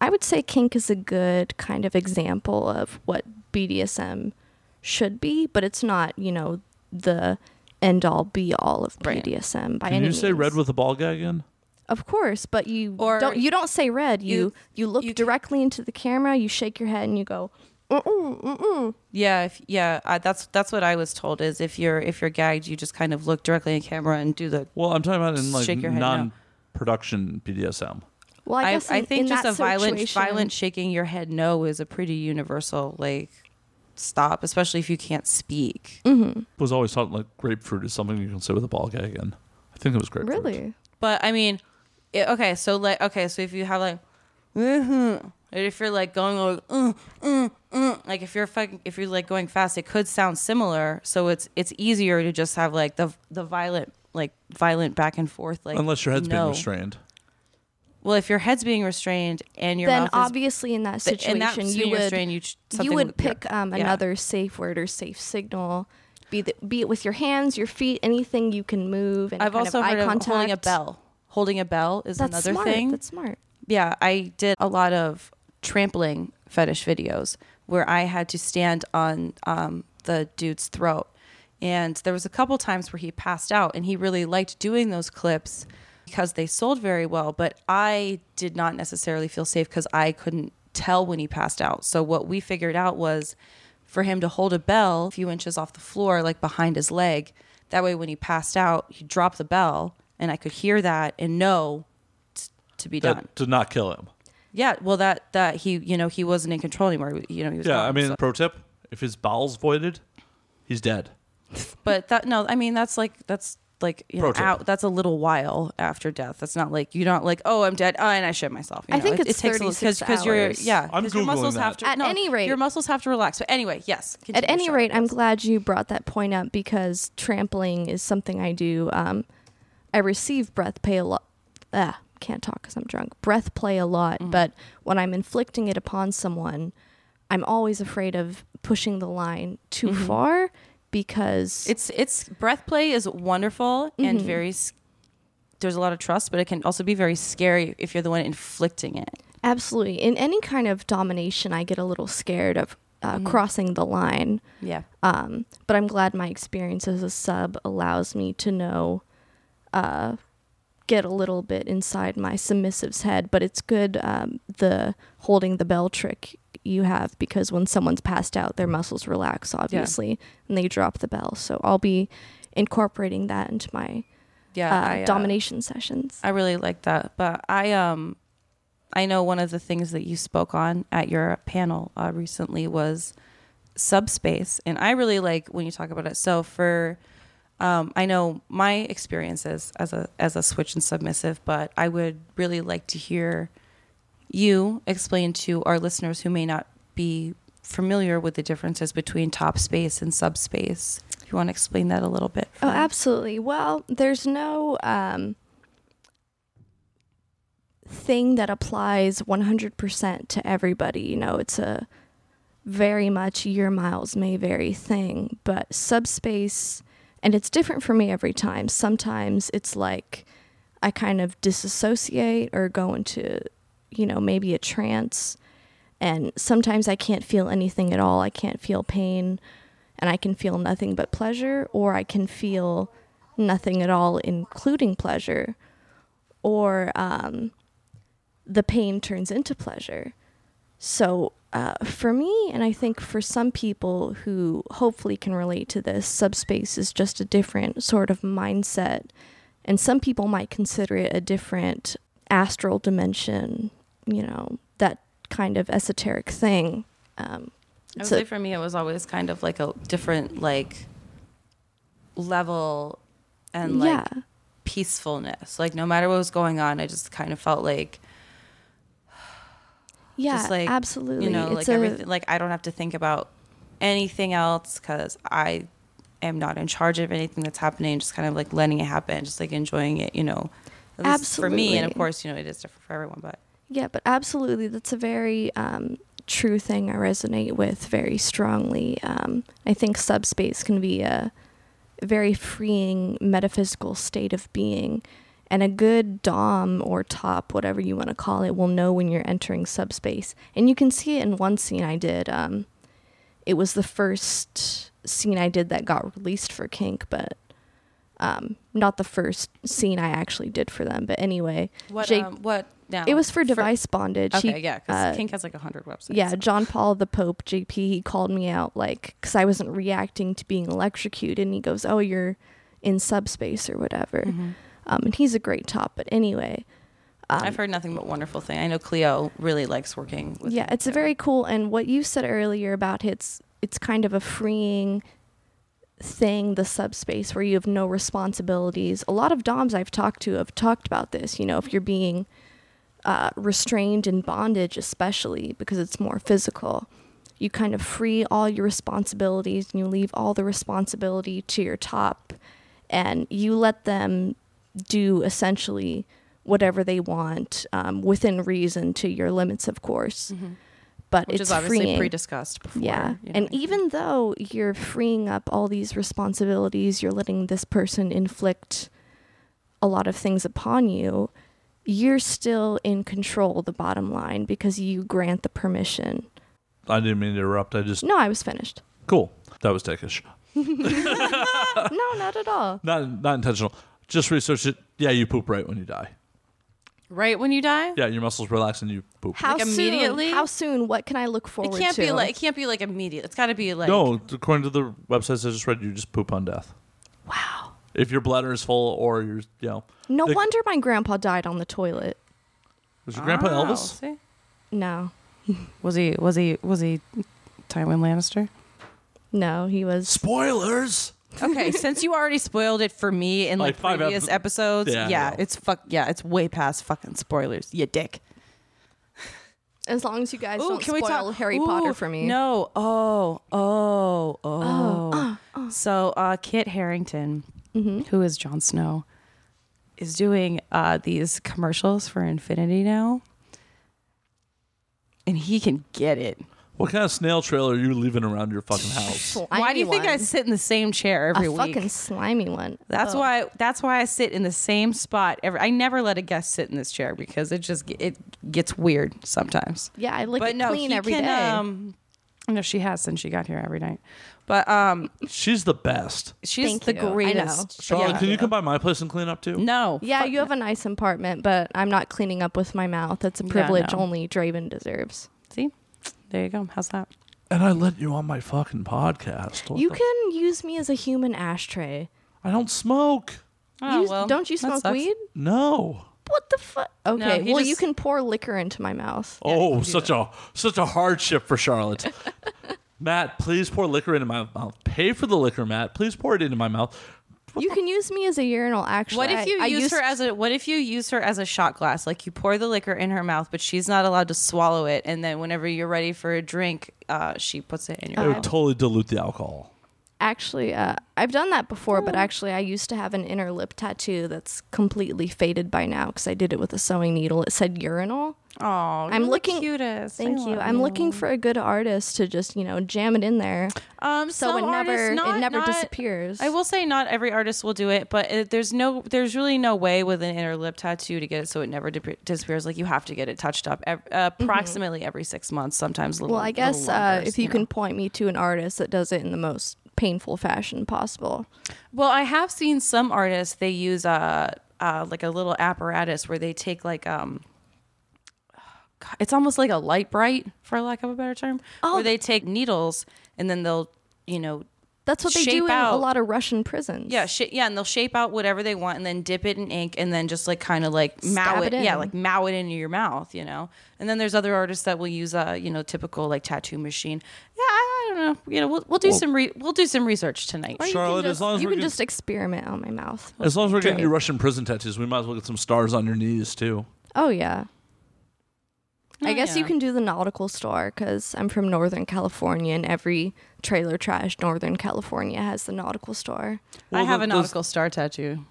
[SPEAKER 4] I would say kink is a good kind of example of what BDSM should be, but it's not, you know, the end all be all of
[SPEAKER 3] Right.
[SPEAKER 4] BDSM by
[SPEAKER 1] Can
[SPEAKER 4] any
[SPEAKER 1] you say
[SPEAKER 4] means.
[SPEAKER 1] red with a ball gag in?
[SPEAKER 4] Of course, but you
[SPEAKER 3] Or
[SPEAKER 4] don't. You don't say red. You you,
[SPEAKER 3] you-
[SPEAKER 4] look
[SPEAKER 3] you-
[SPEAKER 4] directly into the camera. You shake your head and you go, mm-mm, mm-mm.
[SPEAKER 3] Yeah, if, yeah, I, that's that's what I was told is if you're if you're gagged, you just kind of look directly in camera and do the
[SPEAKER 1] Well, I'm talking about in like
[SPEAKER 3] Shake your head
[SPEAKER 1] non-production BDSM.
[SPEAKER 4] Well, I
[SPEAKER 3] I,
[SPEAKER 4] guess
[SPEAKER 3] I
[SPEAKER 4] in-
[SPEAKER 3] think
[SPEAKER 4] in
[SPEAKER 3] just
[SPEAKER 4] that
[SPEAKER 3] a violent,
[SPEAKER 4] situation-
[SPEAKER 3] violent shaking your head no is a pretty universal like stop, especially if you can't speak.
[SPEAKER 4] Mm.
[SPEAKER 1] was always thought like grapefruit is something you can say with a ball gag again. I think it was grapefruit.
[SPEAKER 4] Really?
[SPEAKER 3] But I mean, it, okay, so like okay, so if you have like, *laughs* "Mhm," and if you're like going like, "Uh, uh, uh," like if you're fucking if you're like going fast, it could sound similar. So it's it's easier to just have like the the violent like violent back and forth like
[SPEAKER 1] Unless your head's
[SPEAKER 3] no.
[SPEAKER 1] being restrained.
[SPEAKER 3] Well, if your head's being restrained and your
[SPEAKER 4] Then
[SPEAKER 3] mouth is
[SPEAKER 4] obviously in that
[SPEAKER 3] but
[SPEAKER 4] situation,
[SPEAKER 3] in that
[SPEAKER 4] you
[SPEAKER 3] being
[SPEAKER 4] would
[SPEAKER 3] restrained, you, ch-
[SPEAKER 4] you
[SPEAKER 3] something
[SPEAKER 4] would
[SPEAKER 3] with your-
[SPEAKER 4] pick um,
[SPEAKER 3] yeah.
[SPEAKER 4] another safe word or safe signal, be the, be it with your hands, your feet, anything you can move. And
[SPEAKER 3] I've
[SPEAKER 4] kind
[SPEAKER 3] also
[SPEAKER 4] of eye
[SPEAKER 3] heard
[SPEAKER 4] contact.
[SPEAKER 3] of holding a bell. Holding a bell is
[SPEAKER 4] That's
[SPEAKER 3] another
[SPEAKER 4] smart.
[SPEAKER 3] thing.
[SPEAKER 4] That's smart.
[SPEAKER 3] yeah, I did a lot of trampling fetish videos where I had to stand on um, the dude's throat. And there was a couple times where he passed out, and he really liked doing those clips because they sold very well. But I did not necessarily feel safe because I couldn't tell when he passed out. So what we figured out was for him to hold a bell a few inches off the floor, like behind his leg. That way, when he passed out, he'd drop the bell, and I could hear that and know t- to be done.
[SPEAKER 1] That did not kill him.
[SPEAKER 3] Yeah, well, that that he you know he wasn't in control anymore. You know, he was
[SPEAKER 1] Yeah,
[SPEAKER 3] gone,
[SPEAKER 1] I mean,
[SPEAKER 3] so-
[SPEAKER 1] pro tip: if his bowels voided, he's dead.
[SPEAKER 3] but that no, I mean that's like that's like you
[SPEAKER 1] Pro
[SPEAKER 3] know
[SPEAKER 1] tip.
[SPEAKER 3] out, that's a little while after death. That's not like you're not like oh I'm dead oh and I shit myself. You
[SPEAKER 4] I
[SPEAKER 3] know,
[SPEAKER 4] think
[SPEAKER 3] it,
[SPEAKER 4] it's
[SPEAKER 3] it takes a little
[SPEAKER 4] 36
[SPEAKER 3] because your
[SPEAKER 4] hours.
[SPEAKER 3] yeah
[SPEAKER 1] I'm
[SPEAKER 3] 'cause your
[SPEAKER 1] Googling
[SPEAKER 3] muscles have
[SPEAKER 1] that.
[SPEAKER 3] to
[SPEAKER 4] At
[SPEAKER 3] no,
[SPEAKER 4] any rate-
[SPEAKER 3] your muscles have to relax. But anyway, yes.
[SPEAKER 4] At
[SPEAKER 3] continue,
[SPEAKER 4] any
[SPEAKER 3] sorry.
[SPEAKER 4] rate, I'm glad you brought that point up because trampling is something I do. Um, I receive breath play a lot. Ah, can't talk because I'm drunk. Breath play a lot, but when I'm inflicting it upon someone, I'm always afraid of pushing the line too far because
[SPEAKER 3] it's it's breath play is wonderful
[SPEAKER 4] Mm-hmm.
[SPEAKER 3] and very. s- There's a lot of trust, but it can also be very scary if you're the one inflicting it.
[SPEAKER 4] Absolutely. In any kind of domination, I get a little scared of uh, crossing the line.
[SPEAKER 3] Yeah.
[SPEAKER 4] Um, but I'm glad my experience as a sub allows me to know, uh, get a little bit inside my submissive's head. But it's good um, the holding the bell trick you have because when someone's passed out, their muscles relax, obviously, and they drop the bell. So I'll be incorporating that into my
[SPEAKER 3] Yeah.
[SPEAKER 4] uh,
[SPEAKER 3] I, uh,
[SPEAKER 4] domination sessions.
[SPEAKER 3] I really like that. But I um I know one of the things that you spoke on at your panel uh, recently was subspace, and I really like when you talk about it. So for um, I know my experiences as a as a switch and submissive, but I would really like to hear you explain to our listeners who may not be familiar with the differences between top space and subspace. You want to explain that a little bit?
[SPEAKER 4] Oh, absolutely. Well, there's no um, thing that applies 100% to everybody. You know, it's a very much your miles may vary thing, but subspace, and it's different for me every time. Sometimes it's like I kind of disassociate or go into, you know, maybe a trance. And sometimes I can't feel anything at all. I can't feel pain and I can feel nothing but pleasure, or I can feel nothing at all, including pleasure, or um, the pain turns into pleasure. So, uh, for me, and I think for some people who hopefully can relate to this, subspace is just a different sort of mindset. And some people might consider it a different astral dimension, you know, that kind of esoteric thing. Um,
[SPEAKER 3] I would
[SPEAKER 4] so-
[SPEAKER 3] say for me, it was always kind of like a different like level and like
[SPEAKER 4] yeah.
[SPEAKER 3] peacefulness. Like no matter what was going on, I just kind of felt like
[SPEAKER 4] Yeah,
[SPEAKER 3] just like
[SPEAKER 4] absolutely.
[SPEAKER 3] you know,
[SPEAKER 4] it's
[SPEAKER 3] like
[SPEAKER 4] a,
[SPEAKER 3] everything. Like I don't have to think about anything else because I am not in charge of anything that's happening. Just kind of like letting it happen, just like enjoying it. You know, at least for me, and
[SPEAKER 4] Absolutely.
[SPEAKER 3] of course, you know, it is different for everyone. But
[SPEAKER 4] Yeah, but absolutely, that's a very um, true thing. I resonate with very strongly. Um, I think subspace can be a very freeing metaphysical state of being, and a good dom or top, whatever you want to call it, will know when you're entering subspace, and you can see it in one scene I did. Um, it was the first scene I did that got released for Kink, but um, not the first scene I actually did for them. But anyway,
[SPEAKER 3] what?
[SPEAKER 4] Jake-
[SPEAKER 3] um, what now?
[SPEAKER 4] it was for device bondage.
[SPEAKER 3] Okay,
[SPEAKER 4] He-
[SPEAKER 3] yeah, because
[SPEAKER 4] uh,
[SPEAKER 3] Kink has like a hundred websites.
[SPEAKER 4] yeah, John Paul the Pope, JP, he called me out like because I wasn't reacting to being electrocuted, and he goes, "Oh,
[SPEAKER 3] Mm-hmm.
[SPEAKER 4] you're in subspace or whatever." Um, and he's a great top, but anyway,
[SPEAKER 3] I've heard nothing but wonderful thing. I know Cleo really likes working with
[SPEAKER 4] yeah, it's a very cool. And what you said earlier about it's it's kind of a freeing thing, the subspace where you have no responsibilities. A lot of DOMs I've talked to have talked about this. You know, if you're being uh, restrained in bondage, especially because it's more physical, you kind of free all your responsibilities and you leave all the responsibility to your top, and you let them do essentially whatever they want um, within reason to your limits, of course. But
[SPEAKER 3] Mm-hmm. which
[SPEAKER 4] it's
[SPEAKER 3] is obviously
[SPEAKER 4] freeing.
[SPEAKER 3] pre-discussed before.
[SPEAKER 4] Yeah.
[SPEAKER 3] you know,
[SPEAKER 4] and
[SPEAKER 3] I think.
[SPEAKER 4] even though you're freeing up all these responsibilities, you're letting this person inflict a lot of things upon you, you're still in control, the bottom line, because you grant the permission.
[SPEAKER 1] I didn't mean to interrupt. I just
[SPEAKER 4] No, I
[SPEAKER 3] *laughs*
[SPEAKER 4] was finished.
[SPEAKER 1] cool. That was dickish.
[SPEAKER 4] no, not at all.
[SPEAKER 1] Not not intentional. Just research it. Yeah, you poop right when you die.
[SPEAKER 3] right when you die,
[SPEAKER 1] Yeah, your muscles relax and you poop.
[SPEAKER 4] How
[SPEAKER 3] Like,
[SPEAKER 4] soon?
[SPEAKER 3] immediately?
[SPEAKER 4] How soon? What can I look forward
[SPEAKER 3] it
[SPEAKER 4] to?
[SPEAKER 3] can't be like it can't be like immediate. It's got to be like
[SPEAKER 1] no, according to the websites I just read, you just poop on death.
[SPEAKER 4] wow.
[SPEAKER 1] If your bladder is full or your you know
[SPEAKER 4] No
[SPEAKER 1] The-
[SPEAKER 4] wonder my grandpa died on the toilet.
[SPEAKER 1] was your grandpa
[SPEAKER 3] Oh,
[SPEAKER 1] Elvis?
[SPEAKER 3] see?
[SPEAKER 4] No,
[SPEAKER 3] Was he? Was he? Was he? Tywin Lannister.
[SPEAKER 4] no, he was.
[SPEAKER 1] Spoilers.
[SPEAKER 4] *laughs*
[SPEAKER 3] Okay, since you already spoiled it for me in
[SPEAKER 1] Like
[SPEAKER 3] like,
[SPEAKER 1] five
[SPEAKER 3] previous
[SPEAKER 1] epi-
[SPEAKER 3] episodes,
[SPEAKER 1] Yeah, I
[SPEAKER 3] yeah,
[SPEAKER 1] know.
[SPEAKER 3] it's fuck. Yeah, it's way past fucking spoilers. You dick.
[SPEAKER 4] As long as you guys
[SPEAKER 3] Ooh,
[SPEAKER 4] don't spoil Harry
[SPEAKER 3] Ooh,
[SPEAKER 4] Potter for me.
[SPEAKER 3] No. Oh. Oh. Oh. So uh, Kit Harrington,
[SPEAKER 4] Mm-hmm.
[SPEAKER 3] who is Jon Snow, is doing uh, these commercials for Infinity now, and he can get it.
[SPEAKER 1] What kind of snail trail are you leaving around your fucking
[SPEAKER 3] *laughs*
[SPEAKER 1] house?
[SPEAKER 3] Why do you think I
[SPEAKER 4] Slimy
[SPEAKER 3] sit in the same chair every
[SPEAKER 4] one. a
[SPEAKER 3] week?
[SPEAKER 4] fucking slimy one?
[SPEAKER 3] That's
[SPEAKER 4] Oh.
[SPEAKER 3] why. That's why I sit in the same spot. Every I never let a guest sit in this chair because it just it gets weird sometimes.
[SPEAKER 4] Yeah, I lick
[SPEAKER 3] but
[SPEAKER 4] it
[SPEAKER 3] no,
[SPEAKER 4] clean
[SPEAKER 3] he
[SPEAKER 4] every day.
[SPEAKER 3] can, Um, no, she has since she got here every night. But um,
[SPEAKER 1] She's the best.
[SPEAKER 3] she's
[SPEAKER 4] Thank
[SPEAKER 3] the
[SPEAKER 4] you. I know.
[SPEAKER 3] greatest.
[SPEAKER 1] Charlotte,
[SPEAKER 3] Yeah.
[SPEAKER 1] can you come by my place and clean up too?
[SPEAKER 3] No.
[SPEAKER 4] yeah,
[SPEAKER 3] fuck
[SPEAKER 4] you have a nice apartment, but I'm not cleaning up with my mouth. That's a
[SPEAKER 3] Yeah,
[SPEAKER 4] privilege
[SPEAKER 3] no.
[SPEAKER 4] only Draven deserves.
[SPEAKER 3] no. See, there you go. How's that?
[SPEAKER 1] And I let you on my fucking podcast. What
[SPEAKER 4] you
[SPEAKER 1] the-
[SPEAKER 4] can use me as a human ashtray.
[SPEAKER 1] I don't smoke.
[SPEAKER 3] Oh,
[SPEAKER 4] You-
[SPEAKER 3] well,
[SPEAKER 4] don't you
[SPEAKER 3] that
[SPEAKER 4] smoke
[SPEAKER 3] sucks.
[SPEAKER 4] weed?
[SPEAKER 1] No.
[SPEAKER 4] What the fuck? Okay,
[SPEAKER 3] he
[SPEAKER 4] well
[SPEAKER 3] just-
[SPEAKER 4] you can pour liquor into my mouth.
[SPEAKER 1] oh, such a such a hardship for
[SPEAKER 3] *laughs*
[SPEAKER 1] Charlotte. Matt, please pour liquor into my mouth. Pay for the liquor, Matt. Please pour it into my mouth.
[SPEAKER 4] You can use me as a urinal. Actually,
[SPEAKER 3] What if you
[SPEAKER 4] I,
[SPEAKER 3] use
[SPEAKER 4] I used-
[SPEAKER 3] her as a What if you use her as a shot glass? Like you pour the liquor in her mouth, but she's not allowed to swallow it. And then whenever you're ready for a drink, uh, she puts it in your
[SPEAKER 1] It would
[SPEAKER 3] mouth.
[SPEAKER 1] totally dilute the alcohol.
[SPEAKER 4] Actually, uh, I've done that before,
[SPEAKER 3] Oh.
[SPEAKER 4] but actually, I used to have an inner lip tattoo that's completely faded by now because I did it with a sewing needle. It said urinal.
[SPEAKER 3] Oh,
[SPEAKER 4] I'm looking-
[SPEAKER 3] cutest. I
[SPEAKER 4] Thank you.
[SPEAKER 3] love
[SPEAKER 4] I'm looking for a good artist to just you know jam it in there.
[SPEAKER 3] Um,
[SPEAKER 4] So
[SPEAKER 3] some
[SPEAKER 4] it never-
[SPEAKER 3] artists-
[SPEAKER 4] it
[SPEAKER 3] not-
[SPEAKER 4] never
[SPEAKER 3] not-
[SPEAKER 4] disappears.
[SPEAKER 3] I will say not every artist will do it, but it, there's no, there's really no way with an inner lip tattoo to get it so it never dip- disappears. Like you have to get it touched up ev- uh, approximately every six months, sometimes a little.
[SPEAKER 4] Mm-hmm. Well, I
[SPEAKER 3] little
[SPEAKER 4] guess uh,
[SPEAKER 3] longer,
[SPEAKER 4] if you,
[SPEAKER 3] know.
[SPEAKER 4] can point me to an artist that does it in the most painful fashion possible.
[SPEAKER 3] Well, I have seen some artists they use uh, uh like a little apparatus where they take like um *sighs* God, it's almost like a light bright for lack of a better term
[SPEAKER 4] Oh,
[SPEAKER 3] where they take needles and then they'll you know
[SPEAKER 4] That's what they
[SPEAKER 3] Shape
[SPEAKER 4] do in a
[SPEAKER 3] out.
[SPEAKER 4] lot of Russian prisons.
[SPEAKER 3] yeah sh- yeah and they'll shape out whatever they want and then dip it in ink and then just like kind of like mow
[SPEAKER 4] Stab
[SPEAKER 3] it,
[SPEAKER 4] it
[SPEAKER 3] yeah
[SPEAKER 4] in.
[SPEAKER 3] like mow it into your mouth you know and then there's other artists that will use a you know typical like tattoo machine yeah I don't know you know we'll, we'll do some re- we'll do some research tonight
[SPEAKER 4] Or you can
[SPEAKER 1] Charlotte, as
[SPEAKER 4] just-
[SPEAKER 1] long as
[SPEAKER 4] you
[SPEAKER 1] we're
[SPEAKER 4] can
[SPEAKER 1] good-
[SPEAKER 4] just experiment on my mouth.
[SPEAKER 1] As long as we're getting
[SPEAKER 4] Great.
[SPEAKER 1] you Russian prison tattoos, we might as well get some stars on your knees too.
[SPEAKER 4] Oh yeah. I
[SPEAKER 3] Oh,
[SPEAKER 4] guess you
[SPEAKER 3] yeah.
[SPEAKER 4] can do the nautical star because I'm from Northern California and every trailer trash Northern California has the nautical star.
[SPEAKER 1] Well,
[SPEAKER 3] I have
[SPEAKER 1] the-
[SPEAKER 3] a
[SPEAKER 1] those-
[SPEAKER 3] nautical star tattoo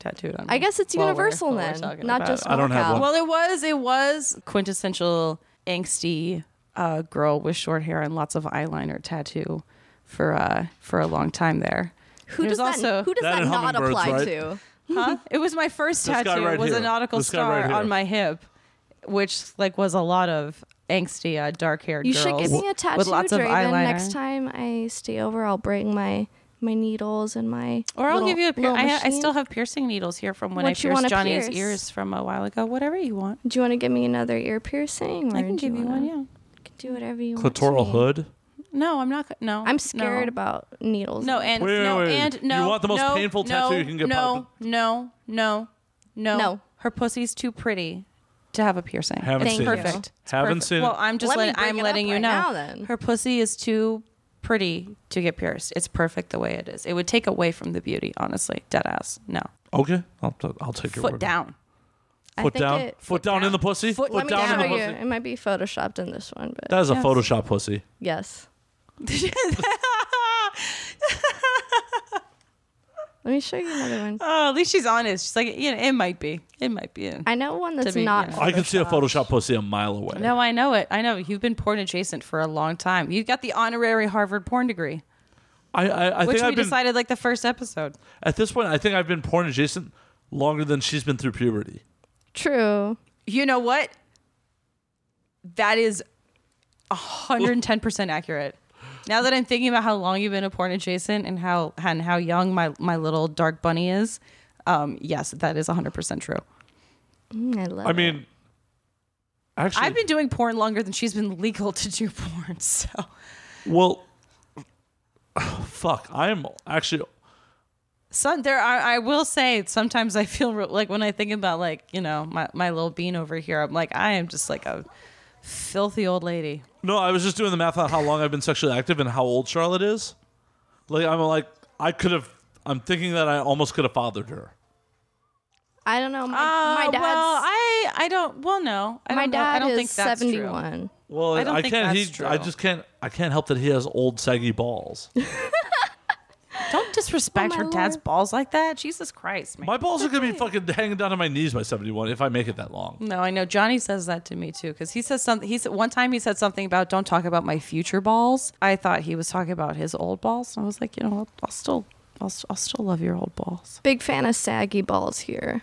[SPEAKER 3] tattooed on me.
[SPEAKER 4] I guess it's
[SPEAKER 3] While we're-
[SPEAKER 4] universal
[SPEAKER 3] while we're
[SPEAKER 4] then,
[SPEAKER 3] talking
[SPEAKER 4] not
[SPEAKER 3] about
[SPEAKER 4] just.
[SPEAKER 3] it.
[SPEAKER 1] I don't have
[SPEAKER 4] knockout.
[SPEAKER 1] one.
[SPEAKER 3] Well, it was it was quintessential angsty uh, girl with short hair and lots of eyeliner tattoo for uh, for a long time there.
[SPEAKER 4] Who
[SPEAKER 3] There's
[SPEAKER 4] does that?
[SPEAKER 3] also
[SPEAKER 4] who does
[SPEAKER 1] That
[SPEAKER 4] that,
[SPEAKER 1] and
[SPEAKER 4] not
[SPEAKER 1] hummingbirds,
[SPEAKER 4] apply
[SPEAKER 1] right?
[SPEAKER 4] to?
[SPEAKER 3] huh? *laughs* It was my first
[SPEAKER 1] This guy
[SPEAKER 3] tattoo
[SPEAKER 1] right
[SPEAKER 3] was
[SPEAKER 1] here.
[SPEAKER 3] a nautical
[SPEAKER 1] This guy
[SPEAKER 3] star
[SPEAKER 1] right here.
[SPEAKER 3] on my hip, which like was a lot of angsty uh, dark haired
[SPEAKER 4] You
[SPEAKER 3] girls.
[SPEAKER 4] should give me a tattoo,
[SPEAKER 3] lots of
[SPEAKER 4] Draven.
[SPEAKER 3] eyeliner.
[SPEAKER 4] Next time I stay over, I'll bring my my needles and my.
[SPEAKER 3] or I'll
[SPEAKER 4] little-
[SPEAKER 3] give you a. Pier-
[SPEAKER 4] little
[SPEAKER 3] I, I
[SPEAKER 4] machine.
[SPEAKER 3] still have piercing needles here from when
[SPEAKER 4] What
[SPEAKER 3] I
[SPEAKER 4] you
[SPEAKER 3] pierced
[SPEAKER 4] wanna
[SPEAKER 3] Johnny's
[SPEAKER 4] pierce?
[SPEAKER 3] ears from a while ago. Whatever you want,
[SPEAKER 4] Do you want to give me another ear piercing? Or
[SPEAKER 3] I can
[SPEAKER 4] do
[SPEAKER 3] give you
[SPEAKER 4] wanna-
[SPEAKER 3] one. Yeah.
[SPEAKER 4] can Do whatever you want. to
[SPEAKER 1] Clitoral
[SPEAKER 4] me.
[SPEAKER 1] hood.
[SPEAKER 3] No, I'm not. No,
[SPEAKER 4] I'm scared
[SPEAKER 3] no.
[SPEAKER 4] about needles.
[SPEAKER 3] No, and
[SPEAKER 1] Wait,
[SPEAKER 3] no,
[SPEAKER 1] wait, wait.
[SPEAKER 3] and no.
[SPEAKER 1] You want the most
[SPEAKER 3] no,
[SPEAKER 1] painful
[SPEAKER 3] no,
[SPEAKER 1] tattoo you can get
[SPEAKER 3] No,
[SPEAKER 1] popped?
[SPEAKER 3] no, no, no,
[SPEAKER 4] No.
[SPEAKER 3] Her pussy's too pretty to have a piercing.
[SPEAKER 1] Haven't
[SPEAKER 3] it's
[SPEAKER 1] seen it.
[SPEAKER 3] perfect. It's
[SPEAKER 1] Haven't
[SPEAKER 3] perfect.
[SPEAKER 1] seen it.
[SPEAKER 3] Well, I'm just
[SPEAKER 4] Let me
[SPEAKER 3] letting
[SPEAKER 4] bring
[SPEAKER 3] I'm
[SPEAKER 4] it up
[SPEAKER 3] letting you
[SPEAKER 4] right
[SPEAKER 3] know.
[SPEAKER 4] now, then.
[SPEAKER 3] Her pussy is too pretty to get pierced. It's perfect the way it is. It would take away from the beauty, honestly. Dead ass. No.
[SPEAKER 1] Okay, I'll, t- I'll take your
[SPEAKER 3] Foot
[SPEAKER 1] word.
[SPEAKER 3] down. *laughs*
[SPEAKER 4] I
[SPEAKER 1] Foot
[SPEAKER 4] think
[SPEAKER 1] down.
[SPEAKER 4] it-
[SPEAKER 1] foot, down, in the pussy.
[SPEAKER 3] Foot-
[SPEAKER 4] Let me Oh,
[SPEAKER 1] down in
[SPEAKER 4] show
[SPEAKER 1] the
[SPEAKER 4] you.
[SPEAKER 1] pussy.
[SPEAKER 4] It might be photoshopped in this one, but
[SPEAKER 1] That is a
[SPEAKER 3] Yes.
[SPEAKER 1] Photoshop pussy.
[SPEAKER 4] yes. Let me show you another one.
[SPEAKER 1] Ah.
[SPEAKER 3] Oh, at least she's honest. She's like, you know, it might be. It might be.
[SPEAKER 4] I know one that's
[SPEAKER 3] be-
[SPEAKER 4] not.
[SPEAKER 3] yeah.
[SPEAKER 1] I can see a Photoshop pussy a mile away.
[SPEAKER 3] no, I know it. I know. You've been porn adjacent for a long time. You got the honorary Harvard porn degree,
[SPEAKER 1] I, I, I
[SPEAKER 3] which
[SPEAKER 1] think
[SPEAKER 3] we
[SPEAKER 1] I've been
[SPEAKER 3] decided like the first episode.
[SPEAKER 1] at this point. I think I've been porn adjacent longer than she's been through puberty.
[SPEAKER 4] True.
[SPEAKER 3] You know what? That is 110% accurate. Now that I'm thinking about how long you've been a porn adjacent and how and how young my, my little dark bunny is, um, yes, that is 100% true.
[SPEAKER 4] Mm, I love.
[SPEAKER 1] I mean, actually,
[SPEAKER 3] I've been doing porn longer than she's been legal to do porn. *laughs* So
[SPEAKER 1] well. *sighs* Fuck, I am actually
[SPEAKER 3] Some there are. I will say sometimes I feel real, like when I think about like you know my my little bean over here, I'm like I am just like a filthy old lady.
[SPEAKER 1] No, I was just doing the math on how long I've been sexually active and how old Charlotte is. Like I'm like I could have. I'm thinking that I almost could have fathered her.
[SPEAKER 4] it. I don't know. My,
[SPEAKER 3] Uh,
[SPEAKER 4] my dad's.
[SPEAKER 3] well, I I don't. Well, no, I
[SPEAKER 4] my
[SPEAKER 3] don't know.
[SPEAKER 4] dad
[SPEAKER 3] I don't
[SPEAKER 4] is
[SPEAKER 3] think that's true.
[SPEAKER 4] seventy-one.
[SPEAKER 1] Well,
[SPEAKER 3] I don't think
[SPEAKER 1] can't.
[SPEAKER 3] that's
[SPEAKER 1] he,
[SPEAKER 3] true.
[SPEAKER 1] I just can't. I can't help that he has old saggy balls.
[SPEAKER 3] Don't disrespect
[SPEAKER 4] Oh,
[SPEAKER 3] her
[SPEAKER 4] my
[SPEAKER 3] dad's
[SPEAKER 4] lord.
[SPEAKER 3] balls like that. Jesus Christ, man.
[SPEAKER 1] *laughs* My balls are gonna be fucking hanging down to my knees by 71 if I make it that long.
[SPEAKER 3] No, I know Johnny says that to me too because he says something. He said one time he said something about don't talk about my future balls. I thought he was talking about his old balls. I was like, you know, I'll, I'll still, I'll, I'll still love your old balls.
[SPEAKER 4] Big fan of saggy balls here.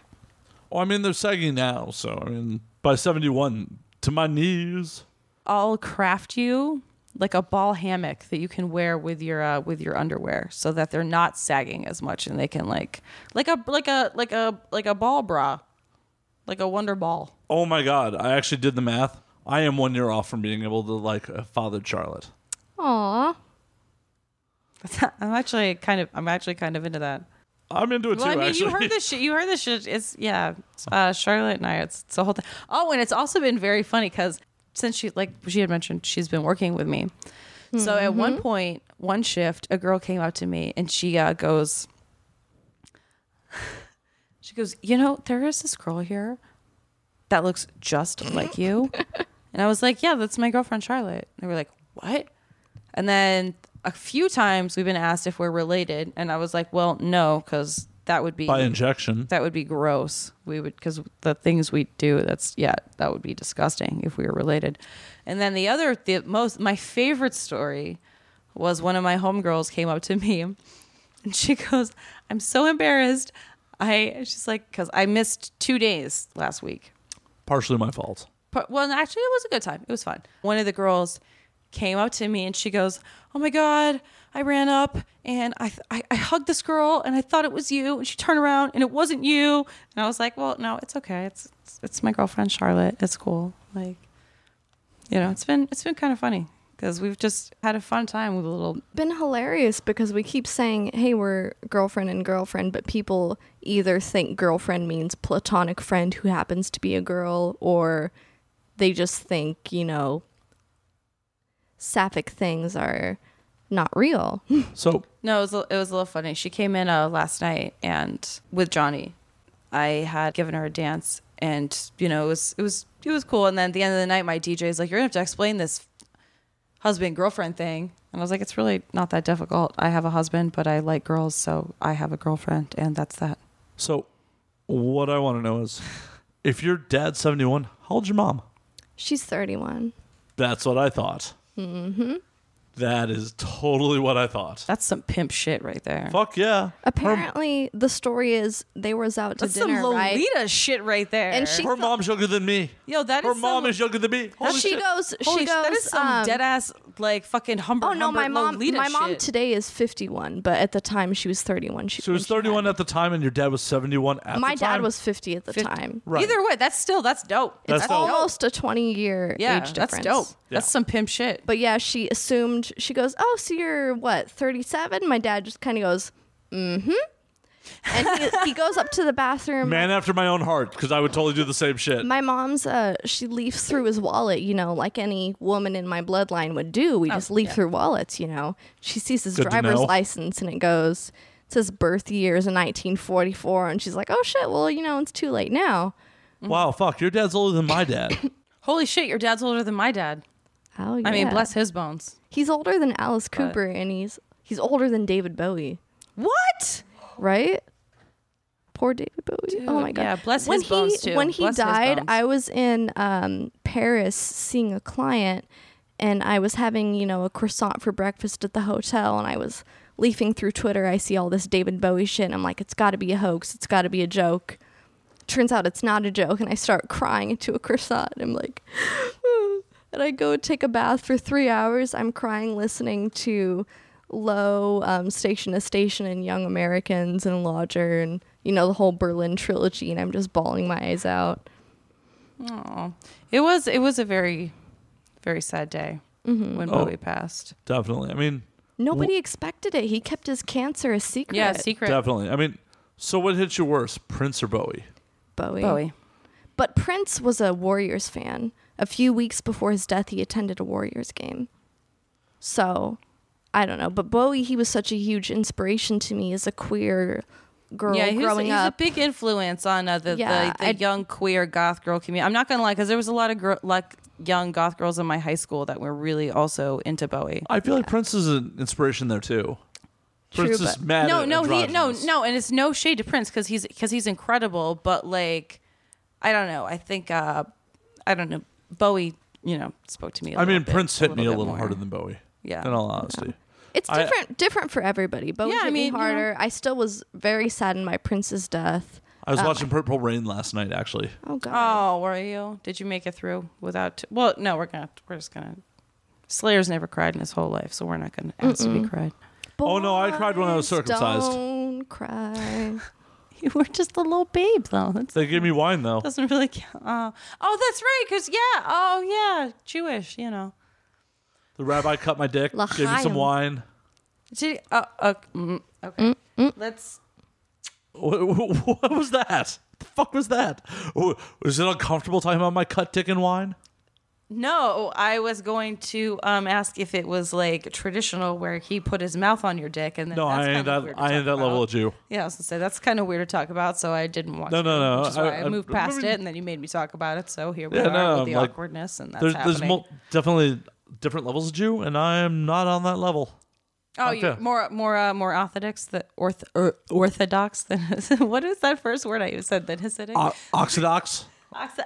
[SPEAKER 1] Oh, I mean they're saggy now, so I mean by 71 to my knees.
[SPEAKER 3] I'll craft you like a ball hammock that you can wear with your uh, with your underwear so that they're not sagging as much and they can like like a like a like a like a ball bra, like a wonder ball.
[SPEAKER 1] Oh my god, I actually did the math. I am one year off from being able to like have fathered Charlotte.
[SPEAKER 4] Aw.
[SPEAKER 3] *laughs* I'm actually kind of I'm actually kind of into that.
[SPEAKER 1] I'm into it
[SPEAKER 3] Well,
[SPEAKER 1] too.
[SPEAKER 3] I mean,
[SPEAKER 1] actually,
[SPEAKER 3] you heard the shit. You heard the shit. It's yeah. It's, Uh, Charlotte and I. It's, it's the whole thing. Oh, and it's also been very funny because since she like she had mentioned she's been working with me. So at one point, one shift, a girl came up to me and she uh, goes, *sighs* she goes, you know, there is this girl here that looks just like you. And I was like, yeah, that's my girlfriend Charlotte. And they were like, what? And then a few times we've been asked if we're related, and I was like, well, no, because that would
[SPEAKER 1] *laughs*
[SPEAKER 3] be *laughs*
[SPEAKER 1] by injection.
[SPEAKER 3] that would be gross. We would because the things we do. That's yeah, that would be disgusting if we were related. And then the other, the most, my favorite story was one of my homegirls came up to me, *laughs* and she goes, "I'm so embarrassed." I she's like, "Cause I missed two days last week."
[SPEAKER 1] Partially my fault.
[SPEAKER 3] But, well, actually, it was a good time. It was fun. One of the girls came up to me and she goes, "Oh my god, I ran up and I, th- I I hugged this girl and I thought it was you." And she turned around and it wasn't you. And I was like, "Well, no, it's okay. It's it's, it's my girlfriend Charlotte. It's cool. Like, you know, it's been it's been kind of funny because we've just had a fun time with a little
[SPEAKER 4] Been hilarious because we keep saying, "Hey, we're girlfriend and girlfriend," but people either think girlfriend means platonic friend who happens to be a girl, or they just think you know, sapphic things are not real.
[SPEAKER 1] So
[SPEAKER 3] No, it was, a, it was a little funny. She came in uh, last night and with Johnny, I had given her a dance, and you know it was it was it was cool. And then at the end of the night, my DJ is like, "You're gonna have to explain this husband girlfriend thing," and I was like, "It's really not that difficult. I have a husband, but I like girls, so I have a girlfriend, and that's that."
[SPEAKER 1] So, what I want to know is, if your dad's seventy-one, how old's your mom?
[SPEAKER 4] She's thirty-one.
[SPEAKER 1] That's what I thought. Mm-hmm. is totally what I thought.
[SPEAKER 3] That's some pimp shit right there.
[SPEAKER 1] Fuck yeah.
[SPEAKER 4] Apparently, the story is they was out to
[SPEAKER 3] that's
[SPEAKER 4] dinner,
[SPEAKER 3] some
[SPEAKER 4] right?
[SPEAKER 3] Lolita shit right there.
[SPEAKER 4] And she-
[SPEAKER 1] Her, her mom's younger than me.
[SPEAKER 3] Yo, that
[SPEAKER 1] her
[SPEAKER 3] is
[SPEAKER 1] mom
[SPEAKER 3] some-
[SPEAKER 1] is younger than me. Holy
[SPEAKER 4] she
[SPEAKER 1] shit.
[SPEAKER 4] goes.
[SPEAKER 3] Holy
[SPEAKER 4] she
[SPEAKER 3] sh-
[SPEAKER 4] goes.
[SPEAKER 3] that is some
[SPEAKER 4] um,
[SPEAKER 3] dead ass like fucking humber.
[SPEAKER 4] Oh no,
[SPEAKER 3] humber
[SPEAKER 4] my mom.
[SPEAKER 3] Lolita
[SPEAKER 4] my mom
[SPEAKER 3] shit.
[SPEAKER 4] today is fifty-one, but at the time she was thirty-one. She
[SPEAKER 1] She was
[SPEAKER 4] when
[SPEAKER 1] thirty-one at the time, and your dad was seventy-one at
[SPEAKER 4] had- My
[SPEAKER 1] the time.
[SPEAKER 4] dad was fifty at the
[SPEAKER 3] 50.
[SPEAKER 4] time.
[SPEAKER 1] right.
[SPEAKER 3] Either way, that's still that's dope.
[SPEAKER 1] That's
[SPEAKER 3] It's
[SPEAKER 1] dope.
[SPEAKER 4] Almost a twenty-year
[SPEAKER 3] yeah,
[SPEAKER 4] age
[SPEAKER 3] that's
[SPEAKER 4] difference.
[SPEAKER 3] dope.
[SPEAKER 1] Yeah.
[SPEAKER 3] That's some pimp shit.
[SPEAKER 4] But yeah, she assumed she goes. Oh, so you're what thirty-seven? My dad just kind of goes, mm-hmm. and he, he goes up to the bathroom.
[SPEAKER 1] Man after my own heart, because I would totally do the same shit.
[SPEAKER 4] My mom's, uh, she leafs through his wallet, you know, like any woman in my bloodline would do. We just leaf through wallets, you know. She sees his
[SPEAKER 1] Good to
[SPEAKER 4] driver's
[SPEAKER 1] know.
[SPEAKER 4] license and it goes, it says birth year is 1944. And she's like, oh shit, well, you know, it's too late now.
[SPEAKER 1] Wow, fuck, your dad's older than my dad.
[SPEAKER 4] *coughs*
[SPEAKER 3] Holy shit, your dad's older than my dad.
[SPEAKER 4] Oh,
[SPEAKER 3] I mean,
[SPEAKER 4] yeah.
[SPEAKER 3] bless his bones.
[SPEAKER 4] He's older than Alice Cooper and he's he's older than David Bowie,
[SPEAKER 3] What?
[SPEAKER 4] right? Poor David Bowie. oh my god.
[SPEAKER 3] yeah, bless
[SPEAKER 4] when
[SPEAKER 3] his bones,
[SPEAKER 4] he,
[SPEAKER 3] too.
[SPEAKER 4] When he
[SPEAKER 3] Bless his
[SPEAKER 4] died,
[SPEAKER 3] bones.
[SPEAKER 4] I was in um, Paris seeing a client and I was having, you know, a croissant for breakfast at the hotel and I was leafing through Twitter, I see all this David Bowie shit and I'm like, it's gotta be a hoax, it's gotta be a joke. Turns out it's not a joke and I start crying into a croissant. I'm like and I go take a bath for three hours. I'm crying listening to Low, um, Station to Station, and Young Americans, and Lodger, and you know the whole Berlin trilogy, and I'm just bawling my eyes out.
[SPEAKER 3] Oh, it was it was a very, very sad day
[SPEAKER 4] Mm-hmm.
[SPEAKER 3] when
[SPEAKER 1] Oh.
[SPEAKER 3] Bowie passed.
[SPEAKER 1] definitely. I mean,
[SPEAKER 4] Nobody expected it. He kept his cancer a secret.
[SPEAKER 3] Yeah, secret
[SPEAKER 1] definitely. I mean, so what hits you worse, Prince or Bowie?
[SPEAKER 4] Bowie.
[SPEAKER 3] Bowie.
[SPEAKER 4] But Prince was a Warriors fan. A few weeks before his death, he attended a Warriors game. So, I don't know. But Bowie, he was such a huge inspiration to me as a queer girl
[SPEAKER 3] yeah, he was,
[SPEAKER 4] growing
[SPEAKER 3] he's
[SPEAKER 4] up.
[SPEAKER 3] a big influence on uh, the,
[SPEAKER 4] Yeah,
[SPEAKER 3] the, the
[SPEAKER 4] I'd-
[SPEAKER 3] young queer goth girl community. I'm not gonna lie, because there was a lot of gr- like young goth girls in my high school that were really also into Bowie.
[SPEAKER 1] I feel like Prince is an inspiration there too.
[SPEAKER 4] True,
[SPEAKER 1] Prince is
[SPEAKER 4] but-
[SPEAKER 1] mad.
[SPEAKER 3] no,
[SPEAKER 1] at
[SPEAKER 3] no, he, no,
[SPEAKER 1] androgynous.
[SPEAKER 3] no, and it's no shade to Prince because he's because he's incredible. But like, I don't know. I think uh, I don't know. Bowie, you know, spoke to me. I
[SPEAKER 1] I mean, Prince hit me a
[SPEAKER 3] bit
[SPEAKER 1] little
[SPEAKER 3] more.
[SPEAKER 1] harder than Bowie.
[SPEAKER 3] Yeah.
[SPEAKER 1] In all honesty.
[SPEAKER 4] It's
[SPEAKER 1] I- uh,
[SPEAKER 4] different, different for everybody. But
[SPEAKER 3] Yeah, I
[SPEAKER 4] yeah,
[SPEAKER 3] mean, you know.
[SPEAKER 4] harder. I still was very saddened by Prince's death.
[SPEAKER 1] I was
[SPEAKER 4] Um,
[SPEAKER 1] watching Purple Rain last night, actually.
[SPEAKER 4] Oh God.
[SPEAKER 3] Oh, were you? Did you make it through without? well, no, we're gonna we're just gonna. Slayer's never cried in his whole life, so we're not gonna ask to be cried. *laughs*
[SPEAKER 1] oh, no, I cried when I was
[SPEAKER 4] Boys
[SPEAKER 1] circumcised.
[SPEAKER 4] Don't cry.
[SPEAKER 3] You were just a little babe, though. That's,
[SPEAKER 1] They gave me wine though.
[SPEAKER 3] doesn't really count. Uh, oh, that's right, because yeah, oh yeah, Jewish, you know.
[SPEAKER 1] The rabbi cut my dick, gave me some
[SPEAKER 4] L'chaim.
[SPEAKER 1] wine. *laughs*
[SPEAKER 3] Did, uh, uh, mm, okay, let's
[SPEAKER 1] What, what was that? The fuck was that? Wh- Was it uncomfortable talking about my cut dick and wine?
[SPEAKER 3] No, I was going to um, ask if it was like traditional where he put his mouth on your dick and then
[SPEAKER 1] No,
[SPEAKER 3] that's
[SPEAKER 1] I ain't
[SPEAKER 3] kind of
[SPEAKER 1] that.
[SPEAKER 3] weird to
[SPEAKER 1] I ain't
[SPEAKER 3] talk
[SPEAKER 1] that level
[SPEAKER 3] about.
[SPEAKER 1] of Jew.
[SPEAKER 3] Yeah, I was gonna say that's kind of weird to talk about, so I didn't watch.
[SPEAKER 1] No,
[SPEAKER 3] it,
[SPEAKER 1] no, no,
[SPEAKER 3] Which is why I,
[SPEAKER 1] I- I-
[SPEAKER 3] moved past
[SPEAKER 1] I mean-
[SPEAKER 3] it, and then you made me talk about it. So here we
[SPEAKER 1] Yeah,
[SPEAKER 3] are
[SPEAKER 1] no,
[SPEAKER 3] with the
[SPEAKER 1] like,
[SPEAKER 3] awkwardness, and that's
[SPEAKER 1] There's,
[SPEAKER 3] happening.
[SPEAKER 1] there's mul- definitely different levels of Jew, and I am not on that level.
[SPEAKER 3] oh,
[SPEAKER 1] okay.
[SPEAKER 3] you're more more uh, more orthodox, the orth- or, orthodox than *laughs* what is that first word I said? Than Hasidic.
[SPEAKER 1] O- Oxidox,
[SPEAKER 3] Oxi-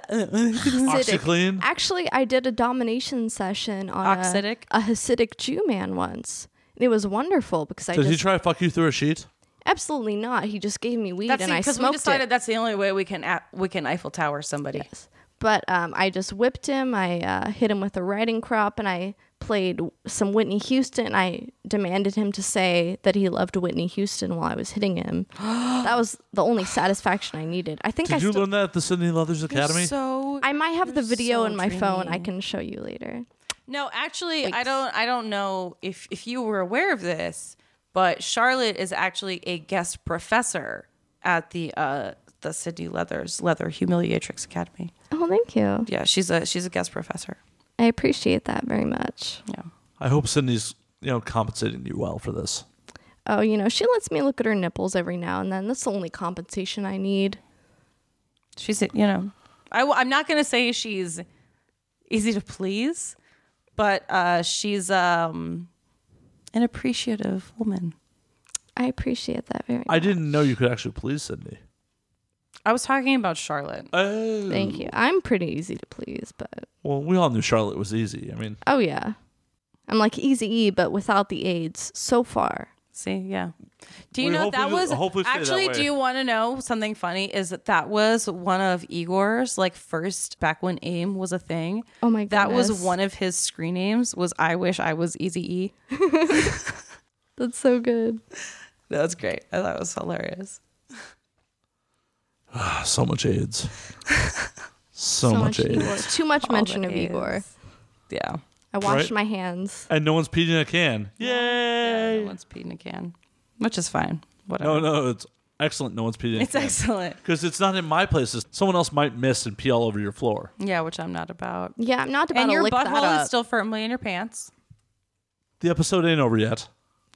[SPEAKER 1] *laughs*
[SPEAKER 3] *laughs*
[SPEAKER 1] oxyclean.
[SPEAKER 4] Actually, I did a domination session on a-
[SPEAKER 3] Oxidic?
[SPEAKER 4] A, Hasidic Jew man once. And It was wonderful because I
[SPEAKER 1] Did he
[SPEAKER 4] just
[SPEAKER 1] try to fuck you through a sheet?
[SPEAKER 4] absolutely not. He just gave me weed
[SPEAKER 3] That's
[SPEAKER 4] and I
[SPEAKER 3] because
[SPEAKER 4] smoked
[SPEAKER 3] we decided
[SPEAKER 4] it.
[SPEAKER 3] that's the only way we can a- we can Eiffel Tower somebody.
[SPEAKER 4] Yes. But um, I just whipped him. I uh, hit him with a riding crop, and I played some Whitney Houston. I demanded him to say that he loved Whitney Houston while I was hitting him. that was the only satisfaction I needed. I think I
[SPEAKER 1] Did you
[SPEAKER 4] still.
[SPEAKER 1] learn that at the Sydney Leathers Academy?
[SPEAKER 3] So
[SPEAKER 4] I might have the video
[SPEAKER 3] so
[SPEAKER 4] in my phone. I
[SPEAKER 3] dreamy.
[SPEAKER 4] can show you later.
[SPEAKER 3] No, actually, I
[SPEAKER 4] Weeks.
[SPEAKER 3] don't. I don't know if if you were aware of this, but Charlotte is actually a guest professor at the uh, the Sydney Leathers Leather Humiliatrix Academy.
[SPEAKER 4] Oh, thank you.
[SPEAKER 3] Yeah, she's a she's a guest professor.
[SPEAKER 4] I appreciate that very much.
[SPEAKER 3] Yeah,
[SPEAKER 1] I hope Sydney's you know compensating you well for this.
[SPEAKER 4] Oh, you know, she lets me look at her nipples every now and then. That's the only compensation I need.
[SPEAKER 3] she's a, you know, I am not gonna say she's easy to please, but uh, she's um an appreciative woman.
[SPEAKER 4] I appreciate that very much.
[SPEAKER 1] I didn't know you could actually please Sydney.
[SPEAKER 3] I was talking about Charlotte.
[SPEAKER 1] Oh,
[SPEAKER 4] Thank you. I'm pretty easy to please, but
[SPEAKER 1] Well, we all knew Charlotte was easy. I mean,
[SPEAKER 4] Oh yeah. I'm like Easy E, but without the AIDS so far.
[SPEAKER 3] See, yeah. Do you
[SPEAKER 1] We
[SPEAKER 3] know
[SPEAKER 1] hopefully-
[SPEAKER 3] that was
[SPEAKER 1] hopefully stay that
[SPEAKER 3] actually?
[SPEAKER 1] way.
[SPEAKER 3] do you want to know something funny? Is that that was one of Igor's like first back when AIM was a thing.
[SPEAKER 4] Oh my god.
[SPEAKER 3] That was one of his screen names. Was I wish I was Easy E.
[SPEAKER 4] That's so good.
[SPEAKER 3] That was great. I thought it was hilarious.
[SPEAKER 1] ah, so much AIDS. so, much,
[SPEAKER 4] *laughs*
[SPEAKER 1] AIDS.
[SPEAKER 4] Igor. Too much
[SPEAKER 3] All
[SPEAKER 4] mention
[SPEAKER 3] the
[SPEAKER 4] of
[SPEAKER 3] A's.
[SPEAKER 4] Igor.
[SPEAKER 3] Yeah.
[SPEAKER 4] I washed
[SPEAKER 1] Right?
[SPEAKER 4] my hands.
[SPEAKER 1] And no one's peeing in a can.
[SPEAKER 3] Yeah,
[SPEAKER 1] Yay!
[SPEAKER 3] no one's peeing a can, which is fine.
[SPEAKER 1] no,
[SPEAKER 3] Whatever.
[SPEAKER 1] no, it's excellent. No one's peeing.
[SPEAKER 3] *laughs* It's excellent.
[SPEAKER 1] because it's not in my places. Someone else might miss and pee all over your floor.
[SPEAKER 3] Yeah, which I'm not about.
[SPEAKER 4] Yeah, I'm not about
[SPEAKER 3] And
[SPEAKER 4] to
[SPEAKER 3] your
[SPEAKER 4] lick that
[SPEAKER 3] butthole
[SPEAKER 4] up.
[SPEAKER 3] is still firmly in your pants.
[SPEAKER 1] The episode ain't over yet.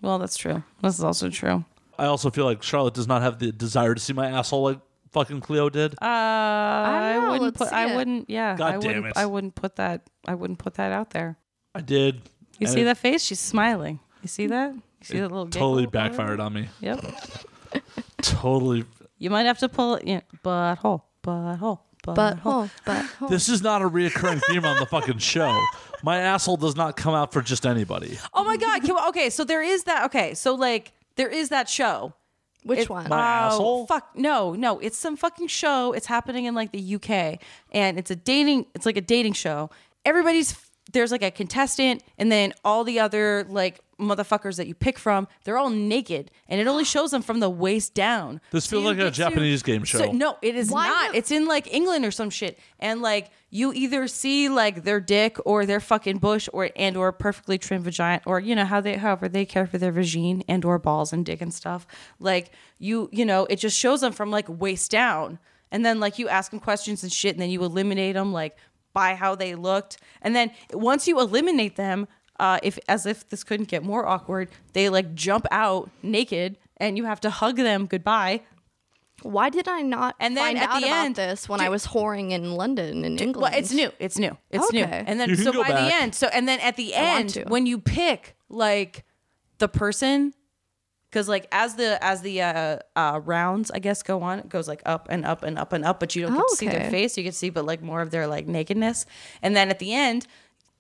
[SPEAKER 3] Well, that's true. This is also true.
[SPEAKER 1] I also feel like Charlotte does not have the desire to see my asshole like fucking Cleo did.
[SPEAKER 3] Uh, I,
[SPEAKER 4] know,
[SPEAKER 3] wouldn't
[SPEAKER 4] let's
[SPEAKER 3] put.
[SPEAKER 4] see
[SPEAKER 3] I
[SPEAKER 4] it.
[SPEAKER 3] wouldn't. Yeah.
[SPEAKER 1] God
[SPEAKER 3] I
[SPEAKER 1] damn
[SPEAKER 3] wouldn't,
[SPEAKER 1] it.
[SPEAKER 3] I wouldn't put that. I wouldn't put that out there.
[SPEAKER 1] I did.
[SPEAKER 3] You
[SPEAKER 1] And
[SPEAKER 3] see
[SPEAKER 1] it
[SPEAKER 3] that face? She's smiling. You see that? You see that little giggle?
[SPEAKER 1] Totally backfired on me.
[SPEAKER 3] Yep.
[SPEAKER 1] Totally.
[SPEAKER 3] You might have to pull it. Yeah. Butthole. Butthole.
[SPEAKER 4] But
[SPEAKER 3] Butthole.
[SPEAKER 4] oh, but oh.
[SPEAKER 3] *laughs*
[SPEAKER 1] This is not a reoccurring theme on the fucking show. My asshole does not come out for just anybody.
[SPEAKER 3] Oh my God. Can we- okay. So there is that. Okay. So like there is that show.
[SPEAKER 4] which
[SPEAKER 3] It-
[SPEAKER 4] one?
[SPEAKER 1] My asshole?
[SPEAKER 3] Fuck no, no. It's some fucking show. It's happening in like the UK, and it's a dating. It's like a dating show. Everybody's there's like a contestant, and then all the other like motherfuckers that you pick from, they're all naked, and it only shows them from the waist down.
[SPEAKER 1] This feels
[SPEAKER 3] you
[SPEAKER 1] like a
[SPEAKER 3] get to-
[SPEAKER 1] Japanese game show.
[SPEAKER 3] So, no, it is
[SPEAKER 4] Why
[SPEAKER 3] not.
[SPEAKER 4] the-
[SPEAKER 3] it's in like England or some shit, and like you either see like their dick or their fucking bush or and or perfectly trimmed vagina or you know how they however they care for their vagine and or balls and dick and stuff. Like you you know it just shows them from like waist down, and then like you ask them questions and shit, and then you eliminate them like by how they looked, and then once you eliminate them. Uh, if as if this couldn't get more awkward, they like jump out naked, and you have to hug them goodbye.
[SPEAKER 4] Why did I not
[SPEAKER 3] And then
[SPEAKER 4] find
[SPEAKER 3] at
[SPEAKER 4] out
[SPEAKER 3] the
[SPEAKER 4] about
[SPEAKER 3] end-
[SPEAKER 4] this when I was whoring in London and England?
[SPEAKER 3] Well, it's new. It's new. It's new.
[SPEAKER 4] Okay.
[SPEAKER 3] And then
[SPEAKER 1] You can
[SPEAKER 3] so
[SPEAKER 1] go
[SPEAKER 3] by
[SPEAKER 1] back.
[SPEAKER 3] the end, so and then at the
[SPEAKER 4] want
[SPEAKER 3] end
[SPEAKER 4] to.
[SPEAKER 3] when you pick like the person cuz like as the as the uh, uh rounds I guess go on, it goes like up and up and up and up, but you don't get to see their
[SPEAKER 4] Okay.
[SPEAKER 3] face, you get to see but like more of their like nakedness. And then at the end,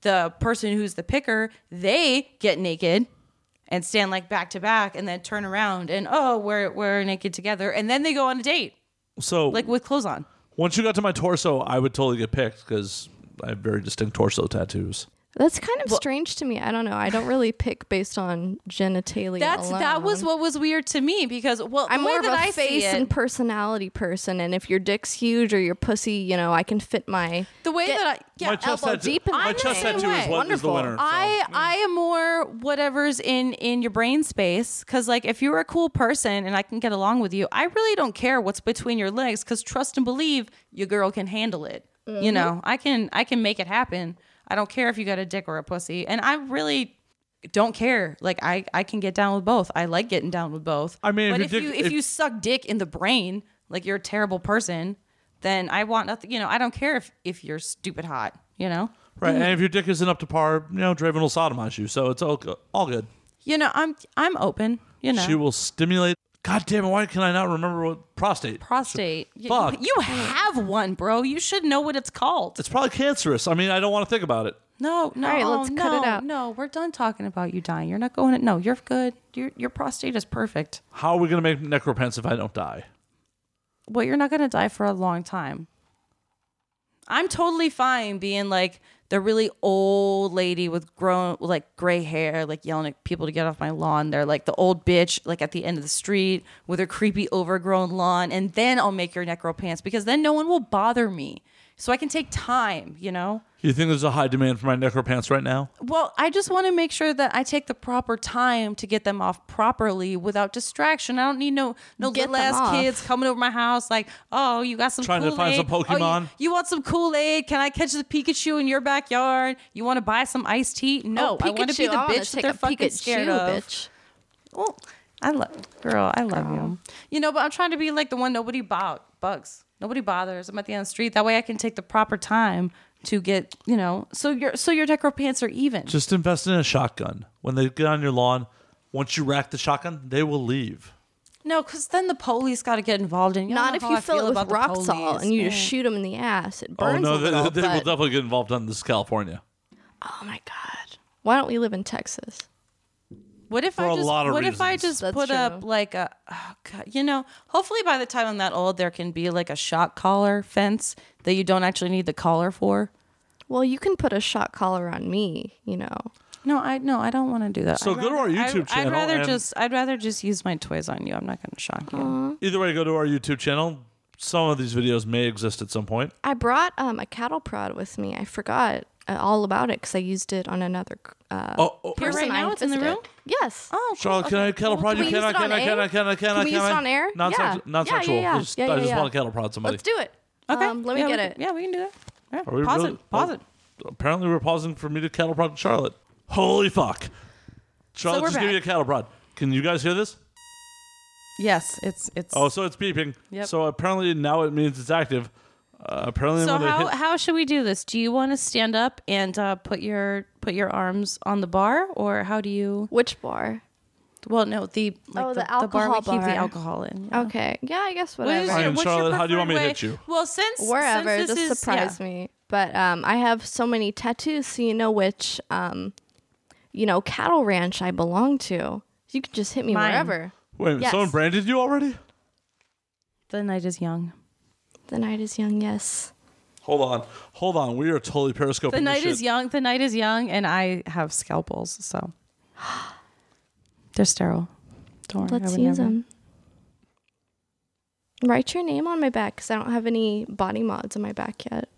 [SPEAKER 3] the person who's the picker, they get naked and stand like back to back and then turn around and oh, we're we're naked together and then they go on a date
[SPEAKER 1] So
[SPEAKER 3] like with clothes on.
[SPEAKER 1] once you got to my torso, I would totally get picked because I have very distinct torso tattoos.
[SPEAKER 4] That's kind of strange to me. I don't know. I don't really pick based on genitalia.
[SPEAKER 3] That's that was
[SPEAKER 4] alone.
[SPEAKER 3] what was weird to me because well,
[SPEAKER 4] I'm
[SPEAKER 3] the way
[SPEAKER 4] more of a
[SPEAKER 3] that I see
[SPEAKER 4] face
[SPEAKER 3] it-
[SPEAKER 4] and personality person, and if your dick's huge or your pussy, you know, I can fit my.
[SPEAKER 3] the way
[SPEAKER 4] Get-
[SPEAKER 3] that I, yeah,
[SPEAKER 1] my chest
[SPEAKER 4] elbow
[SPEAKER 1] tattoo,
[SPEAKER 4] deep in
[SPEAKER 1] my
[SPEAKER 4] I'm the
[SPEAKER 1] chest
[SPEAKER 4] same
[SPEAKER 1] tattoo
[SPEAKER 4] way.
[SPEAKER 1] is what is the
[SPEAKER 4] Wonderful. Uh,
[SPEAKER 1] winner. so-
[SPEAKER 3] I I am more whatever's in in your brain space because like if you're a cool person and I can get along with you, I really don't care what's between your legs because trust and believe your girl can handle it. You know, I can I can make it happen. I don't care if you got a dick or a pussy, and I really don't care. Like I I can get down with both. I like getting down with both.
[SPEAKER 1] I mean, if
[SPEAKER 3] but
[SPEAKER 1] your
[SPEAKER 3] if,
[SPEAKER 1] dick-
[SPEAKER 3] you if,
[SPEAKER 1] if-
[SPEAKER 3] you suck dick in the brain, like you're a terrible person, then I want nothing. You know, I don't care if if you're stupid hot. You know.
[SPEAKER 1] Right.
[SPEAKER 4] mm.
[SPEAKER 1] And if your dick isn't up to par, you know, Draven will sodomize you. So it's all good. All good.
[SPEAKER 3] you know, I'm I'm open. You know,
[SPEAKER 1] She will stimulate. God damn it. Why can I not remember what prostate?
[SPEAKER 3] prostate. You-
[SPEAKER 1] Fuck.
[SPEAKER 3] You, have one, bro. You should know what it's called.
[SPEAKER 1] It's probably cancerous. I mean, I don't want to think about it.
[SPEAKER 3] no, no, oh,
[SPEAKER 4] All right, let's
[SPEAKER 3] no,
[SPEAKER 4] cut it out.
[SPEAKER 3] no. We're done talking about you dying. You're not going. No, you're good. Your your prostate is perfect.
[SPEAKER 1] How are we going to make necropants if I don't die?
[SPEAKER 3] Well, you're not gonna die for a long time. I'm totally fine being like the really old lady with grown like gray hair, like yelling at people to get off my lawn. They're like the old bitch, like at the end of the street with her creepy overgrown lawn, and then I'll make your necro pants because then no one will bother me. So I can take time, you know?
[SPEAKER 1] You think there's a high demand for my necropants right now?
[SPEAKER 3] Well, I just want to make sure that I take the proper time to get them off properly without distraction. I don't need no no
[SPEAKER 4] Get
[SPEAKER 3] little ass
[SPEAKER 4] them off.
[SPEAKER 3] kids coming over my house like, oh, you got some
[SPEAKER 1] Trying to find some
[SPEAKER 3] Kool-Aid? Oh, you-
[SPEAKER 1] Pokemon?
[SPEAKER 3] you, want some Kool Aid? Can I catch the Pikachu in your backyard? You want to buy some iced tea? No, I want to be the
[SPEAKER 4] Oh, wanna
[SPEAKER 3] bitch that
[SPEAKER 4] take
[SPEAKER 3] they're
[SPEAKER 4] a
[SPEAKER 3] fucking
[SPEAKER 4] Pikachu,
[SPEAKER 3] scared of.
[SPEAKER 4] Bitch.
[SPEAKER 3] Well, I love girl, I love you. You know, but I'm trying to be like the one nobody bo- bugs. Nobody bothers. I'm at the end of the street. That way I can take the proper time to get, you know, so your so your decor pants are even.
[SPEAKER 1] Just invest in a shotgun. When they get on your lawn, once you rack the shotgun, they will leave.
[SPEAKER 3] No, because then the police got to get involved in. Y'all
[SPEAKER 4] Not
[SPEAKER 3] know
[SPEAKER 4] if
[SPEAKER 3] how
[SPEAKER 4] you
[SPEAKER 3] I
[SPEAKER 4] fill it
[SPEAKER 3] about
[SPEAKER 4] with
[SPEAKER 3] the
[SPEAKER 4] rock
[SPEAKER 3] police,
[SPEAKER 4] salt and you just
[SPEAKER 3] man.
[SPEAKER 4] shoot them in the ass. It
[SPEAKER 1] Oh,
[SPEAKER 4] burns
[SPEAKER 1] no,
[SPEAKER 4] a little.
[SPEAKER 1] they, they will
[SPEAKER 4] but-
[SPEAKER 1] definitely get involved on this California.
[SPEAKER 4] oh my god! Why don't we live in Texas?
[SPEAKER 3] What if
[SPEAKER 1] for a
[SPEAKER 3] I just
[SPEAKER 1] lot of
[SPEAKER 3] what if I
[SPEAKER 1] reasons.
[SPEAKER 3] just
[SPEAKER 4] That's
[SPEAKER 3] put up
[SPEAKER 4] true.
[SPEAKER 3] like a oh God, you know? Hopefully by the time I'm that old, there can be like a shot collar fence that you don't actually need the collar for.
[SPEAKER 4] Well, you can put a shot collar on me. You know.
[SPEAKER 3] No, I no, I don't want to do that.
[SPEAKER 1] So
[SPEAKER 3] I'd
[SPEAKER 1] go to our
[SPEAKER 3] rather- I'd-
[SPEAKER 1] YouTube
[SPEAKER 3] I'd
[SPEAKER 1] channel
[SPEAKER 3] rather
[SPEAKER 1] and-
[SPEAKER 3] just I'd rather just use my toys on you. I'm not going to shock you.
[SPEAKER 1] Either way, go to our YouTube channel. Some of these videos may exist at some point.
[SPEAKER 4] I brought um, a cattle prod with me. I forgot. uh, all about it because I used it on another uh,
[SPEAKER 1] Oh, oh,
[SPEAKER 3] Here
[SPEAKER 4] person
[SPEAKER 3] right now,
[SPEAKER 4] I
[SPEAKER 3] it's in the
[SPEAKER 4] visited.
[SPEAKER 3] room?
[SPEAKER 4] Yes.
[SPEAKER 3] Oh,
[SPEAKER 1] Charlotte, can I cattle prod
[SPEAKER 4] Can
[SPEAKER 1] you?
[SPEAKER 4] we
[SPEAKER 1] Can
[SPEAKER 4] use
[SPEAKER 1] I?
[SPEAKER 4] it on
[SPEAKER 1] Can I? Can I?
[SPEAKER 4] air?
[SPEAKER 1] Can I? Can
[SPEAKER 4] Can
[SPEAKER 1] I?
[SPEAKER 4] we
[SPEAKER 1] can
[SPEAKER 4] use
[SPEAKER 1] I?
[SPEAKER 4] it on air?
[SPEAKER 1] Non
[SPEAKER 4] Yeah.
[SPEAKER 1] sexual. Non sexual.
[SPEAKER 4] Yeah, yeah, yeah.
[SPEAKER 1] Just-
[SPEAKER 4] Yeah,
[SPEAKER 1] I
[SPEAKER 4] yeah,
[SPEAKER 1] just
[SPEAKER 4] yeah.
[SPEAKER 1] want to cattle prod somebody.
[SPEAKER 4] Let's do it.
[SPEAKER 3] Okay.
[SPEAKER 4] Um, let me
[SPEAKER 3] Yeah, we
[SPEAKER 4] get
[SPEAKER 3] can-
[SPEAKER 4] it.
[SPEAKER 3] Yeah, we can do that. Yeah,
[SPEAKER 1] Are we
[SPEAKER 3] pause
[SPEAKER 1] really-
[SPEAKER 3] it. Pause
[SPEAKER 1] oh,
[SPEAKER 3] it.
[SPEAKER 1] Apparently, we we're pausing for me to cattle prod Charlotte. Holy fuck! Charlotte,
[SPEAKER 3] we're
[SPEAKER 1] just give
[SPEAKER 3] back.
[SPEAKER 1] me a cattle prod. Can you guys hear this?
[SPEAKER 3] Yes, it's it's.
[SPEAKER 1] Oh, so it's beeping.
[SPEAKER 3] Yep.
[SPEAKER 1] So apparently now it means it's active. Uh, apparently,
[SPEAKER 3] so
[SPEAKER 1] when they
[SPEAKER 3] how
[SPEAKER 1] hit-
[SPEAKER 3] how should we do this? Do you want to stand up and uh, put your put your arms on the bar, or how do you?
[SPEAKER 4] Which bar?
[SPEAKER 3] Well, no, the like
[SPEAKER 4] Oh,
[SPEAKER 3] the,
[SPEAKER 4] the
[SPEAKER 3] bar we
[SPEAKER 4] alcohol
[SPEAKER 3] keep the
[SPEAKER 4] bar.
[SPEAKER 3] alcohol in. yeah.
[SPEAKER 4] Okay. Yeah, I guess
[SPEAKER 3] Oh. What is
[SPEAKER 4] whatever.
[SPEAKER 3] your-
[SPEAKER 1] Fine,
[SPEAKER 3] what's your
[SPEAKER 1] Charlotte, how do you want me to
[SPEAKER 3] preferred
[SPEAKER 1] hit
[SPEAKER 3] way-
[SPEAKER 1] you?
[SPEAKER 3] Well, since
[SPEAKER 4] Wherever.
[SPEAKER 3] since
[SPEAKER 4] This,
[SPEAKER 3] is-
[SPEAKER 4] surprised
[SPEAKER 3] yeah.
[SPEAKER 4] me. But um, I have so many tattoos, so you know which um, you know, cattle ranch I belong to. You can just hit me
[SPEAKER 3] Mine.
[SPEAKER 4] wherever.
[SPEAKER 1] Wait,
[SPEAKER 4] Yes.
[SPEAKER 1] someone branded you already?
[SPEAKER 3] The night is young.
[SPEAKER 4] The night is young. Yes.
[SPEAKER 1] Hold on, hold on. We are totally periscoping.
[SPEAKER 3] The
[SPEAKER 1] this
[SPEAKER 3] night
[SPEAKER 1] shit.
[SPEAKER 3] is young. The night is young, and I have scalpels, so they're sterile. Don't worry. I
[SPEAKER 4] Let's
[SPEAKER 3] would
[SPEAKER 4] use
[SPEAKER 3] never-
[SPEAKER 4] them. Write your name on my back because I don't have any body mods on my back yet.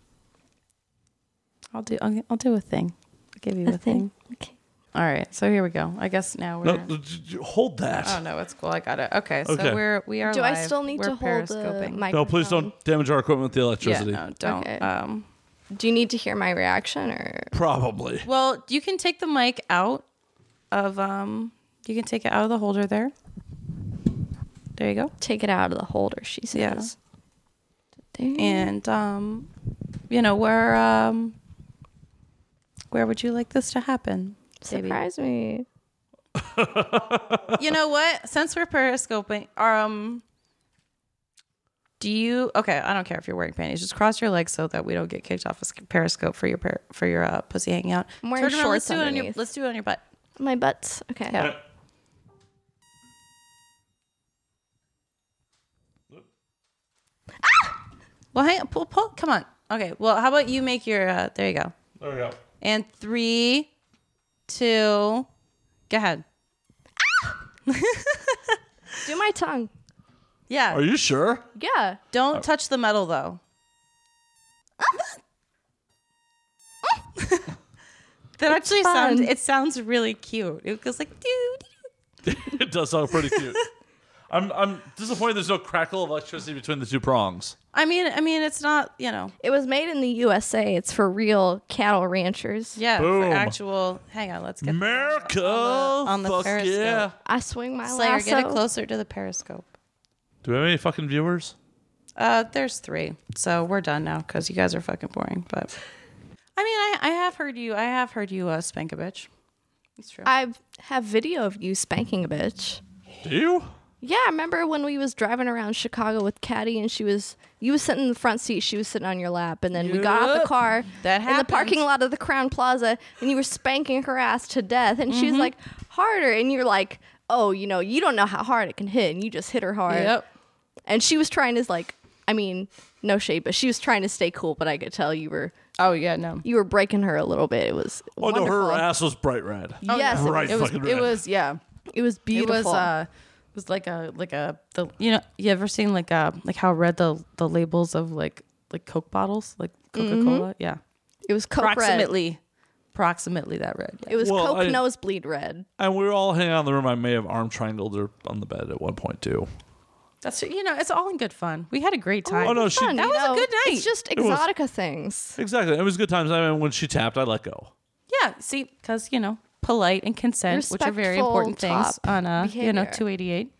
[SPEAKER 3] I'll do. I'll, I'll do a thing. I'll give you a,
[SPEAKER 4] A
[SPEAKER 3] thing.
[SPEAKER 4] thing. Okay.
[SPEAKER 3] All right. So here we go. I guess now we're.
[SPEAKER 1] No, d- d- hold that.
[SPEAKER 3] Oh no, it's cool. I got it. Okay, so
[SPEAKER 1] Okay.
[SPEAKER 3] we're we are.
[SPEAKER 4] Do I
[SPEAKER 3] live.
[SPEAKER 4] still need
[SPEAKER 3] We're
[SPEAKER 4] to hold the
[SPEAKER 3] periscoping.
[SPEAKER 4] microphone?
[SPEAKER 1] no, please don't damage our equipment with the
[SPEAKER 3] Yeah,
[SPEAKER 1] electricity.
[SPEAKER 3] no, don't.
[SPEAKER 4] Okay.
[SPEAKER 3] Um,
[SPEAKER 4] Do you need to hear my reaction or?
[SPEAKER 1] Probably.
[SPEAKER 3] well, you can take the mic out of um. You can take it out of the holder there. There you go.
[SPEAKER 4] take it out of the holder, she
[SPEAKER 3] Yeah.
[SPEAKER 4] says. Damn.
[SPEAKER 3] And um, you know where um. Where would you like this to happen? baby?
[SPEAKER 4] Surprise me.
[SPEAKER 3] you know what? Since we're periscoping, um, do you? Okay, I don't care if you're wearing panties. Just cross your legs so that we don't get kicked off of Periscope for your per, for your uh, pussy hanging out.
[SPEAKER 4] I'm wearing
[SPEAKER 3] Turn around, let's
[SPEAKER 4] shorts
[SPEAKER 3] do it on your
[SPEAKER 4] underneath.
[SPEAKER 3] let's do it on your butt.
[SPEAKER 4] My butts. Okay.
[SPEAKER 3] Yeah. Well, hang pull pull. Come on. Okay. Well, how about you make your? Uh, there you go.
[SPEAKER 1] There we go.
[SPEAKER 3] And three, two, go ahead.
[SPEAKER 4] Do my tongue.
[SPEAKER 3] Yeah.
[SPEAKER 1] Are you sure? *laughs*
[SPEAKER 4] Yeah.
[SPEAKER 3] Don't touch the metal though. that actually sounds
[SPEAKER 4] fun.
[SPEAKER 3] it sounds really cute. It goes like dude.
[SPEAKER 1] It does sound pretty cute. I'm I'm disappointed. There's no crackle of electricity between the two prongs.
[SPEAKER 3] I mean, I mean, it's not you know,
[SPEAKER 4] It was made in the USA. It's for real cattle ranchers.
[SPEAKER 3] yeah,
[SPEAKER 1] Boom. Mm.
[SPEAKER 3] for actual. Hang on, let's get
[SPEAKER 1] America,
[SPEAKER 3] on the
[SPEAKER 1] fuck
[SPEAKER 3] Periscope.
[SPEAKER 1] yeah.
[SPEAKER 4] I swing my
[SPEAKER 3] Slayer.
[SPEAKER 4] lasso.
[SPEAKER 3] Get it closer to the periscope.
[SPEAKER 1] Do we have any fucking viewers?
[SPEAKER 3] Uh, there's three, so we're done now because you guys are fucking boring. But I mean, I, I have heard you. I have heard you uh, spank a bitch. It's true.
[SPEAKER 4] I have video of you spanking a bitch.
[SPEAKER 1] Do you?
[SPEAKER 4] Yeah, I remember when we was driving around Chicago with Caddy and she was you was sitting in the front seat, she was sitting on your lap, and then we got out
[SPEAKER 3] Yup.
[SPEAKER 4] the car
[SPEAKER 3] That
[SPEAKER 4] in the parking
[SPEAKER 3] happened.
[SPEAKER 4] lot of the Crown Plaza and you were spanking her ass to death and
[SPEAKER 3] Mm-hmm.
[SPEAKER 4] she was like, harder and you're like, Oh, you know, you don't know how hard it can hit and you just hit her hard.
[SPEAKER 3] Yep.
[SPEAKER 4] And she was trying to like I mean, no shade, but she was trying to stay cool, but I could tell you were
[SPEAKER 3] Oh yeah, no.
[SPEAKER 4] you were breaking her a little bit. It was
[SPEAKER 1] Oh no,
[SPEAKER 4] wonderful.
[SPEAKER 1] her ass was bright red.
[SPEAKER 4] Yes, it,
[SPEAKER 1] Right
[SPEAKER 4] was,
[SPEAKER 3] Oh, it was.
[SPEAKER 1] fucking
[SPEAKER 3] It
[SPEAKER 1] red.
[SPEAKER 3] was. Yeah.
[SPEAKER 4] it was beautiful.
[SPEAKER 3] It was uh it was like a like a the you know you ever seen like uh like how red the the labels of like like Coke bottles like Coca Cola yeah
[SPEAKER 4] it was Mm-hmm. coke red.
[SPEAKER 3] approximately approximately that red yeah.
[SPEAKER 4] It was
[SPEAKER 1] Well,
[SPEAKER 4] coke
[SPEAKER 1] I-
[SPEAKER 4] nosebleed red.
[SPEAKER 1] And we were all hanging out in the room. I may have arm triangled her on the bed at one point too.
[SPEAKER 3] that's you know it's all in good fun we had a great time
[SPEAKER 1] Oh no,
[SPEAKER 4] It's
[SPEAKER 1] she
[SPEAKER 4] fun,
[SPEAKER 3] That
[SPEAKER 4] you
[SPEAKER 3] was a good night.
[SPEAKER 4] It's just
[SPEAKER 1] was.
[SPEAKER 4] exotica things.
[SPEAKER 1] exactly. It was good times. I mean, when she tapped, I let go.
[SPEAKER 3] yeah see because you know polite and consent which are very
[SPEAKER 4] Respectful
[SPEAKER 3] important things
[SPEAKER 4] top
[SPEAKER 3] on uh you know
[SPEAKER 4] behavior.
[SPEAKER 3] 288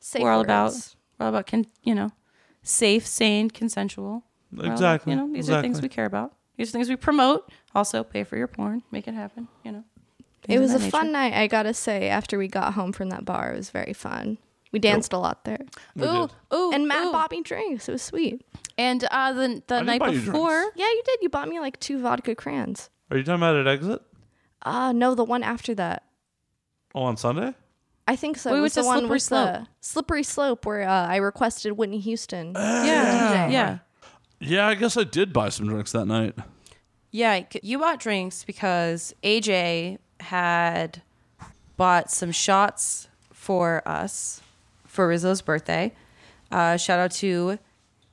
[SPEAKER 4] Safe
[SPEAKER 3] we're all about
[SPEAKER 4] words.
[SPEAKER 3] we're all about con- you know safe sane consensual We're all about,
[SPEAKER 1] Exactly,
[SPEAKER 3] you know these are things
[SPEAKER 1] exactly.
[SPEAKER 3] we care about these are things we promote also pay for your porn make it happen you know
[SPEAKER 4] It
[SPEAKER 3] things
[SPEAKER 4] was a
[SPEAKER 3] of that
[SPEAKER 4] fun
[SPEAKER 3] nature.
[SPEAKER 4] night. I gotta say, after we got home from that bar, it was very fun. We danced a lot there,
[SPEAKER 1] We
[SPEAKER 3] Ooh,
[SPEAKER 1] did.
[SPEAKER 3] ooh,
[SPEAKER 4] and Matt
[SPEAKER 3] ooh.
[SPEAKER 4] bought me drinks. It was sweet.
[SPEAKER 3] And uh, the the
[SPEAKER 1] didn't
[SPEAKER 3] night
[SPEAKER 1] buy you
[SPEAKER 3] before,
[SPEAKER 1] drinks.
[SPEAKER 4] Yeah, you did. You bought me like two vodka crayons.
[SPEAKER 1] Are you talking about at exit?
[SPEAKER 4] Uh no, the one after that.
[SPEAKER 1] Oh, on Sunday?
[SPEAKER 4] I think so.
[SPEAKER 3] We
[SPEAKER 4] It
[SPEAKER 3] went
[SPEAKER 4] was
[SPEAKER 3] to
[SPEAKER 4] the one
[SPEAKER 3] Slippery
[SPEAKER 4] with the slippery slope where uh, I requested Whitney
[SPEAKER 1] *gasps*
[SPEAKER 4] Houston. Oh,
[SPEAKER 3] yeah, yeah,
[SPEAKER 1] Yeah, I guess I did buy some drinks that night.
[SPEAKER 3] yeah, c- you bought drinks because AJ had bought some shots for us for Rizzo's birthday. Uh, shout out to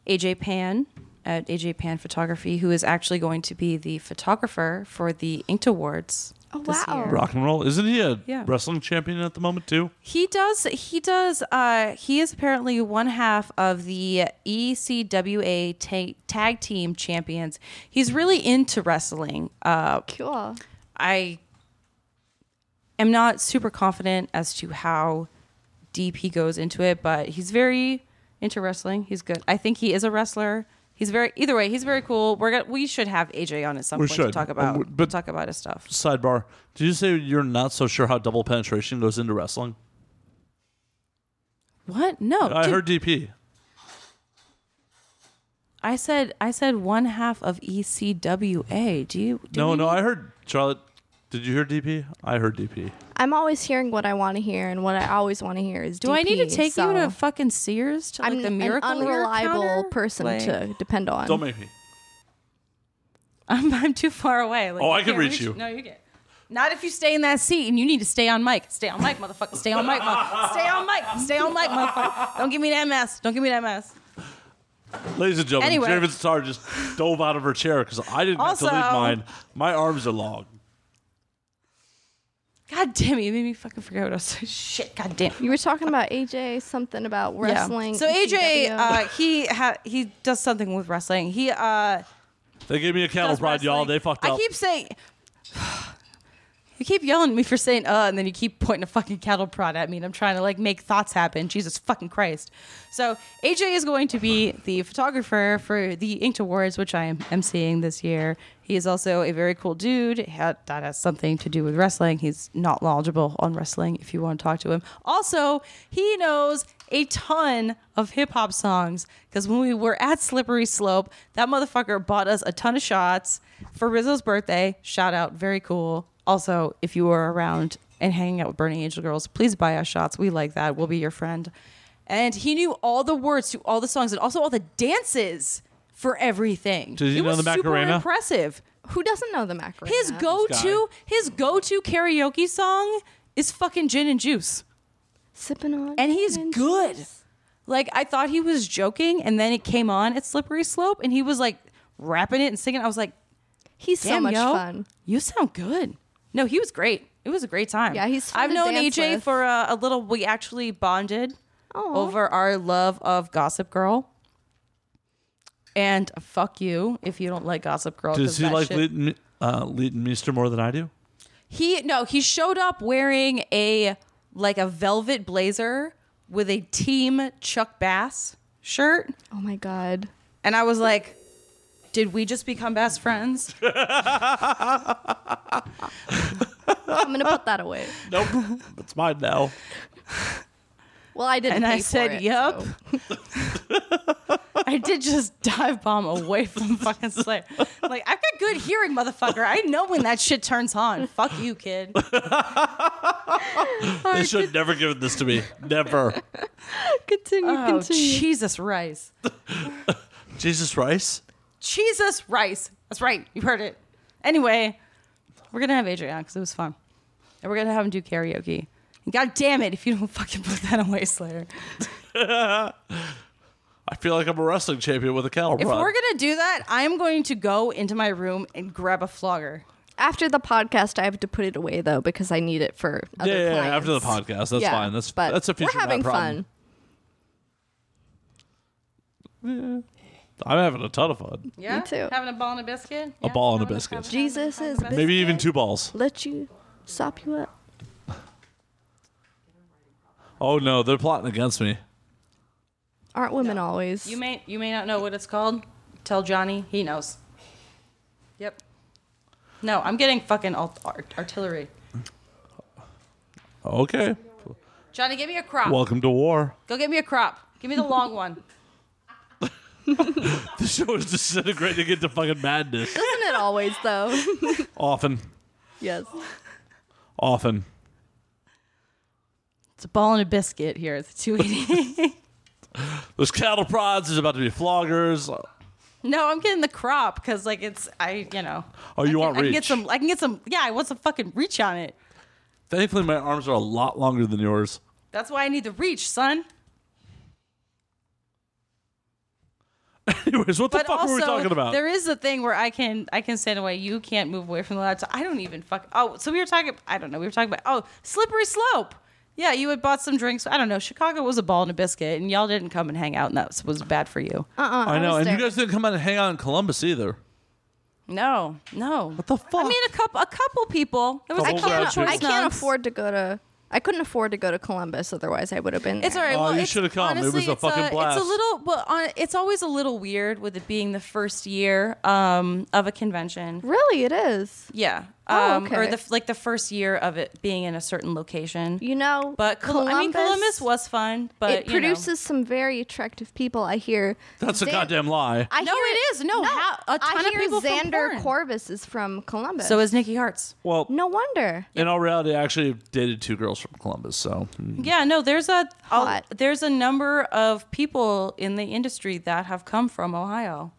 [SPEAKER 3] AJ Pan at AJ Pan Photography, who is actually going to be the photographer for the Inked Awards.
[SPEAKER 4] Oh,
[SPEAKER 3] this
[SPEAKER 4] wow.
[SPEAKER 3] year.
[SPEAKER 1] Rock and roll. Isn't he a
[SPEAKER 3] Yeah.
[SPEAKER 1] wrestling champion at the moment too?
[SPEAKER 3] He does. He does. Uh, he is apparently one half of the E ECWA ta- tag team champions. He's really into wrestling. Uh,
[SPEAKER 4] Cool.
[SPEAKER 3] I am not super confident as to how deep he goes into it, but he's very into wrestling. He's good. I think he is a wrestler. He's very. Either way, he's very cool. We're gonna, we should have AJ on at some
[SPEAKER 1] We
[SPEAKER 3] point
[SPEAKER 1] should.
[SPEAKER 3] to talk
[SPEAKER 1] Um,
[SPEAKER 3] about
[SPEAKER 1] we- but-
[SPEAKER 3] talk about his stuff.
[SPEAKER 1] Sidebar. Did you say you're not so sure how double penetration goes into wrestling?
[SPEAKER 3] What? No,
[SPEAKER 1] I
[SPEAKER 3] dude,
[SPEAKER 1] heard DP.
[SPEAKER 3] I said I said one half of E ECWA. Do you? do
[SPEAKER 1] No,
[SPEAKER 3] we-
[SPEAKER 1] no, I heard Charlotte. Did you hear DP? I heard DP.
[SPEAKER 4] I'm always hearing what I want to hear, and what I always want to hear is.
[SPEAKER 3] Do I need to
[SPEAKER 4] DP,
[SPEAKER 3] take
[SPEAKER 4] so
[SPEAKER 3] you to fucking Sears to like
[SPEAKER 4] I'm
[SPEAKER 3] the miracle
[SPEAKER 4] an
[SPEAKER 3] Ear
[SPEAKER 4] unreliable
[SPEAKER 3] counter?
[SPEAKER 4] person
[SPEAKER 3] Like,
[SPEAKER 4] to depend on.
[SPEAKER 1] Don't make me.
[SPEAKER 3] *laughs* I'm, I'm too far away. Like,
[SPEAKER 1] Oh, I can
[SPEAKER 3] can't
[SPEAKER 1] reach you.
[SPEAKER 3] No, you get. Not if you stay in that seat and you need to stay on mic. Stay on mic, motherfucker. Stay on mic, motherfucker. Stay on mic. Stay on mic, motherfucker. Don't give me that mess. Don't give me that mess.
[SPEAKER 1] Ladies and gentlemen,
[SPEAKER 3] Anyway.
[SPEAKER 1] David Starr just dove out of her chair because I didn't
[SPEAKER 3] Also-
[SPEAKER 1] get to leave mine. My arms are long.
[SPEAKER 3] God damn it, you made me fucking forget what I was *laughs* saying. Shit, god damn.
[SPEAKER 4] You were talking about AJ, something about wrestling. E
[SPEAKER 3] So AJ,
[SPEAKER 4] ECW.
[SPEAKER 3] uh, he ha- he does something with wrestling. He uh,
[SPEAKER 1] They gave me a cattle
[SPEAKER 3] does
[SPEAKER 1] prod, y'all.
[SPEAKER 3] wrestling.
[SPEAKER 1] They fucked
[SPEAKER 3] I
[SPEAKER 1] up.
[SPEAKER 3] keep saying. You keep yelling at me for saying uh, and then you keep pointing a fucking cattle prod at me, and I'm trying to like make thoughts happen. Jesus fucking Christ! So AJ is going to be the photographer for the Inked Awards, which I am emceeing this year. He is also a very cool dude. Ha- That has something to do with wrestling. He's not knowledgeable on wrestling. If you want to talk to him, also he knows a ton of hip hop songs because when we were at Slippery Slope, that motherfucker bought us a ton of shots for Rizzo's birthday. Shout out, very cool. Also, if you are around and hanging out with Burning Angel Girls, please buy us shots. We like that. We'll be your friend. And he knew all the words to all the songs and also all the dances for everything.
[SPEAKER 1] Did he
[SPEAKER 3] it
[SPEAKER 1] know
[SPEAKER 3] was
[SPEAKER 1] the Macarena?
[SPEAKER 3] Super impressive.
[SPEAKER 4] who doesn't know the Macarena?
[SPEAKER 3] His go-to, his go-to karaoke song is fucking gin and juice.
[SPEAKER 4] sipping on,
[SPEAKER 3] and he's
[SPEAKER 4] gin
[SPEAKER 3] good.
[SPEAKER 4] juice.
[SPEAKER 3] Like I thought he was joking, and then it came on at Slippery Slope, and he was like rapping it and singing. I was like,
[SPEAKER 4] He's
[SPEAKER 3] "Damn,
[SPEAKER 4] so much
[SPEAKER 3] yo,
[SPEAKER 4] fun.
[SPEAKER 3] You sound good." No, he was great. It was a great time.
[SPEAKER 4] Yeah, he's fun
[SPEAKER 3] I've
[SPEAKER 4] to
[SPEAKER 3] known
[SPEAKER 4] dance
[SPEAKER 3] AJ
[SPEAKER 4] with.
[SPEAKER 3] for a, a little. We actually bonded
[SPEAKER 4] Aw.
[SPEAKER 3] over our love of Gossip Girl. And fuck you if you don't like Gossip Girl. 'cause
[SPEAKER 1] Does he
[SPEAKER 3] that
[SPEAKER 1] like
[SPEAKER 3] shit-
[SPEAKER 1] Leighton, uh, Leighton Meester more than I do?
[SPEAKER 3] He no, he showed up wearing a like a velvet blazer with a team Chuck Bass shirt.
[SPEAKER 4] Oh my god.
[SPEAKER 3] And I was like, did we just become best friends?
[SPEAKER 4] I'm gonna put that away.
[SPEAKER 1] Nope.
[SPEAKER 3] *laughs*
[SPEAKER 1] it's mine now.
[SPEAKER 4] Well, I didn't.
[SPEAKER 3] And I
[SPEAKER 4] pay for
[SPEAKER 3] said,
[SPEAKER 4] it,
[SPEAKER 3] "Yup." *laughs*
[SPEAKER 4] so.
[SPEAKER 3] I did just *laughs* dive bomb away from fucking Slayer. Like, I've got good hearing, motherfucker. I know when that shit turns on. Fuck you, kid. Oh,
[SPEAKER 1] They should have never given this to me.
[SPEAKER 3] *laughs*
[SPEAKER 1] Never.
[SPEAKER 4] Continue,
[SPEAKER 3] Oh,
[SPEAKER 4] continue.
[SPEAKER 3] Jesus Rice.
[SPEAKER 1] Jesus Rice?
[SPEAKER 3] Jesus Rice. That's right. You heard it. Anyway, we're going to have AJ on because it was fun. And we're going to have him do karaoke. And God damn it if you don't *laughs* fucking put that away, Slayer.
[SPEAKER 1] I feel like I'm a wrestling champion with a cattle
[SPEAKER 3] If
[SPEAKER 1] prod.
[SPEAKER 3] we're going to do that, I'm going to go into my room and grab a flogger.
[SPEAKER 4] After the podcast, I have to put it away though because I need it for other
[SPEAKER 1] yeah, yeah, yeah,
[SPEAKER 4] clients.
[SPEAKER 1] after the podcast. That's
[SPEAKER 4] Yeah,
[SPEAKER 1] fine. That's
[SPEAKER 4] but
[SPEAKER 1] that's a future
[SPEAKER 4] We're having
[SPEAKER 1] not problem.
[SPEAKER 4] fun.
[SPEAKER 1] I'm having a ton of fun.
[SPEAKER 3] Yeah,
[SPEAKER 4] too.
[SPEAKER 3] Having a ball and a biscuit.
[SPEAKER 1] A ball and a biscuit.
[SPEAKER 4] Jesus is busy.
[SPEAKER 1] Maybe even two balls.
[SPEAKER 4] Let you sop you up.
[SPEAKER 1] Oh no, they're plotting against me.
[SPEAKER 4] Aren't women always?
[SPEAKER 3] You may you may not know what it's called. Tell Johnny, he knows. Yep. No, I'm getting fucking alt- art- artillery.
[SPEAKER 1] Okay.
[SPEAKER 3] Johnny, give me a crop.
[SPEAKER 1] Welcome to war.
[SPEAKER 3] Go get me a crop. Give me the long one.
[SPEAKER 1] The show is disintegrating into fucking madness.
[SPEAKER 4] Isn't it always though? *laughs*
[SPEAKER 1] Often.
[SPEAKER 4] yes.
[SPEAKER 1] Often.
[SPEAKER 3] *laughs* It's a ball and a biscuit here. It's a 280. *laughs*
[SPEAKER 1] There's cattle prods, there's about to be floggers.
[SPEAKER 3] no, I'm getting the crop because like it's I you know.
[SPEAKER 1] Oh, you
[SPEAKER 3] I
[SPEAKER 1] want
[SPEAKER 3] can, I can
[SPEAKER 1] reach.
[SPEAKER 3] get some. I can get some. Yeah, I want some fucking reach on it.
[SPEAKER 1] Thankfully my arms are a lot longer than yours. *laughs*
[SPEAKER 3] That's why I need the reach, son.
[SPEAKER 1] Anyways, what the
[SPEAKER 3] But
[SPEAKER 1] fuck
[SPEAKER 3] also,
[SPEAKER 1] were we talking about?
[SPEAKER 3] there is a thing where I can I can stand away. You can't move away from the laptop. I don't even fuck. Oh, so we were talking. I don't know. We were talking about oh, slippery slope. Yeah, you had bought some drinks. I don't know. Chicago was a ball and a biscuit, and y'all didn't come and hang out, and that was bad for you.
[SPEAKER 1] I know,
[SPEAKER 4] was
[SPEAKER 1] and you
[SPEAKER 4] there.
[SPEAKER 1] guys didn't come out and hang out in Columbus either.
[SPEAKER 3] No, no. What
[SPEAKER 1] the fuck?
[SPEAKER 3] I mean, a couple, a couple people. There was
[SPEAKER 1] Couple
[SPEAKER 3] a
[SPEAKER 4] I
[SPEAKER 3] couple
[SPEAKER 1] ratchets.
[SPEAKER 4] can't,
[SPEAKER 3] choice
[SPEAKER 4] I can't
[SPEAKER 3] nuns.
[SPEAKER 4] afford to go to. I couldn't afford to go to Columbus, otherwise I would have been.
[SPEAKER 3] It's all
[SPEAKER 4] there.
[SPEAKER 3] right.
[SPEAKER 1] Oh,
[SPEAKER 3] well,
[SPEAKER 1] you
[SPEAKER 3] it's-
[SPEAKER 1] should've come. It was
[SPEAKER 3] honestly,
[SPEAKER 1] a
[SPEAKER 3] it's
[SPEAKER 1] fucking blast.
[SPEAKER 3] It's a little, well, on, it's always a little weird with it being the first year um, of a convention.
[SPEAKER 4] Really, it is.
[SPEAKER 3] Yeah.
[SPEAKER 4] Oh,
[SPEAKER 3] Um, Or
[SPEAKER 4] okay.
[SPEAKER 3] the like the first year of it being in a certain location.
[SPEAKER 4] You know,
[SPEAKER 3] but Col- I mean, Columbus was fun, but
[SPEAKER 4] it
[SPEAKER 3] you know.
[SPEAKER 4] produces some very attractive people. I hear.
[SPEAKER 1] That's a
[SPEAKER 4] Xan-
[SPEAKER 1] goddamn lie.
[SPEAKER 4] I
[SPEAKER 3] No,
[SPEAKER 4] hear
[SPEAKER 3] it is. No, how- a ton
[SPEAKER 4] I
[SPEAKER 3] of
[SPEAKER 4] hear
[SPEAKER 3] people from
[SPEAKER 4] Xander
[SPEAKER 3] porn.
[SPEAKER 4] Corvus is from Columbus.
[SPEAKER 3] So is Nikki Hartz.
[SPEAKER 1] well,
[SPEAKER 4] no wonder.
[SPEAKER 1] in all reality, I actually dated two girls from Columbus, so mm,
[SPEAKER 3] Yeah, no, there's a, a
[SPEAKER 4] Hot.
[SPEAKER 3] there's a number of people in the industry that have come from Ohio.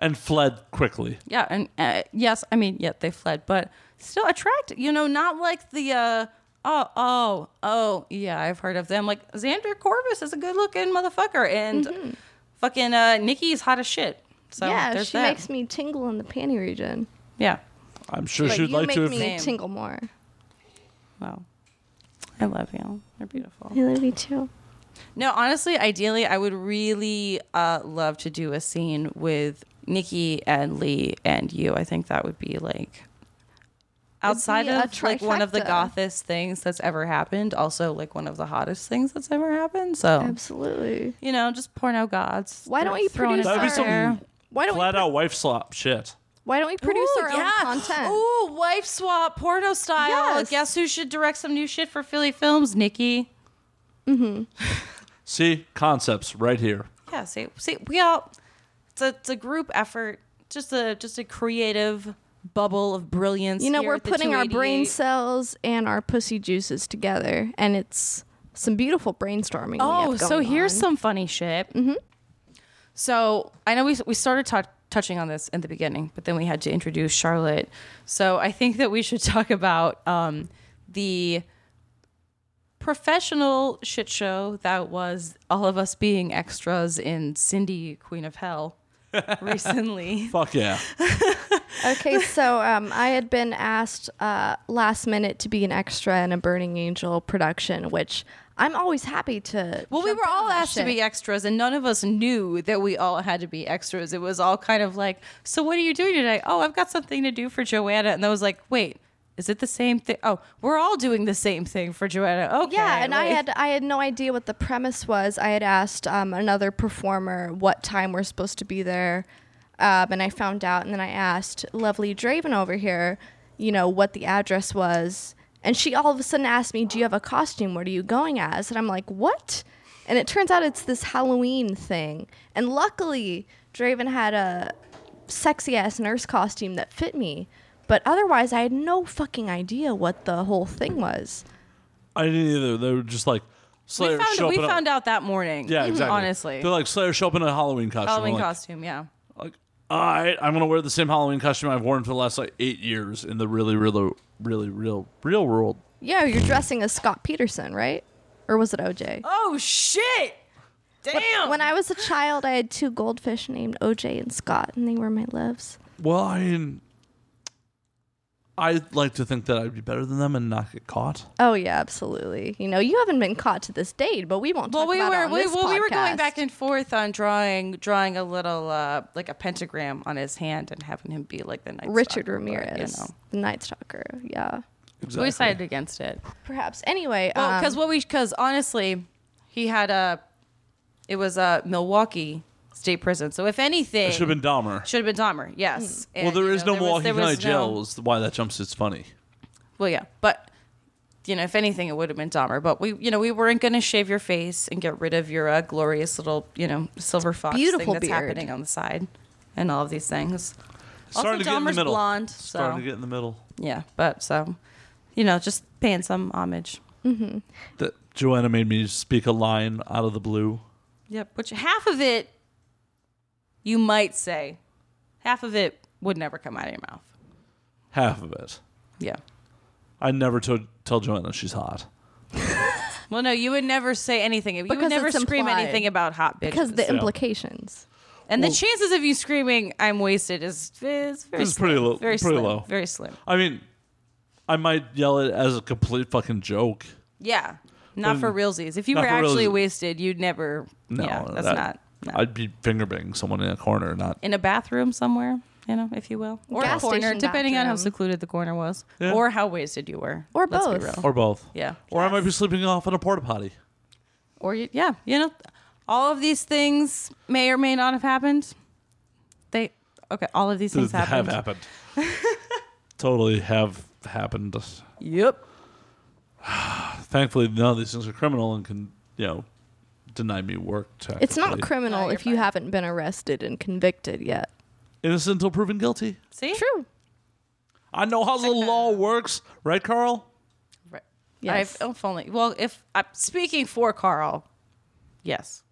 [SPEAKER 1] and fled quickly.
[SPEAKER 3] Yeah, and uh, yes, I mean, yeah, they fled, but still attract. You know, not like the uh, oh, oh, oh, yeah, I've heard of them. Like Xander Corvus is a good-looking motherfucker, and fucking uh, Nikki is hot as shit. So
[SPEAKER 4] Mm-hmm. yeah,
[SPEAKER 3] there's
[SPEAKER 4] she
[SPEAKER 3] that.
[SPEAKER 4] makes me tingle in the panty region.
[SPEAKER 3] yeah.
[SPEAKER 1] I'm sure
[SPEAKER 4] but
[SPEAKER 1] she would
[SPEAKER 4] you
[SPEAKER 1] like
[SPEAKER 4] make
[SPEAKER 1] to.
[SPEAKER 4] me
[SPEAKER 1] have-
[SPEAKER 3] Same.
[SPEAKER 4] tingle more.
[SPEAKER 3] Wow. I love you. You're beautiful.
[SPEAKER 4] I love you too.
[SPEAKER 3] No, honestly, ideally, I would really uh, love to do a scene with Nikki and Lee and you. I think that would be like outside
[SPEAKER 4] be a
[SPEAKER 3] of like one of the
[SPEAKER 4] trifecta.
[SPEAKER 3] gothest things that's ever happened, also like one of the hottest things that's ever happened. So
[SPEAKER 4] Absolutely.
[SPEAKER 3] you know, just porno gods.
[SPEAKER 4] Why don't you
[SPEAKER 3] Throwing it
[SPEAKER 4] produce
[SPEAKER 1] That'd be
[SPEAKER 3] out there.
[SPEAKER 1] some
[SPEAKER 4] Why don't we,
[SPEAKER 1] flat out wife slop shit.
[SPEAKER 4] why don't we produce
[SPEAKER 3] Ooh,
[SPEAKER 4] our
[SPEAKER 3] yeah.
[SPEAKER 4] own content?
[SPEAKER 3] Ooh, wife swap, porno style.
[SPEAKER 4] Yes.
[SPEAKER 3] Guess who should direct some new shit for Philly Films? Nikki.
[SPEAKER 1] See concepts right here.
[SPEAKER 3] yeah see see we all it's a, it's a group effort just a just a creative bubble of brilliance
[SPEAKER 4] You know,
[SPEAKER 3] here
[SPEAKER 4] we're
[SPEAKER 3] at the
[SPEAKER 4] putting our brain
[SPEAKER 3] 288.
[SPEAKER 4] cells and our pussy juices together, and it's some beautiful brainstorming. we
[SPEAKER 3] oh
[SPEAKER 4] have
[SPEAKER 3] so
[SPEAKER 4] going
[SPEAKER 3] here's
[SPEAKER 4] on.
[SPEAKER 3] some funny shit mm-hmm. so i know we, we started tou- touching on this in the beginning but then we had to introduce charlotte so i think that we should *laughs* talk about um, the professional shit show that was all of us being extras in cindy queen of hell recently
[SPEAKER 1] Fuck yeah.
[SPEAKER 4] *laughs* Okay, so um, I had been asked uh, last minute to be an extra in a Burning Angel production, which I'm always happy to.
[SPEAKER 3] Well, we
[SPEAKER 4] jump
[SPEAKER 3] were
[SPEAKER 4] in on
[SPEAKER 3] all
[SPEAKER 4] that
[SPEAKER 3] asked to
[SPEAKER 4] shit.
[SPEAKER 3] be extras, and none of us knew that we all had to be extras. It was all kind of like, "So what are you doing today?" "Oh, I've got something to do for Joanna," and I was like, "Wait, is it the same thing?" "Oh, we're all doing the same thing for Joanna." Okay,
[SPEAKER 4] Yeah, and I
[SPEAKER 3] like-
[SPEAKER 4] had I had no idea what the premise was. I had asked um, another performer what time we're supposed to be there, um, and I found out. And then I asked lovely Draven over here, you know, what the address was, and she all of a sudden asked me, "Do you have a costume? What are you going as?" And I'm like, "What?" And it turns out it's this Halloween thing. And luckily, Draven had a sexy ass nurse costume that fit me. But otherwise, I had no fucking idea what the whole thing was.
[SPEAKER 1] I didn't either. They were just like
[SPEAKER 3] we
[SPEAKER 1] Slayer
[SPEAKER 3] found,
[SPEAKER 1] show
[SPEAKER 3] we
[SPEAKER 1] up. in a-
[SPEAKER 3] found out that morning. Mm-hmm.
[SPEAKER 1] yeah, exactly.
[SPEAKER 3] Honestly,
[SPEAKER 1] they're like Slayer show up in a Halloween costume.
[SPEAKER 3] Halloween
[SPEAKER 1] I'm like,
[SPEAKER 3] costume. Yeah.
[SPEAKER 1] like all right i'm gonna wear the same halloween costume i've worn for the last like eight years in the really really really real real world
[SPEAKER 4] Yeah, you're dressing as Scott Peterson, right? Or was it OJ?
[SPEAKER 3] Oh shit! Damn.
[SPEAKER 4] When I was a child, I had two goldfish named OJ and Scott, and they were my loves.
[SPEAKER 1] well i mean, i like to think that i'd be better than them and not get caught
[SPEAKER 4] Oh yeah, absolutely. You know, you haven't been caught to this date, but we won't.
[SPEAKER 3] well,
[SPEAKER 4] talk
[SPEAKER 3] we
[SPEAKER 4] about it
[SPEAKER 3] were
[SPEAKER 4] on
[SPEAKER 3] we,
[SPEAKER 4] this
[SPEAKER 3] well, we were going
[SPEAKER 4] podcast.
[SPEAKER 3] back and forth on drawing drawing a little uh, like a pentagram on his hand and having him be like the Night
[SPEAKER 4] Richard
[SPEAKER 3] Stalker, but,
[SPEAKER 4] Ramirez,
[SPEAKER 3] you know.
[SPEAKER 4] the Night Stalker. Yeah,
[SPEAKER 1] exactly
[SPEAKER 3] We decided against it.
[SPEAKER 4] perhaps. Anyway,
[SPEAKER 3] Well, because
[SPEAKER 4] *laughs* um,
[SPEAKER 3] what we because honestly, he had a it was a Milwaukee state prison. So if anything,
[SPEAKER 1] it should have been dahmer
[SPEAKER 3] should have been Dahmer. Yes. And,
[SPEAKER 1] well there
[SPEAKER 3] you
[SPEAKER 1] is
[SPEAKER 3] know,
[SPEAKER 1] no milwaukee
[SPEAKER 3] there
[SPEAKER 1] county
[SPEAKER 3] was
[SPEAKER 1] jail
[SPEAKER 3] no-
[SPEAKER 1] is why that jumpsuit's funny
[SPEAKER 3] Well, yeah, but you know, if anything, it would have been Dahmer. But we, you know, we weren't going to shave your face and get rid of your uh, glorious little, you know, silver fox
[SPEAKER 4] Beautiful
[SPEAKER 3] thing that's
[SPEAKER 4] beard.
[SPEAKER 3] happening on the side, and all of these things.
[SPEAKER 1] starting to get in the
[SPEAKER 3] Dahmer's
[SPEAKER 1] middle
[SPEAKER 3] blonde, so-
[SPEAKER 1] starting to get in the middle
[SPEAKER 3] Yeah, but so, you know, just paying some homage.
[SPEAKER 1] that joanna made me speak a line out of the blue
[SPEAKER 3] Yep. Which half of it, you might say, half of it would never come out of your mouth.
[SPEAKER 1] half of it
[SPEAKER 3] Yeah.
[SPEAKER 1] i never to- tell joanna she's hot
[SPEAKER 3] Well, no, you would never say anything. You
[SPEAKER 4] Because
[SPEAKER 3] would never
[SPEAKER 4] it's
[SPEAKER 3] scream
[SPEAKER 4] implied.
[SPEAKER 3] anything about hot bitches.
[SPEAKER 4] because the
[SPEAKER 1] Yeah.
[SPEAKER 4] implications.
[SPEAKER 3] And
[SPEAKER 1] Oh.
[SPEAKER 3] the chances of you screaming "I'm wasted" is is very
[SPEAKER 1] It's pretty
[SPEAKER 3] slim,
[SPEAKER 1] low-
[SPEAKER 3] Very
[SPEAKER 1] pretty
[SPEAKER 3] slim,
[SPEAKER 1] low.
[SPEAKER 3] Very slim.
[SPEAKER 1] I mean, I might yell it as a complete fucking joke.
[SPEAKER 3] Yeah, not
[SPEAKER 1] But-
[SPEAKER 3] for realsies. If you
[SPEAKER 1] Not
[SPEAKER 3] were
[SPEAKER 1] for
[SPEAKER 3] actually
[SPEAKER 1] realsies.
[SPEAKER 3] wasted, you'd never.
[SPEAKER 1] No,
[SPEAKER 3] yeah, that's
[SPEAKER 1] that-
[SPEAKER 3] not. no.
[SPEAKER 1] I'd be finger banging someone in a corner, not
[SPEAKER 3] in a bathroom somewhere, you know, if you will, or a
[SPEAKER 4] Gas
[SPEAKER 3] corner,
[SPEAKER 4] station
[SPEAKER 3] depending on how
[SPEAKER 4] bathroom.
[SPEAKER 3] secluded the corner was,
[SPEAKER 1] Yeah.
[SPEAKER 3] or how wasted you were,
[SPEAKER 4] Or
[SPEAKER 3] Let's be
[SPEAKER 4] both.
[SPEAKER 3] real.
[SPEAKER 1] or both.
[SPEAKER 3] yeah,
[SPEAKER 1] Or I might be sleeping off in a porta potty.
[SPEAKER 3] or you, yeah, you know, all of these things may or may not have happened. They okay, all of these things
[SPEAKER 1] Th-
[SPEAKER 3] happened.
[SPEAKER 1] Have happened.
[SPEAKER 3] *laughs*
[SPEAKER 1] totally have happened.
[SPEAKER 3] Yep.
[SPEAKER 1] Thankfully, none of these things are criminal and can you know deny me work.
[SPEAKER 4] It's not
[SPEAKER 1] technically.
[SPEAKER 4] criminal
[SPEAKER 3] No,
[SPEAKER 4] if
[SPEAKER 3] you're
[SPEAKER 4] you
[SPEAKER 3] fine.
[SPEAKER 4] haven't been arrested and convicted yet.
[SPEAKER 1] innocent until proven guilty.
[SPEAKER 3] See,
[SPEAKER 4] True.
[SPEAKER 1] I know how the law works, right, Carl?
[SPEAKER 3] Right.
[SPEAKER 4] Yes.
[SPEAKER 3] I've if only well, if I'm speaking for Carl, yes,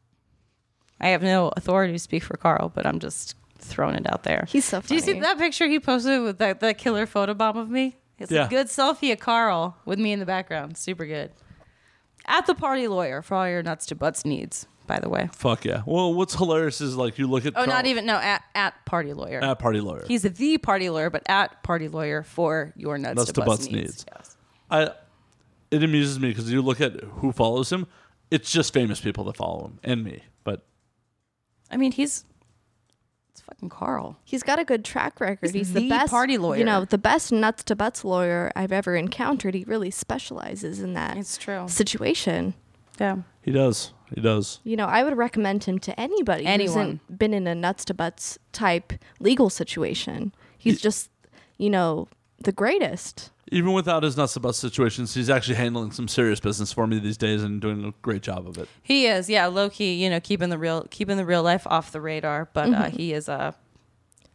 [SPEAKER 3] I have no authority to speak for Carl, but I'm just throwing it out there.
[SPEAKER 4] He's so funny.
[SPEAKER 3] Do you see that picture he posted with that, that killer photobomb of me? It's
[SPEAKER 1] Yeah.
[SPEAKER 3] a good selfie of Carl with me in the background. Super good. At the party lawyer for all your nuts to butts needs, by the way.
[SPEAKER 1] Fuck yeah. Well, what's hilarious is like you look at
[SPEAKER 3] Oh,
[SPEAKER 1] Carl-
[SPEAKER 3] not even no at at party lawyer.
[SPEAKER 1] at party lawyer.
[SPEAKER 3] He's the party lawyer, but at party lawyer for your nuts, to, butts, needs. Yes.
[SPEAKER 1] I it amuses me because you look at who follows him. It's just famous people that follow him and me. But
[SPEAKER 3] I mean, he's it's fucking Carl.
[SPEAKER 4] He's got a good track record.
[SPEAKER 3] He's
[SPEAKER 4] He's,
[SPEAKER 3] the
[SPEAKER 4] the best
[SPEAKER 3] party
[SPEAKER 4] You
[SPEAKER 3] lawyer.
[SPEAKER 4] know, the best nuts to butts lawyer I've ever encountered. He really specializes in that
[SPEAKER 3] true.
[SPEAKER 4] situation.
[SPEAKER 3] Yeah.
[SPEAKER 1] he does. He does.
[SPEAKER 4] You know, I would recommend him to anybody
[SPEAKER 3] Anyone.
[SPEAKER 4] who hasn't been in a nuts to butts type legal situation. He's just, you know, the greatest.
[SPEAKER 1] Even without his nuts about situations, he's actually handling some serious business for me these days and doing a great job of it.
[SPEAKER 3] He is, yeah, low key, you know, keeping the real keeping the real life off the radar, but uh,
[SPEAKER 4] Mm-hmm.
[SPEAKER 3] he is uh,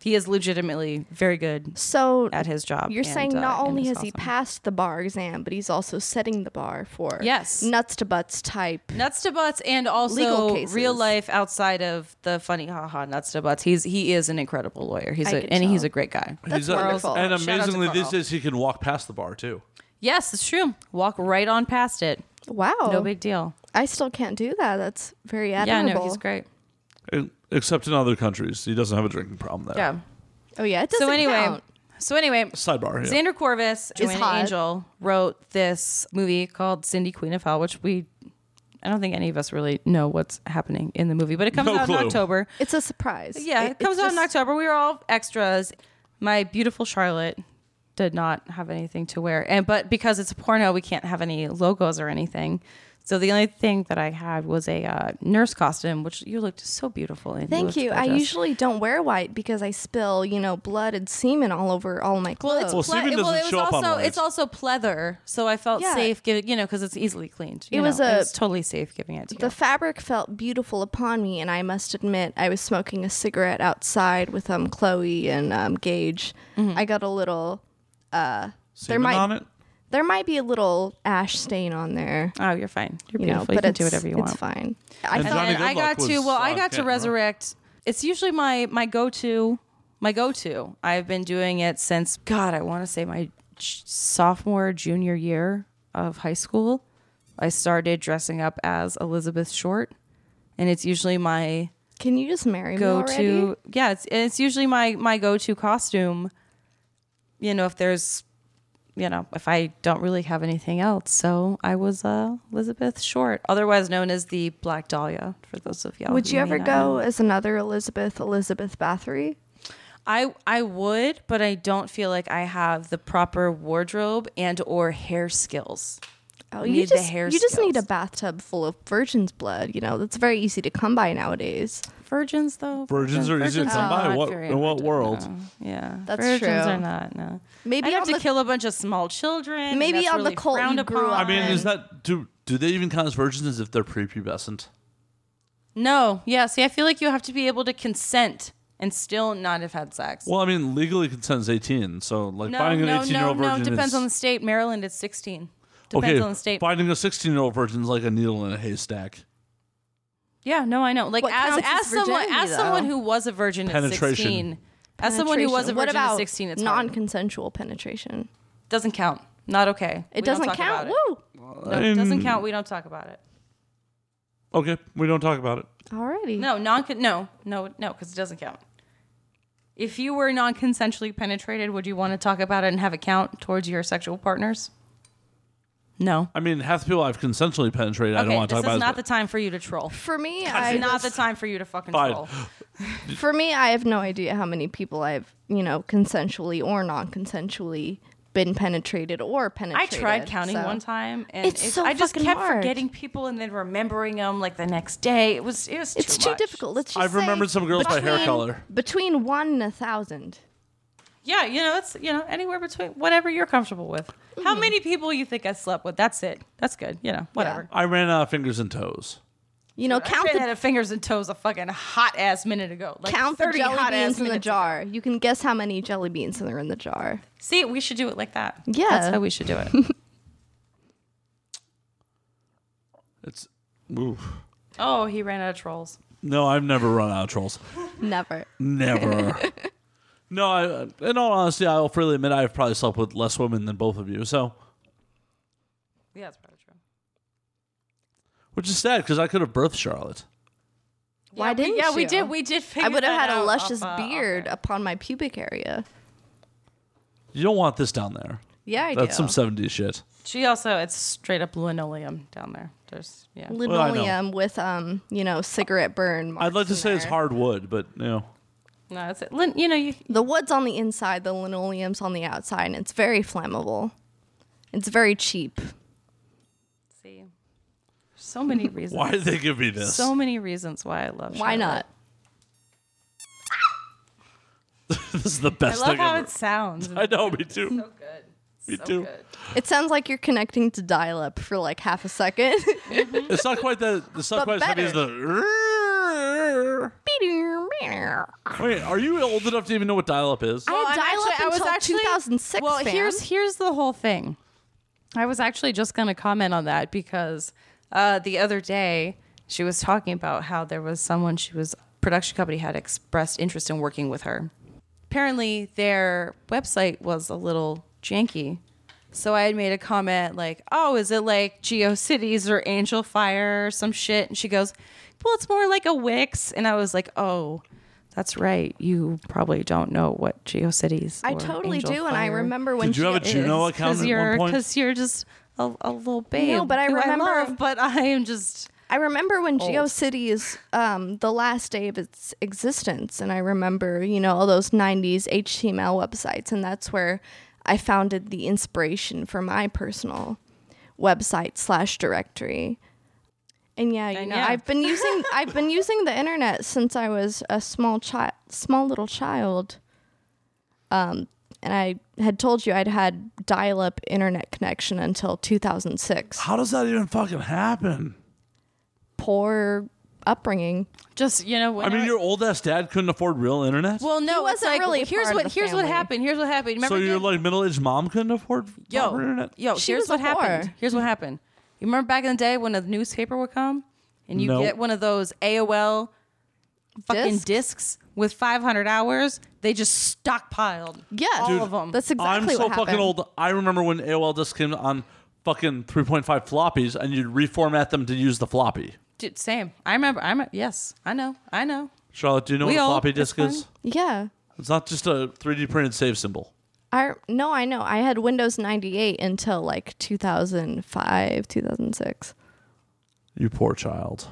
[SPEAKER 3] he is legitimately very good
[SPEAKER 4] So
[SPEAKER 3] at his job.
[SPEAKER 4] you're
[SPEAKER 3] and,
[SPEAKER 4] saying
[SPEAKER 3] uh,
[SPEAKER 4] not
[SPEAKER 3] and
[SPEAKER 4] only
[SPEAKER 3] is
[SPEAKER 4] has he
[SPEAKER 3] awesome.
[SPEAKER 4] passed the bar exam, but he's also setting the bar for
[SPEAKER 3] Yes.
[SPEAKER 4] nuts to butts type.
[SPEAKER 3] nuts to butts and
[SPEAKER 4] Legal
[SPEAKER 3] also
[SPEAKER 4] cases.
[SPEAKER 3] real life outside of the funny haha nuts to butts. He's he is an incredible lawyer. He's
[SPEAKER 4] I
[SPEAKER 3] a,
[SPEAKER 4] could
[SPEAKER 3] and he's
[SPEAKER 4] tell.
[SPEAKER 3] a great guy.
[SPEAKER 4] That's
[SPEAKER 1] he's a-
[SPEAKER 4] wonderful.
[SPEAKER 1] and
[SPEAKER 3] Shout out to
[SPEAKER 1] amazingly, these
[SPEAKER 3] Carl.
[SPEAKER 1] days he can walk past the bar too.
[SPEAKER 3] Yes, it's true. Walk right on past it.
[SPEAKER 4] Wow.
[SPEAKER 3] No big deal.
[SPEAKER 4] I still can't do that. That's very
[SPEAKER 3] Yeah,
[SPEAKER 4] admirable.
[SPEAKER 3] no, he's great.
[SPEAKER 1] E, Except in other countries, he doesn't have a drinking problem there.
[SPEAKER 3] Yeah.
[SPEAKER 4] Oh yeah, it doesn't
[SPEAKER 3] So anyway,
[SPEAKER 4] count.
[SPEAKER 3] so anyway,
[SPEAKER 1] Sidebar. Yeah.
[SPEAKER 3] Xander Corvus, Joanna
[SPEAKER 4] hot.
[SPEAKER 3] Angel, wrote this movie called Cindy Queen of Hell, which we I don't think any of us really know what's happening in the movie, but it comes
[SPEAKER 1] No
[SPEAKER 3] out in
[SPEAKER 1] clue.
[SPEAKER 3] October.
[SPEAKER 4] It's a surprise.
[SPEAKER 3] Yeah, it,
[SPEAKER 4] it's
[SPEAKER 3] comes out in
[SPEAKER 4] just-
[SPEAKER 3] October. We were all extras. My beautiful Charlotte did not have anything to wear, and but because it's a porno, we can't have any logos or anything. So the only thing that I had was a uh, nurse costume, which you looked so beautiful in.
[SPEAKER 4] Thank
[SPEAKER 3] looked
[SPEAKER 4] you. I
[SPEAKER 3] gorgeous.
[SPEAKER 4] usually don't wear white because I spill, you know, blood and semen all over all my
[SPEAKER 3] Well, it's
[SPEAKER 4] clothes.
[SPEAKER 1] Well,
[SPEAKER 3] ple-
[SPEAKER 1] semen
[SPEAKER 3] well,
[SPEAKER 1] doesn't
[SPEAKER 3] it was
[SPEAKER 1] show up
[SPEAKER 3] also
[SPEAKER 1] on lines.
[SPEAKER 3] it's also pleather, so I felt
[SPEAKER 4] Yeah.
[SPEAKER 3] safe giving you know because it's easily cleaned. you
[SPEAKER 4] It was
[SPEAKER 3] know,
[SPEAKER 4] a-
[SPEAKER 3] it's totally safe giving it to
[SPEAKER 4] the
[SPEAKER 3] you.
[SPEAKER 4] fabric felt beautiful upon me, and I must admit, I was smoking a cigarette outside with um Chloe and um Gage.
[SPEAKER 3] Mm-hmm.
[SPEAKER 4] I got a little.
[SPEAKER 1] Semen
[SPEAKER 4] might-
[SPEAKER 1] on it.
[SPEAKER 4] There might be a little ash stain on there,
[SPEAKER 3] Oh, you're fine. You're
[SPEAKER 4] you know,
[SPEAKER 3] beautiful.
[SPEAKER 4] but
[SPEAKER 3] you can
[SPEAKER 4] it's,
[SPEAKER 3] do whatever you want.
[SPEAKER 4] It's fine. I
[SPEAKER 1] And
[SPEAKER 4] felt,
[SPEAKER 1] Johnny
[SPEAKER 3] and I
[SPEAKER 1] Goodluck
[SPEAKER 3] got to
[SPEAKER 1] was
[SPEAKER 3] well, I
[SPEAKER 1] on
[SPEAKER 3] got to
[SPEAKER 1] camera.
[SPEAKER 3] resurrect. It's usually my my go to, my go to. I've been doing it since God, I want to say my j- sophomore junior year of high school. I started dressing up as Elizabeth Short, and it's usually my
[SPEAKER 4] can you just marry me
[SPEAKER 3] go
[SPEAKER 4] already?
[SPEAKER 3] to yeah it's it's usually my my go to costume you know if there's you know if i don't really have anything else so i was uh elizabeth short otherwise known as the black dahlia for those of y'all
[SPEAKER 4] Would
[SPEAKER 3] who
[SPEAKER 4] you
[SPEAKER 3] may
[SPEAKER 4] ever
[SPEAKER 3] not
[SPEAKER 4] go
[SPEAKER 3] know.
[SPEAKER 4] as another Elizabeth Elizabeth Bathory?
[SPEAKER 3] i i would but i don't feel like i have the proper wardrobe and or hair skills
[SPEAKER 4] Oh,
[SPEAKER 3] We
[SPEAKER 4] you
[SPEAKER 3] need the
[SPEAKER 4] just
[SPEAKER 3] hair
[SPEAKER 4] you just need a
[SPEAKER 3] skills.
[SPEAKER 4] bathtub full of virgin's blood. You know that's very easy to come by nowadays.
[SPEAKER 3] virgins though
[SPEAKER 1] Virgins are easy to come by.
[SPEAKER 3] not
[SPEAKER 1] What-
[SPEAKER 3] very
[SPEAKER 1] in what
[SPEAKER 3] abundant,
[SPEAKER 1] world?
[SPEAKER 3] no. yeah
[SPEAKER 4] That's
[SPEAKER 3] virgins
[SPEAKER 4] true.
[SPEAKER 3] are not no
[SPEAKER 4] Maybe
[SPEAKER 3] I'd have
[SPEAKER 4] on
[SPEAKER 3] to
[SPEAKER 4] the-
[SPEAKER 3] kill a bunch of small children.
[SPEAKER 4] Maybe
[SPEAKER 3] that's
[SPEAKER 4] on the
[SPEAKER 3] really
[SPEAKER 4] cult
[SPEAKER 3] frowned
[SPEAKER 4] you grew
[SPEAKER 3] upon.
[SPEAKER 4] up
[SPEAKER 1] I mean,
[SPEAKER 4] on.
[SPEAKER 1] is that do do they even count as virgins if they're prepubescent?
[SPEAKER 3] No, yeah. See, I feel like you have to be able to consent and still not have had sex.
[SPEAKER 1] Well, I mean, legally consent is eighteen, so like
[SPEAKER 3] no,
[SPEAKER 1] finding an
[SPEAKER 3] no, no,
[SPEAKER 1] eighteen-year-old
[SPEAKER 3] no.
[SPEAKER 1] virgin is,
[SPEAKER 3] Depends on the state. Maryland, it's sixteen. Depends
[SPEAKER 1] okay,
[SPEAKER 3] on the state.
[SPEAKER 1] Finding a sixteen-year-old virgin is like a needle in a haystack.
[SPEAKER 3] yeah, no, I know. Like
[SPEAKER 4] What
[SPEAKER 3] as
[SPEAKER 4] counts as
[SPEAKER 3] as someone
[SPEAKER 4] virginity,
[SPEAKER 3] as
[SPEAKER 4] though?
[SPEAKER 3] someone who was a virgin at
[SPEAKER 1] Penetration.
[SPEAKER 3] sixteen, as someone who was a
[SPEAKER 4] Penetration. what
[SPEAKER 3] virgin
[SPEAKER 4] about
[SPEAKER 3] at sixteen, it's non
[SPEAKER 4] non-consensual penetration?
[SPEAKER 3] doesn't count. Not okay. We
[SPEAKER 4] It
[SPEAKER 3] don't
[SPEAKER 4] doesn't
[SPEAKER 3] talk about
[SPEAKER 4] count.
[SPEAKER 3] it.
[SPEAKER 4] Woo!
[SPEAKER 3] No, it doesn't count. We don't talk about it.
[SPEAKER 1] Okay, we don't talk about it.
[SPEAKER 4] Alrighty.
[SPEAKER 3] No, non no, no, no, because it doesn't count. If you were non consensually penetrated, would you want to talk about it and have it count towards your sexual partners? No.
[SPEAKER 1] I mean, half the people I've consensually penetrated, I don't
[SPEAKER 3] Okay,
[SPEAKER 1] want to talk
[SPEAKER 3] this
[SPEAKER 1] about
[SPEAKER 3] is
[SPEAKER 1] it.
[SPEAKER 3] not the time for you to troll.
[SPEAKER 4] For me,
[SPEAKER 3] It's
[SPEAKER 4] I
[SPEAKER 3] not the time for you to fucking
[SPEAKER 1] Fine.
[SPEAKER 4] *laughs*
[SPEAKER 3] troll.
[SPEAKER 4] for me, I have no idea how many people I've you know consensually or non-consensually been penetrated or
[SPEAKER 3] I
[SPEAKER 4] penetrated.
[SPEAKER 3] tried counting
[SPEAKER 4] so-
[SPEAKER 3] one time, and
[SPEAKER 4] It's so
[SPEAKER 3] I just
[SPEAKER 4] fucking
[SPEAKER 3] kept
[SPEAKER 4] hard.
[SPEAKER 3] forgetting people and then remembering them like the next day. It was it was
[SPEAKER 4] It's too,
[SPEAKER 3] much.
[SPEAKER 4] difficult. Let's just
[SPEAKER 1] I've
[SPEAKER 4] say
[SPEAKER 1] remembered some girls by hair
[SPEAKER 4] between-
[SPEAKER 1] color.
[SPEAKER 4] Between one and a thousand.
[SPEAKER 3] Yeah, you know, it's you know anywhere between whatever you're comfortable with. How
[SPEAKER 4] Mm-hmm.
[SPEAKER 3] many people you think I slept with? That's it. That's good. You know, whatever.
[SPEAKER 1] I ran out of fingers and toes.
[SPEAKER 4] You know,
[SPEAKER 3] Count
[SPEAKER 4] count
[SPEAKER 3] I
[SPEAKER 4] the
[SPEAKER 3] the fingers and toes a fucking hot ass minute ago. Like
[SPEAKER 4] count the
[SPEAKER 3] 30
[SPEAKER 4] jelly
[SPEAKER 3] hot ass
[SPEAKER 4] beans in the
[SPEAKER 3] minutes
[SPEAKER 4] jar. You can guess how many jelly beans there are in the jar.
[SPEAKER 3] ago. See, we should do it like that.
[SPEAKER 4] Yeah.
[SPEAKER 3] that's how we should do
[SPEAKER 4] *laughs*
[SPEAKER 3] it.
[SPEAKER 1] It's oof.
[SPEAKER 3] oh, he ran out of trolls.
[SPEAKER 1] No, I've never run out of trolls.
[SPEAKER 4] Never.
[SPEAKER 3] *laughs*
[SPEAKER 1] Never. no, I, in all honesty, I'll freely admit I've probably slept with less women than both of you. So,
[SPEAKER 3] Yeah, that's probably true.
[SPEAKER 1] which is sad because I could have birthed Charlotte.
[SPEAKER 4] Why
[SPEAKER 3] yeah,
[SPEAKER 4] didn't
[SPEAKER 3] we, yeah, we
[SPEAKER 4] you?
[SPEAKER 3] did. We did.
[SPEAKER 4] I
[SPEAKER 3] Figure
[SPEAKER 4] would have
[SPEAKER 3] that
[SPEAKER 4] had a
[SPEAKER 3] out
[SPEAKER 4] luscious
[SPEAKER 3] off, uh, off
[SPEAKER 4] beard
[SPEAKER 3] air.
[SPEAKER 4] upon my pubic area.
[SPEAKER 1] You don't want this down there.
[SPEAKER 4] Yeah, I
[SPEAKER 1] That's
[SPEAKER 4] do.
[SPEAKER 1] some 70s shit.
[SPEAKER 3] She also it's straight up linoleum down there. There's yeah.
[SPEAKER 1] I know.
[SPEAKER 4] linoleum with um, you know, cigarette burn.
[SPEAKER 1] I'd like
[SPEAKER 4] marks
[SPEAKER 1] to
[SPEAKER 4] in
[SPEAKER 1] say it's
[SPEAKER 4] there.
[SPEAKER 1] hard wood, but you know.
[SPEAKER 3] No, that's it. Lin, you know, you,
[SPEAKER 4] The wood's on the inside, the linoleum's on the outside, and it's very flammable. It's very cheap.
[SPEAKER 3] See, so many
[SPEAKER 1] *laughs*
[SPEAKER 3] reasons.
[SPEAKER 1] Why did they give me this?
[SPEAKER 3] So many reasons why I love.
[SPEAKER 4] Why
[SPEAKER 3] Charlotte.
[SPEAKER 4] not?
[SPEAKER 1] *laughs* this is the
[SPEAKER 3] I
[SPEAKER 1] best
[SPEAKER 3] love
[SPEAKER 1] thing
[SPEAKER 3] how
[SPEAKER 1] ever.
[SPEAKER 3] it sounds.
[SPEAKER 1] I know, me too.
[SPEAKER 3] so good.
[SPEAKER 1] Me
[SPEAKER 3] so
[SPEAKER 1] too.
[SPEAKER 3] Good.
[SPEAKER 4] It sounds like you're connecting to dial up for like half a second. *laughs*
[SPEAKER 1] It's not quite that. It's not
[SPEAKER 4] But
[SPEAKER 1] quite as heavy as the. Wait, are you old enough to even know what dial-up is?
[SPEAKER 4] I had
[SPEAKER 3] I'm
[SPEAKER 4] dial up
[SPEAKER 3] actually- I was
[SPEAKER 4] until
[SPEAKER 3] actually-
[SPEAKER 4] 2006.
[SPEAKER 3] Well,
[SPEAKER 4] fam.
[SPEAKER 3] here's here's the whole thing. I was actually just going to comment on that because uh, the other day she was talking about how there was someone she was production company had expressed interest in working with her. Apparently, their website was a little janky. So I had made a comment like, "Oh, is it like GeoCities or Angel Fire or some shit?" And she goes, "Well, it's more like a Wix." And I was like, "Oh, that's right. You probably don't know what GeoCities.
[SPEAKER 4] I
[SPEAKER 3] or
[SPEAKER 4] totally
[SPEAKER 3] Angel
[SPEAKER 4] do, and I
[SPEAKER 3] Fire
[SPEAKER 4] remember when
[SPEAKER 1] Did you
[SPEAKER 4] she
[SPEAKER 1] have a
[SPEAKER 4] is.
[SPEAKER 1] Juno account at
[SPEAKER 3] because
[SPEAKER 1] one
[SPEAKER 3] you're
[SPEAKER 1] point?
[SPEAKER 3] because you're just a, a little babe.
[SPEAKER 4] but I
[SPEAKER 3] who
[SPEAKER 4] remember-
[SPEAKER 3] love, but I am just
[SPEAKER 4] I remember when GeoCities, um, the last day of its existence, and I remember, you know, all those 90s HTML websites, and that's where I founded the inspiration for my personal website slash directory. And yeah, you know,
[SPEAKER 3] yeah.
[SPEAKER 4] I've been using I've been using the internet since I was a small child, small little child. Um, and I had told you I'd had dial-up internet connection until 2006.
[SPEAKER 1] How does that even fucking happen?
[SPEAKER 4] Poor upbringing.
[SPEAKER 3] just you know.
[SPEAKER 1] I mean, your old ass dad couldn't afford real internet,
[SPEAKER 3] well, no,
[SPEAKER 4] He
[SPEAKER 3] it's
[SPEAKER 4] wasn't
[SPEAKER 3] like
[SPEAKER 4] really a
[SPEAKER 3] here's
[SPEAKER 4] part of
[SPEAKER 3] what
[SPEAKER 4] the
[SPEAKER 3] here's what
[SPEAKER 4] family.
[SPEAKER 3] happened. Here's what happened. Remember
[SPEAKER 1] so your
[SPEAKER 3] dude?
[SPEAKER 1] like middle aged mom couldn't afford
[SPEAKER 3] yo
[SPEAKER 1] proper internet.
[SPEAKER 3] yo.
[SPEAKER 4] She
[SPEAKER 3] here's
[SPEAKER 4] was
[SPEAKER 3] what
[SPEAKER 4] a
[SPEAKER 3] happened.
[SPEAKER 4] whore.
[SPEAKER 3] Here's what happened. You remember back in the day when a newspaper would come and you
[SPEAKER 1] No.
[SPEAKER 3] get one of those AOL fucking
[SPEAKER 4] Discs?
[SPEAKER 3] discs, with 500 hours. They just stockpiled.
[SPEAKER 4] Yes,
[SPEAKER 3] all of them.
[SPEAKER 4] That's exactly
[SPEAKER 1] I'm so
[SPEAKER 4] what happened.
[SPEAKER 1] fucking old. I remember when AOL discs came on fucking 3.5 floppies, and you'd reformat them to use the floppy.
[SPEAKER 3] Dude, same. I remember. I'm yes. I know. I know.
[SPEAKER 1] Charlotte, do you know
[SPEAKER 3] We
[SPEAKER 1] what a
[SPEAKER 3] all-
[SPEAKER 1] floppy
[SPEAKER 3] it's
[SPEAKER 1] disk
[SPEAKER 3] fine.
[SPEAKER 1] is?
[SPEAKER 4] Yeah.
[SPEAKER 1] It's not just a 3D printed save symbol.
[SPEAKER 4] I no, I know. I had Windows 98 until like 2005, 2006.
[SPEAKER 1] You poor child.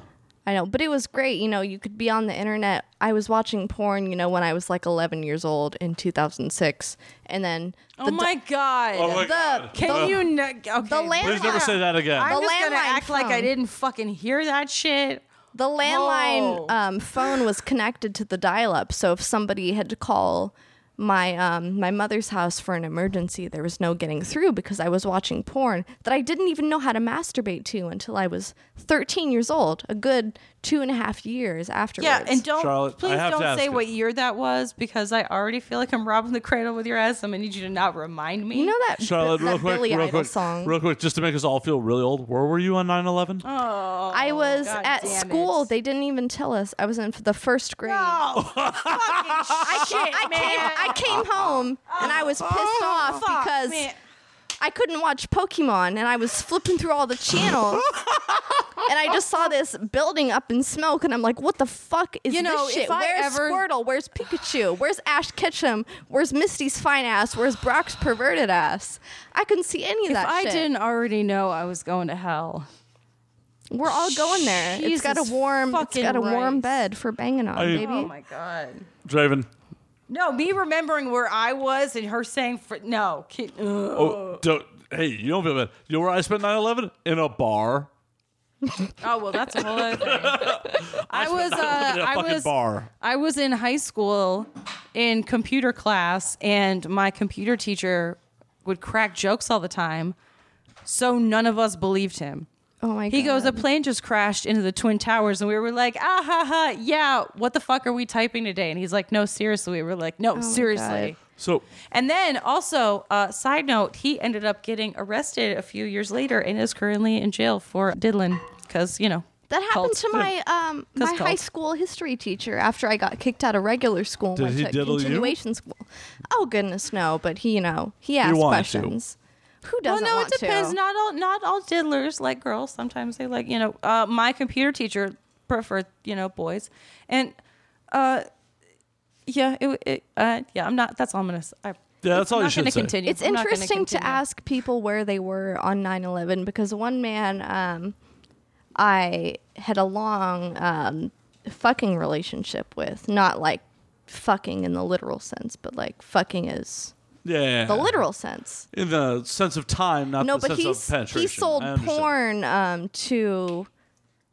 [SPEAKER 4] I know, but it was great. You know, you could be on the internet. I was watching porn, you know, when I was like 11 years old in 2006, and then
[SPEAKER 3] Oh
[SPEAKER 4] the
[SPEAKER 3] my god.
[SPEAKER 1] my
[SPEAKER 4] the
[SPEAKER 3] Can
[SPEAKER 4] the,
[SPEAKER 3] you n- okay?
[SPEAKER 4] the landline,
[SPEAKER 1] Please never say that again.
[SPEAKER 3] I'm
[SPEAKER 4] The
[SPEAKER 3] just gonna
[SPEAKER 4] landline
[SPEAKER 3] act like I
[SPEAKER 4] phone.
[SPEAKER 3] didn't fucking hear that shit.
[SPEAKER 4] The landline
[SPEAKER 3] Whoa.
[SPEAKER 4] um, phone was connected to the dial-up, so if somebody had to call my um, my mother's house for an emergency, there was no getting through because I was watching porn that I didn't even know how to masturbate to until I was 13 years old, a good two and a half years afterwards.
[SPEAKER 3] Yeah, and don't
[SPEAKER 1] Charlotte, I
[SPEAKER 3] please
[SPEAKER 1] have to
[SPEAKER 3] don't
[SPEAKER 1] ask
[SPEAKER 3] say
[SPEAKER 1] you.
[SPEAKER 3] what year that was because I already feel like I'm robbing the cradle with your ass. I'm gonna need you to not remind me.
[SPEAKER 4] you know that,
[SPEAKER 1] *laughs* Charlotte,
[SPEAKER 4] that
[SPEAKER 1] real quick,
[SPEAKER 4] Billy
[SPEAKER 1] real
[SPEAKER 4] Idol
[SPEAKER 1] quick,
[SPEAKER 4] song.
[SPEAKER 1] real quick, just to make us all feel really old. Where were you on 9/11?
[SPEAKER 3] Oh,
[SPEAKER 4] I was
[SPEAKER 3] God
[SPEAKER 4] at
[SPEAKER 3] damn
[SPEAKER 4] school.
[SPEAKER 3] it.
[SPEAKER 4] They didn't even tell us. I was in the first grade.
[SPEAKER 3] Oh, fucking shit,
[SPEAKER 4] *laughs* I
[SPEAKER 3] man. Oh,
[SPEAKER 4] came, I came home and I was pissed off
[SPEAKER 3] Fuck,
[SPEAKER 4] because
[SPEAKER 3] man. *laughs*
[SPEAKER 4] I couldn't watch Pokemon and I was flipping through all the channels. and I just saw this building up in smoke, and I'm like, what the fuck is
[SPEAKER 3] You know,
[SPEAKER 4] this shit?
[SPEAKER 3] if I
[SPEAKER 4] Where's
[SPEAKER 3] ever-
[SPEAKER 4] Squirtle? Where's Pikachu? Where's Ash Ketchum? Where's Misty's fine ass? Where's Brock's perverted ass? I couldn't see any of
[SPEAKER 3] If
[SPEAKER 4] that
[SPEAKER 3] I
[SPEAKER 4] shit.
[SPEAKER 3] didn't already know I was going to hell,
[SPEAKER 4] We're all going there. it's got a
[SPEAKER 3] Jesus
[SPEAKER 4] warm, it's
[SPEAKER 3] fucking
[SPEAKER 4] got a warm
[SPEAKER 3] Christ.
[SPEAKER 4] bed for banging on,
[SPEAKER 1] I-
[SPEAKER 4] baby.
[SPEAKER 3] oh my god.
[SPEAKER 1] Draven.
[SPEAKER 3] No, me remembering where I was and her saying, fr- "No, kid, ugh.
[SPEAKER 1] Oh, don't, hey, you don't feel bad. You know where I spent 9 11? In a bar.
[SPEAKER 3] Oh well, that's a whole
[SPEAKER 1] *laughs*
[SPEAKER 3] other thing. I was, uh,
[SPEAKER 1] in a
[SPEAKER 3] I
[SPEAKER 1] fucking
[SPEAKER 3] was,
[SPEAKER 1] bar.
[SPEAKER 3] I was in high school in computer class, and my computer teacher would crack jokes all the time, so none of us believed him.
[SPEAKER 4] Oh my
[SPEAKER 3] He goes,
[SPEAKER 4] God.
[SPEAKER 3] a plane just crashed into the twin towers, and we were like, ah ha ha, yeah. What the fuck are we typing today? And he's like, no, seriously. We were like,
[SPEAKER 1] Oh
[SPEAKER 3] no,
[SPEAKER 4] my
[SPEAKER 3] seriously.
[SPEAKER 4] God.
[SPEAKER 1] So,
[SPEAKER 3] And then also, uh, side note, he ended up getting arrested a few years later and is currently in jail for diddling because you know
[SPEAKER 4] That happened
[SPEAKER 3] cults.
[SPEAKER 4] to my um, my
[SPEAKER 3] That's
[SPEAKER 4] high
[SPEAKER 3] cult.
[SPEAKER 4] school history teacher after I got kicked out of regular school. and
[SPEAKER 1] Did
[SPEAKER 4] went
[SPEAKER 1] he
[SPEAKER 4] to
[SPEAKER 1] diddle you?
[SPEAKER 4] continuation school. Oh goodness, no! But he, you know, he asked
[SPEAKER 1] wanted to.
[SPEAKER 4] questions. Who doesn't
[SPEAKER 3] well, no,
[SPEAKER 4] want
[SPEAKER 3] it depends.
[SPEAKER 4] to?
[SPEAKER 3] Not all not all diddlers like girls. Sometimes they like you know. Uh, my computer teacher preferred you know boys, and uh, yeah, it, it uh, yeah. I'm not. That's all I'm gonna. si
[SPEAKER 1] Yeah, that's all you
[SPEAKER 3] not gonna
[SPEAKER 1] should say.
[SPEAKER 3] Continue.
[SPEAKER 4] It's
[SPEAKER 3] I'm not gonna
[SPEAKER 4] interesting to
[SPEAKER 3] continue.
[SPEAKER 4] ask people where they were on 9/11 because one man um, I had a long um, fucking relationship with, not like fucking in the literal sense, but like fucking is
[SPEAKER 1] yeah.
[SPEAKER 4] the literal sense.
[SPEAKER 1] In the sense of time, not
[SPEAKER 4] no,
[SPEAKER 1] the
[SPEAKER 4] but
[SPEAKER 1] sense
[SPEAKER 4] he's
[SPEAKER 1] of penetration.
[SPEAKER 4] he sold
[SPEAKER 1] I understand.
[SPEAKER 4] porn um, to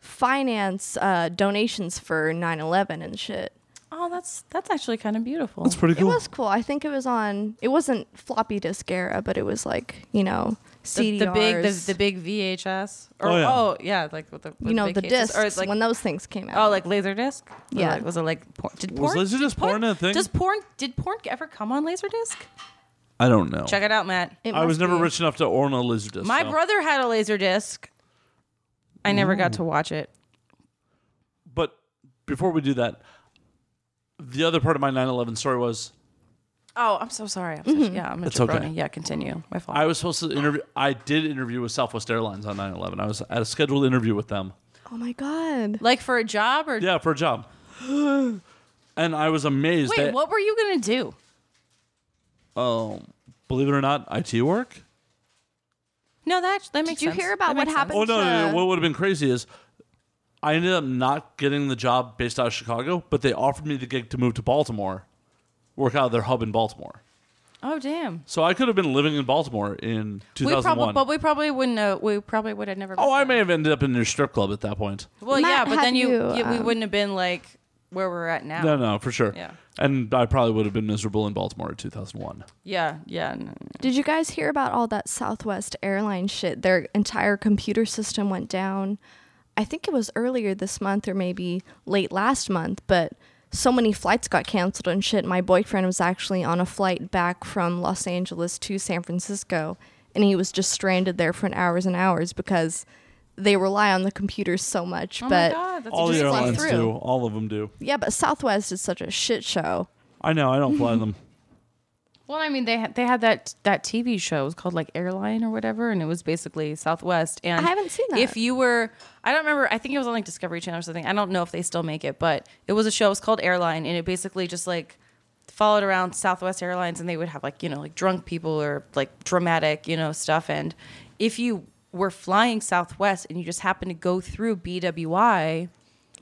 [SPEAKER 4] finance uh, donations for 9/11 and shit.
[SPEAKER 3] Oh, that's that's actually kind of beautiful.
[SPEAKER 1] That's pretty
[SPEAKER 4] It
[SPEAKER 1] cool.
[SPEAKER 4] was cool. I think it was on. It wasn't floppy disk era, but it was like you know
[SPEAKER 3] the,
[SPEAKER 4] CDRs,
[SPEAKER 3] the big the, the big VHS or
[SPEAKER 1] Oh,
[SPEAKER 3] oh
[SPEAKER 1] yeah.
[SPEAKER 3] yeah, like with the with
[SPEAKER 4] you know
[SPEAKER 3] big
[SPEAKER 4] the
[SPEAKER 3] cases.
[SPEAKER 4] discs
[SPEAKER 3] or it's like
[SPEAKER 4] when those things came out.
[SPEAKER 3] oh like Laserdisc Was it
[SPEAKER 4] Yeah.
[SPEAKER 3] like- was it like porn? did
[SPEAKER 1] Was
[SPEAKER 3] porn
[SPEAKER 1] Laserdisc
[SPEAKER 3] did
[SPEAKER 1] porn a thing? Oh.
[SPEAKER 3] Does porn did porn ever come on Laserdisc?
[SPEAKER 1] I don't know.
[SPEAKER 3] Check it out, Matt.
[SPEAKER 4] It
[SPEAKER 1] I was
[SPEAKER 4] must
[SPEAKER 1] never
[SPEAKER 4] be.
[SPEAKER 1] rich enough to own a lizard disc.
[SPEAKER 3] My
[SPEAKER 1] so.
[SPEAKER 3] brother had a laser disc. I never got to watch it.
[SPEAKER 1] But before we do that, the other part of my 9 11 story was
[SPEAKER 3] Oh, I'm so sorry. I'm such, yeah, I'm a
[SPEAKER 1] It's
[SPEAKER 3] it's
[SPEAKER 1] okay.
[SPEAKER 3] Yeah, continue. My fault.
[SPEAKER 1] I was supposed to interview. I did interview with Southwest Airlines on 9 11. I was at a scheduled interview with them.
[SPEAKER 4] Oh my god!
[SPEAKER 3] like for a job or
[SPEAKER 1] Yeah, for a
[SPEAKER 3] *gasps*
[SPEAKER 1] job. and I was amazed.
[SPEAKER 3] wait,
[SPEAKER 1] that,
[SPEAKER 3] what were you gonna do?
[SPEAKER 1] Um, believe it or not, IT work.
[SPEAKER 3] No, that that makes.
[SPEAKER 4] you
[SPEAKER 3] sense.
[SPEAKER 4] hear about
[SPEAKER 3] That
[SPEAKER 4] what
[SPEAKER 3] makes
[SPEAKER 4] happened-
[SPEAKER 1] Oh no, no, no!
[SPEAKER 3] uh,
[SPEAKER 4] to-
[SPEAKER 1] What would have been crazy is I ended up not getting the job based out of Chicago, but they offered me the gig to move to Baltimore, work out of their hub in Baltimore.
[SPEAKER 3] sense. Oh damn.
[SPEAKER 1] So I could have been living in Baltimore in
[SPEAKER 3] We
[SPEAKER 1] 2001.
[SPEAKER 3] probably, but we probably wouldn't. Know, we probably would have never.
[SPEAKER 1] oh, I
[SPEAKER 3] met.
[SPEAKER 1] may have ended up in your strip club at that point.
[SPEAKER 3] Well,
[SPEAKER 4] Matt,
[SPEAKER 3] yeah, but
[SPEAKER 4] have
[SPEAKER 3] then you,
[SPEAKER 4] you,
[SPEAKER 3] yeah, we
[SPEAKER 4] um,
[SPEAKER 3] wouldn't have been like where we're at now.
[SPEAKER 1] No, no, for sure.
[SPEAKER 3] Yeah.
[SPEAKER 1] And I probably would have been miserable in Baltimore in 2001.
[SPEAKER 3] Yeah, yeah. n-
[SPEAKER 4] Did you guys hear about all that Southwest airline shit? Their entire computer system went down. I think it was earlier this month or maybe late last month, but so many flights got canceled and shit. My boyfriend was actually on a flight back from Los Angeles to San Francisco, and he was just stranded there for hours and hours because they rely on the computers so much.
[SPEAKER 3] Oh
[SPEAKER 4] but
[SPEAKER 3] my god, that's
[SPEAKER 1] All the
[SPEAKER 3] just
[SPEAKER 4] fly
[SPEAKER 1] airlines
[SPEAKER 4] through.
[SPEAKER 1] do. All of them do.
[SPEAKER 4] yeah, but Southwest is such a shit show.
[SPEAKER 1] I know. I don't fly *laughs* them.
[SPEAKER 3] Well, I mean, they had they had that that TV show it was called like Airline or whatever, and it was basically Southwest. And
[SPEAKER 4] I haven't seen that.
[SPEAKER 3] If you were, I don't remember. I think it was on like Discovery Channel or something. I don't know if they still make it, but it was a show. It was called Airline, and it basically just like followed around Southwest Airlines, and they would have like you know like drunk people or like dramatic you know stuff. And if you were flying Southwest and you just happened to go through BWI,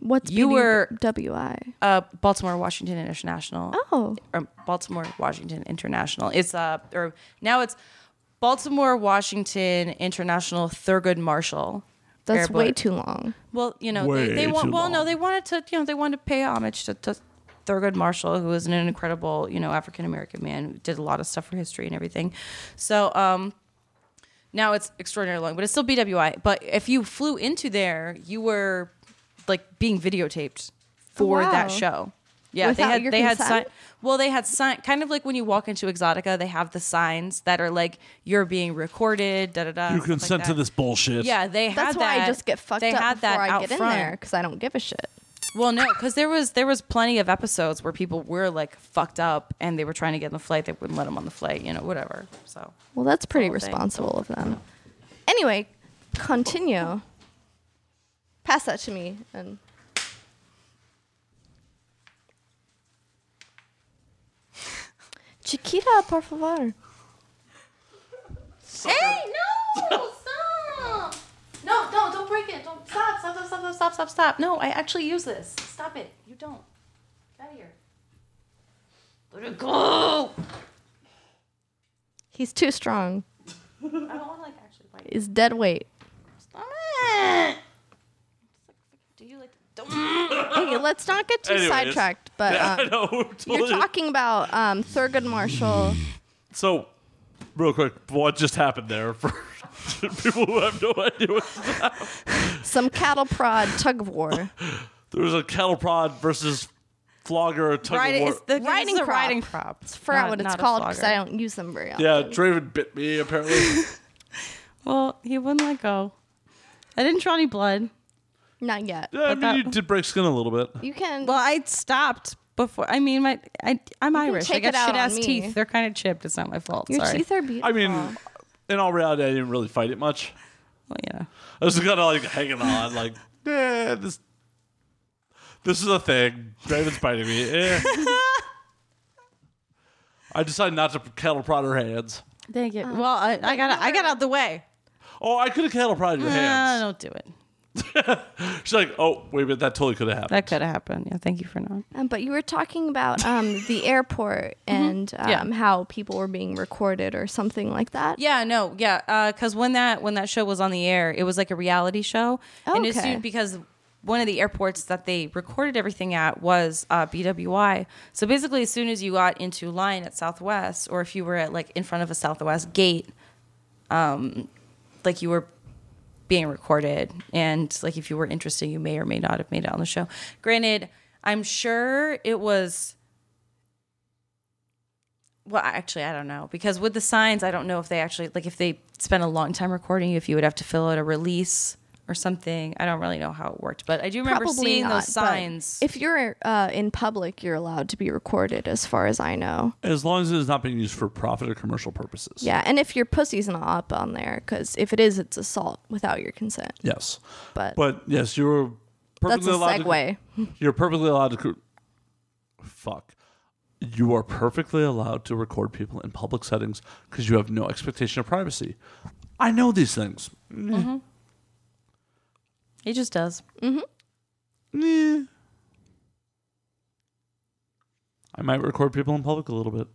[SPEAKER 4] What's
[SPEAKER 3] You were-
[SPEAKER 4] WI?
[SPEAKER 3] uh, Baltimore Washington International.
[SPEAKER 4] Oh.
[SPEAKER 3] or Baltimore Washington International. It's uh, or now it's Baltimore Washington International Thurgood Marshall.
[SPEAKER 4] That's way
[SPEAKER 3] Airport.
[SPEAKER 4] too long.
[SPEAKER 3] Well, you know,
[SPEAKER 1] Way
[SPEAKER 3] they, they want.
[SPEAKER 1] too
[SPEAKER 3] Well, no,
[SPEAKER 1] long.
[SPEAKER 3] they wanted to. You know, they wanted to pay homage to, to Thurgood Marshall, who was an incredible, you know, African American man who did a lot of stuff for history and everything. So um, now it's extraordinarily long, but it's still BWI. But if you flew into there, you were like being videotaped for
[SPEAKER 4] Oh, wow.
[SPEAKER 3] that show. Yeah,
[SPEAKER 4] Without
[SPEAKER 3] they had
[SPEAKER 4] your
[SPEAKER 3] they had
[SPEAKER 4] consent?
[SPEAKER 3] sign. Well, they had sign kind of like when you walk into Exotica, they have the signs that are like you're being recorded. Da da da.
[SPEAKER 1] You
[SPEAKER 3] stuff like
[SPEAKER 1] consent to
[SPEAKER 3] that.
[SPEAKER 1] this bullshit. *laughs*
[SPEAKER 3] Yeah, they had
[SPEAKER 4] That's why
[SPEAKER 3] that.
[SPEAKER 4] I just get fucked
[SPEAKER 3] they
[SPEAKER 4] up
[SPEAKER 3] had
[SPEAKER 4] before
[SPEAKER 3] that
[SPEAKER 4] I
[SPEAKER 3] out
[SPEAKER 4] get in
[SPEAKER 3] front.
[SPEAKER 4] there because I don't give a shit.
[SPEAKER 3] Well, no, because there was there was plenty of episodes where people were like fucked up and they were trying to get on the flight. They wouldn't let them on the flight, you know, whatever. So
[SPEAKER 4] Well, that's pretty
[SPEAKER 3] whole thing.
[SPEAKER 4] responsible of them. Anyway, continue. pass that to me. And Chiquita, por favor.
[SPEAKER 3] Hey, no! Stop! No, no, don't break it. Don't stop, stop, stop, stop, stop, stop, stop. No, I actually use this. Stop it. You don't. Get out of here. Let it go.
[SPEAKER 4] He's too strong.
[SPEAKER 3] I don't want to like actually bite.
[SPEAKER 4] Is dead weight.
[SPEAKER 3] Stop it. Do you like?
[SPEAKER 4] Hey, let's not get too
[SPEAKER 1] Anyways.
[SPEAKER 4] sidetracked, but uh,
[SPEAKER 1] know. we're
[SPEAKER 4] you're
[SPEAKER 1] totally-
[SPEAKER 4] talking about um, Thurgood Marshall.
[SPEAKER 1] So, real quick, what just happened there for *laughs* people who have no idea? What,
[SPEAKER 4] some cattle prod tug of
[SPEAKER 3] *laughs*
[SPEAKER 4] war.
[SPEAKER 1] there was a cattle prod versus flogger tug
[SPEAKER 3] Right,
[SPEAKER 1] of war.
[SPEAKER 3] it's the
[SPEAKER 4] Riding
[SPEAKER 3] riding,
[SPEAKER 4] crop.
[SPEAKER 3] riding crop. It's
[SPEAKER 4] Forgot what it's called because I don't use them very often.
[SPEAKER 1] yeah, Draven bit me *laughs* apparently.
[SPEAKER 3] Well, he wouldn't let go. I didn't draw any blood.
[SPEAKER 4] Not yet.
[SPEAKER 1] yeah, I mean,
[SPEAKER 3] that-
[SPEAKER 1] you did break skin a little bit.
[SPEAKER 4] You can.
[SPEAKER 3] Well, I stopped before. I mean, my I, I'm Irish. I
[SPEAKER 4] take
[SPEAKER 3] got
[SPEAKER 4] it out
[SPEAKER 3] shit ass
[SPEAKER 4] on me.
[SPEAKER 3] teeth. They're kind of chipped. It's not my fault.
[SPEAKER 4] your
[SPEAKER 3] Sorry.
[SPEAKER 4] teeth are beautiful.
[SPEAKER 1] I mean, in all reality, I didn't really fight it much.
[SPEAKER 3] Well, you know.
[SPEAKER 1] I was kind of like hanging on, *laughs* like, eh, this, this is a thing. Draven's biting me. Eh. *laughs* I decided not to cattle prod her hands.
[SPEAKER 3] Dang it. well, I, I got I got out the way.
[SPEAKER 1] Oh, I could have cattle prodded your
[SPEAKER 3] No,
[SPEAKER 1] hands.
[SPEAKER 3] don't do it.
[SPEAKER 1] She's like, oh, wait a minute, that totally could have happened.
[SPEAKER 3] That could have happened. Yeah, thank you for not.
[SPEAKER 4] Um, but you were talking about um,
[SPEAKER 3] *laughs*
[SPEAKER 4] the airport and um,
[SPEAKER 3] Mm-hmm. Yeah.
[SPEAKER 4] how people were being recorded or something like that.
[SPEAKER 3] Yeah, no, yeah, because when that when that show was on the air, it was like a reality show, and it's
[SPEAKER 4] Okay.
[SPEAKER 3] soon because one of the airports that they recorded everything at was uh, BWI. So basically, as soon as you got into line at Southwest, or if you were at like in front of a Southwest gate, um, like you were being recorded, and like if you were interested, you may or may not have made it on the show. Granted, I'm sure it was well actually i don't know because with the signs i don't know if they actually like if they spent a long time recording if you would have to fill out a release or something i don't really know how it worked but i do remember
[SPEAKER 4] Probably
[SPEAKER 3] seeing
[SPEAKER 4] not,
[SPEAKER 3] those
[SPEAKER 4] but
[SPEAKER 3] signs
[SPEAKER 4] If you're uh, in public, you're allowed to be recorded, as far as I know.
[SPEAKER 1] As long as it is not being used for profit or commercial purposes.
[SPEAKER 4] Yeah, and if your pussy's not up on there, because if it is, it's assault without your consent.
[SPEAKER 1] Yes.
[SPEAKER 4] But,
[SPEAKER 1] But yes, you're
[SPEAKER 4] that's
[SPEAKER 1] perfectly
[SPEAKER 4] a
[SPEAKER 1] allowed
[SPEAKER 4] segue.
[SPEAKER 1] to. You're perfectly allowed to. cr- Fuck. You are perfectly allowed to record people in public settings because you have no expectation of privacy. I know these things.
[SPEAKER 3] it just does
[SPEAKER 4] Mm-hmm.
[SPEAKER 1] Meh. I might record people in public a little bit.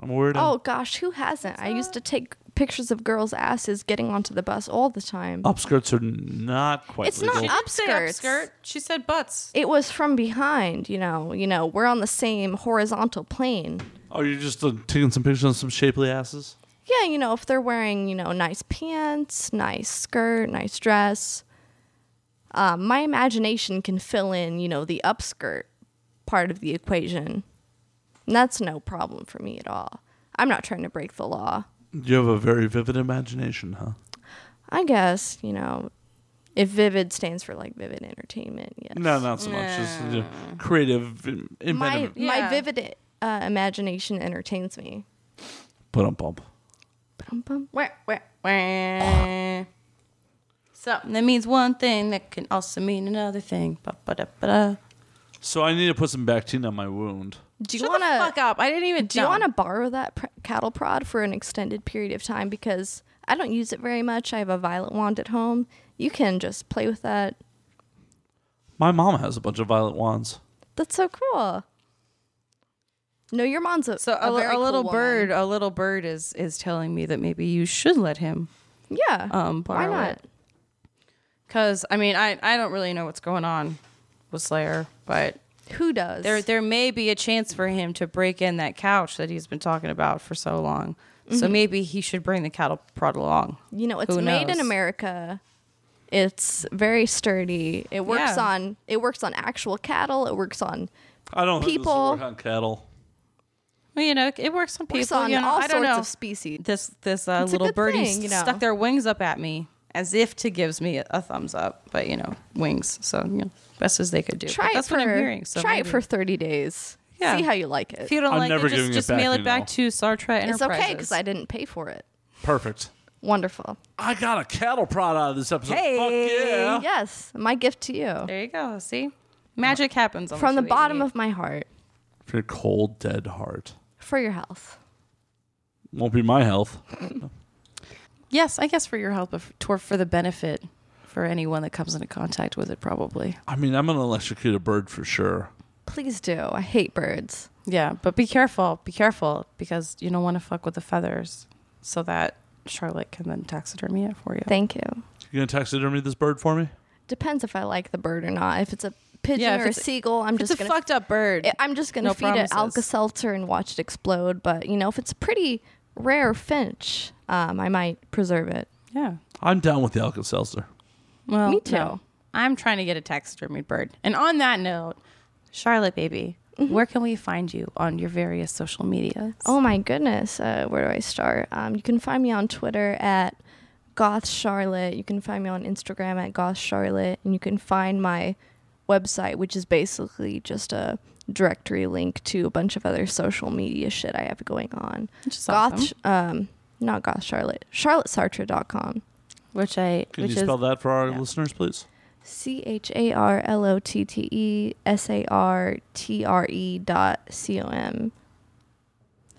[SPEAKER 1] I'm worried.
[SPEAKER 4] Oh gosh, who hasn't? I used to take pictures of girls' asses getting onto the bus all the time.
[SPEAKER 1] upskirts are not quite.
[SPEAKER 4] It's not
[SPEAKER 1] legal.
[SPEAKER 4] up- Upskirts.
[SPEAKER 3] upskirt she said butts
[SPEAKER 4] It was from behind, you know. You know, we're on the same horizontal plane.
[SPEAKER 1] Oh, you're just uh, taking some pictures of some shapely asses.
[SPEAKER 4] Yeah, you know, if they're wearing, you know, nice pants, nice skirt, nice dress. Um, my imagination can fill in, you know, the upskirt part of the equation. And that's no problem for me at all. I'm not trying to break the law.
[SPEAKER 1] You have a very vivid imagination, huh?
[SPEAKER 4] I guess, you know, if vivid stands for like vivid entertainment, yes.
[SPEAKER 1] No, not so much. Just you know, creative, in-
[SPEAKER 4] Hmm. my
[SPEAKER 1] inventive.
[SPEAKER 4] my
[SPEAKER 3] Yeah.
[SPEAKER 4] vivid uh, imagination entertains me.
[SPEAKER 1] But um, bump.
[SPEAKER 4] Bum, bum.
[SPEAKER 3] Wah, wah, wah. something that means one thing that can also mean another thing Ba-ba-da-ba-da.
[SPEAKER 1] So I need to put some Bactine on my wound.
[SPEAKER 4] Do you
[SPEAKER 3] Shut
[SPEAKER 4] want
[SPEAKER 3] the fuck
[SPEAKER 4] to?
[SPEAKER 3] up i didn't even
[SPEAKER 4] Do you want to borrow that pr- cattle prod for an extended period of time? Because I don't use it very much. I have a violet wand at home. You can just play with that.
[SPEAKER 1] My mom has a bunch of violet wands.
[SPEAKER 4] That's so cool. No, your mom's a
[SPEAKER 3] so a,
[SPEAKER 4] a
[SPEAKER 3] li-
[SPEAKER 4] very
[SPEAKER 3] a
[SPEAKER 4] cool
[SPEAKER 3] little
[SPEAKER 4] woman.
[SPEAKER 3] bird a little bird is is telling me that maybe you should let him
[SPEAKER 4] Yeah.
[SPEAKER 3] um,
[SPEAKER 4] Why
[SPEAKER 3] borrow
[SPEAKER 4] not?
[SPEAKER 3] it. Because I mean, I I don't really know what's going on with Slayer, but
[SPEAKER 4] Who does?
[SPEAKER 3] there there may be a chance for him to break in that couch that he's been talking about for so long. So maybe he should bring the cattle prod along.
[SPEAKER 4] you know, it's
[SPEAKER 3] who
[SPEAKER 4] made in
[SPEAKER 3] knows?
[SPEAKER 4] America. It's very sturdy. It works
[SPEAKER 3] Yeah.
[SPEAKER 4] on it works on actual cattle. It works on
[SPEAKER 1] I don't think this will
[SPEAKER 4] People.
[SPEAKER 1] work on cattle.
[SPEAKER 3] Well, you know, it works on people.
[SPEAKER 4] works on
[SPEAKER 3] you know,
[SPEAKER 4] all
[SPEAKER 3] I
[SPEAKER 4] sorts
[SPEAKER 3] don't know.
[SPEAKER 4] of species.
[SPEAKER 3] this this uh,
[SPEAKER 4] It's a
[SPEAKER 3] little
[SPEAKER 4] good
[SPEAKER 3] birdie
[SPEAKER 4] thing, you know.
[SPEAKER 3] stuck their wings up at me as if to gives me a, a thumbs up, but you know, wings. So you know, best as they could do. But
[SPEAKER 4] try it
[SPEAKER 3] that's
[SPEAKER 4] for
[SPEAKER 3] what I'm hearing. So
[SPEAKER 4] try
[SPEAKER 3] maybe-
[SPEAKER 4] it for 30 days.
[SPEAKER 3] Yeah.
[SPEAKER 4] See how you like it.
[SPEAKER 3] If you don't
[SPEAKER 1] I'm
[SPEAKER 3] like
[SPEAKER 1] never
[SPEAKER 3] it,
[SPEAKER 1] giving
[SPEAKER 3] just,
[SPEAKER 1] it
[SPEAKER 3] just
[SPEAKER 1] back,
[SPEAKER 3] mail
[SPEAKER 1] you
[SPEAKER 3] it back
[SPEAKER 1] know.
[SPEAKER 3] to Sartre
[SPEAKER 4] it's
[SPEAKER 3] Enterprises.
[SPEAKER 4] okay because I didn't pay for it.
[SPEAKER 1] Perfect.
[SPEAKER 4] Wonderful.
[SPEAKER 1] I got a cattle prod out of this episode.
[SPEAKER 3] Hey.
[SPEAKER 1] Fuck yeah.
[SPEAKER 4] Yes, my gift to you
[SPEAKER 3] There you go. See, magic happens on
[SPEAKER 4] from the
[SPEAKER 3] Sweet
[SPEAKER 4] bottom
[SPEAKER 3] Heat.
[SPEAKER 4] of my heart
[SPEAKER 1] For your cold, dead heart.
[SPEAKER 4] for your health.
[SPEAKER 1] Won't be my health.
[SPEAKER 3] Yes, I guess for your help, but f- toward for the benefit for anyone that comes into contact with it, probably.
[SPEAKER 1] I mean, I'm going to electrocute a bird for sure.
[SPEAKER 4] Please do. I hate birds.
[SPEAKER 3] Yeah, but be careful, be careful, because you don't want to fuck with the feathers, so that Charlotte can then taxidermy it for you.
[SPEAKER 4] Thank you.
[SPEAKER 1] You going to taxidermy this bird for me?
[SPEAKER 4] Depends if I like the bird or not. If it's a pigeon
[SPEAKER 3] Yeah, if
[SPEAKER 4] or a
[SPEAKER 3] it's a-
[SPEAKER 4] seagull, I'm
[SPEAKER 3] it's
[SPEAKER 4] just
[SPEAKER 3] a
[SPEAKER 4] gonna
[SPEAKER 3] fucked up bird.
[SPEAKER 4] I- I'm just gonna
[SPEAKER 3] No
[SPEAKER 4] feed
[SPEAKER 3] promises.
[SPEAKER 4] it Alka Seltzer and watch it explode. But you know, if it's a pretty rare finch, um, I might preserve it.
[SPEAKER 3] yeah.
[SPEAKER 1] I'm down with the Alka Seltzer.
[SPEAKER 3] Well,
[SPEAKER 4] Me too.
[SPEAKER 3] no. I'm trying to get a taxidermied bird. And on that note, Charlotte, baby, where can we find you on your various social media?
[SPEAKER 4] Oh my goodness, uh, where do I start? Um, you can find me on Twitter at Goth Charlotte. You can find me on Instagram at Goth Charlotte, and you can find my website, which is basically just a directory link to a bunch of other social media shit I have going on.
[SPEAKER 3] which is
[SPEAKER 4] Goth,
[SPEAKER 3] awesome.
[SPEAKER 4] um, not Goth Charlotte, CharlotteSartre.com.
[SPEAKER 3] Which I
[SPEAKER 1] Can
[SPEAKER 3] which
[SPEAKER 1] you
[SPEAKER 3] is
[SPEAKER 1] spell that for our
[SPEAKER 3] yeah.
[SPEAKER 1] listeners, please?
[SPEAKER 4] C H A R L O T T E S A R T R E dot C O M.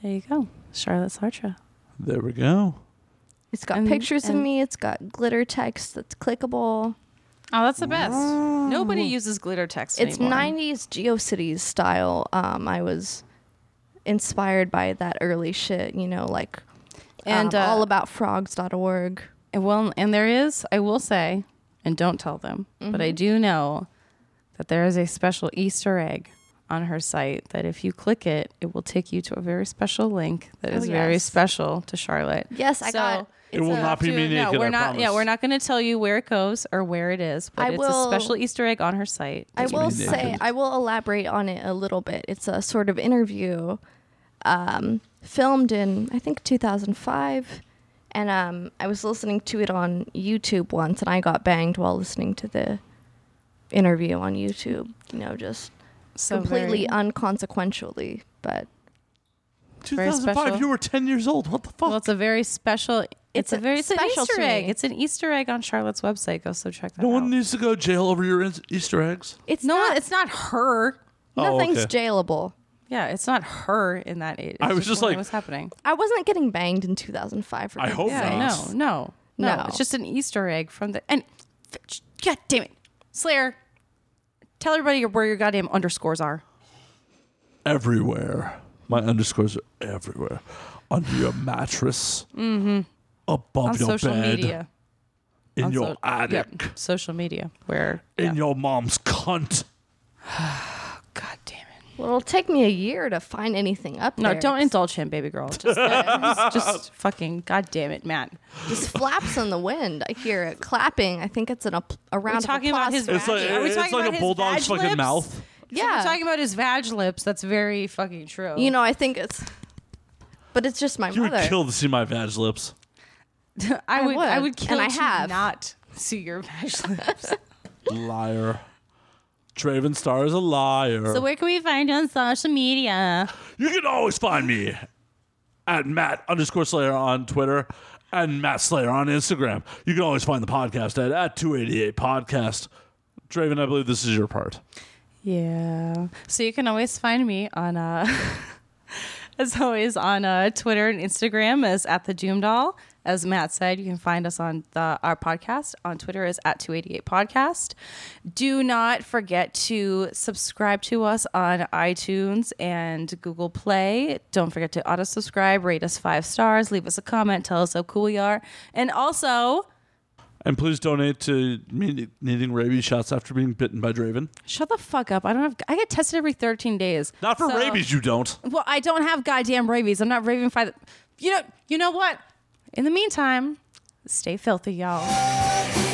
[SPEAKER 3] there you go, Charlotte Sartre.
[SPEAKER 1] There we go.
[SPEAKER 4] It's got
[SPEAKER 3] And-
[SPEAKER 4] pictures of
[SPEAKER 3] and-
[SPEAKER 4] me. It's got glitter text that's clickable.
[SPEAKER 3] Oh, that's the best. Nobody uses glitter text
[SPEAKER 4] It's
[SPEAKER 3] anymore.
[SPEAKER 4] 90s GeoCities style. Um, I was inspired by that early shit, you know, like
[SPEAKER 3] And,
[SPEAKER 4] and
[SPEAKER 3] uh,
[SPEAKER 4] all about frogs.org.
[SPEAKER 3] And Well, and there is, I will say, and don't tell them, but
[SPEAKER 4] Mm-hmm.
[SPEAKER 3] I do know that there is a special Easter egg on her site that if you click it, it will take you to a very special link that
[SPEAKER 4] Oh,
[SPEAKER 3] is very
[SPEAKER 4] yes.
[SPEAKER 3] special to Charlotte.
[SPEAKER 4] Yes, I
[SPEAKER 3] So-
[SPEAKER 4] got
[SPEAKER 1] It will
[SPEAKER 3] So
[SPEAKER 1] not be
[SPEAKER 3] to-
[SPEAKER 1] me naked.
[SPEAKER 3] uh, No, we're
[SPEAKER 1] I
[SPEAKER 3] not.
[SPEAKER 1] Promise.
[SPEAKER 3] Yeah, we're not going to tell you where it goes or where it is, but
[SPEAKER 4] I
[SPEAKER 3] it's a
[SPEAKER 4] will-
[SPEAKER 3] special Easter egg on her site.
[SPEAKER 4] I
[SPEAKER 3] that you
[SPEAKER 4] will
[SPEAKER 3] can
[SPEAKER 1] naked.
[SPEAKER 4] say I will elaborate on it a little bit. It's a sort of interview um, filmed in I think 2005, and um, I was listening to it on YouTube once, and I got banged while listening to the interview on YouTube. You know, just
[SPEAKER 3] So
[SPEAKER 4] completely
[SPEAKER 3] very-
[SPEAKER 4] unconsequentially, but
[SPEAKER 3] very
[SPEAKER 1] 2005,
[SPEAKER 3] special.
[SPEAKER 1] you were 10 years old. What the fuck?
[SPEAKER 3] Well, it's a very special. It's,
[SPEAKER 4] It's
[SPEAKER 3] a,
[SPEAKER 4] a-
[SPEAKER 3] very special
[SPEAKER 4] special
[SPEAKER 3] Easter
[SPEAKER 4] to
[SPEAKER 3] egg.
[SPEAKER 4] me.
[SPEAKER 3] It's an Easter egg on Charlotte's website. Go so check that
[SPEAKER 1] no
[SPEAKER 3] out.
[SPEAKER 1] one needs to go jail over your in- Easter eggs.
[SPEAKER 4] it's
[SPEAKER 3] no,
[SPEAKER 4] not.
[SPEAKER 3] one- it's not her.
[SPEAKER 1] Oh,
[SPEAKER 4] nothing's
[SPEAKER 1] okay.
[SPEAKER 4] jailable.
[SPEAKER 3] Yeah, it's not her in that age.
[SPEAKER 1] I
[SPEAKER 3] It's
[SPEAKER 1] was just
[SPEAKER 3] when
[SPEAKER 1] like- oh,
[SPEAKER 3] it was happening.
[SPEAKER 4] I wasn't getting banged in 2005. For
[SPEAKER 1] I
[SPEAKER 4] goodness
[SPEAKER 1] hope
[SPEAKER 4] sake.
[SPEAKER 3] Yeah,
[SPEAKER 1] not.
[SPEAKER 3] no, no, no,
[SPEAKER 4] No.
[SPEAKER 3] It's just an Easter egg from the and. God damn it, Slayer! Tell everybody where your goddamn underscores are.
[SPEAKER 1] Everywhere. My underscores are everywhere. Under your mattress. Mm-hmm. Above
[SPEAKER 3] on
[SPEAKER 1] your
[SPEAKER 3] social
[SPEAKER 1] bed.
[SPEAKER 3] media.
[SPEAKER 1] In
[SPEAKER 3] On
[SPEAKER 1] your
[SPEAKER 3] so-
[SPEAKER 1] attic.
[SPEAKER 3] Yep, social media. Where?
[SPEAKER 1] In your mom's cunt.
[SPEAKER 3] God damn it.
[SPEAKER 4] Well, it'll take me a year to find anything up
[SPEAKER 3] No,
[SPEAKER 4] there.
[SPEAKER 3] don't indulge him, baby girl.
[SPEAKER 1] *laughs*
[SPEAKER 3] Just, just, just fucking, god damn it, Matt.
[SPEAKER 4] just flaps in the wind. I hear it clapping. I think it's an apl- a round
[SPEAKER 3] We're
[SPEAKER 4] of
[SPEAKER 3] talking about his
[SPEAKER 4] applause for
[SPEAKER 1] It's
[SPEAKER 3] vag.
[SPEAKER 1] like,
[SPEAKER 4] me.
[SPEAKER 3] Are we
[SPEAKER 1] it's
[SPEAKER 3] talking
[SPEAKER 1] like
[SPEAKER 3] about
[SPEAKER 1] a
[SPEAKER 3] his
[SPEAKER 1] bulldog's
[SPEAKER 3] vag
[SPEAKER 1] fucking
[SPEAKER 3] lips?
[SPEAKER 1] mouth.
[SPEAKER 3] Yeah.
[SPEAKER 4] Yeah.
[SPEAKER 3] We're talking about his vag lips. That's very fucking true.
[SPEAKER 4] you know, I think it's, but it's just my
[SPEAKER 1] You would
[SPEAKER 4] mother.
[SPEAKER 1] kill to see my vag lips.
[SPEAKER 3] I
[SPEAKER 4] I
[SPEAKER 3] would,
[SPEAKER 4] would,
[SPEAKER 3] I would kill
[SPEAKER 4] and I
[SPEAKER 3] to
[SPEAKER 4] have.
[SPEAKER 3] not see your vag lips.
[SPEAKER 1] Liar. Draven Star is a liar.
[SPEAKER 3] so where can we find you on social media?
[SPEAKER 1] You can always find me at Matt underscore Slayer on Twitter and Matt Slayer on Instagram. You can always find the podcast at, at 288 Podcast. Draven, I believe this is your part.
[SPEAKER 3] Yeah. So you can always find me on uh *laughs* as always on uh Twitter and Instagram as at the Doom Doll. As Matt said, you can find us on the, our podcast on Twitter is at 288 Podcast. Do not forget to subscribe to us on iTunes and Google Play. Don't forget to auto subscribe, rate us five stars, leave us a comment, tell us how cool we are. And also,
[SPEAKER 1] And please donate to me needing rabies shots after being bitten by Draven.
[SPEAKER 3] shut the fuck up. I don't have, I get tested every 13 days.
[SPEAKER 1] Not for
[SPEAKER 3] So-
[SPEAKER 1] rabies, you don't.
[SPEAKER 3] Well, I don't have goddamn rabies. I'm not raving fi- You know, you know what? In the meantime, stay filthy, y'all.
[SPEAKER 2] Too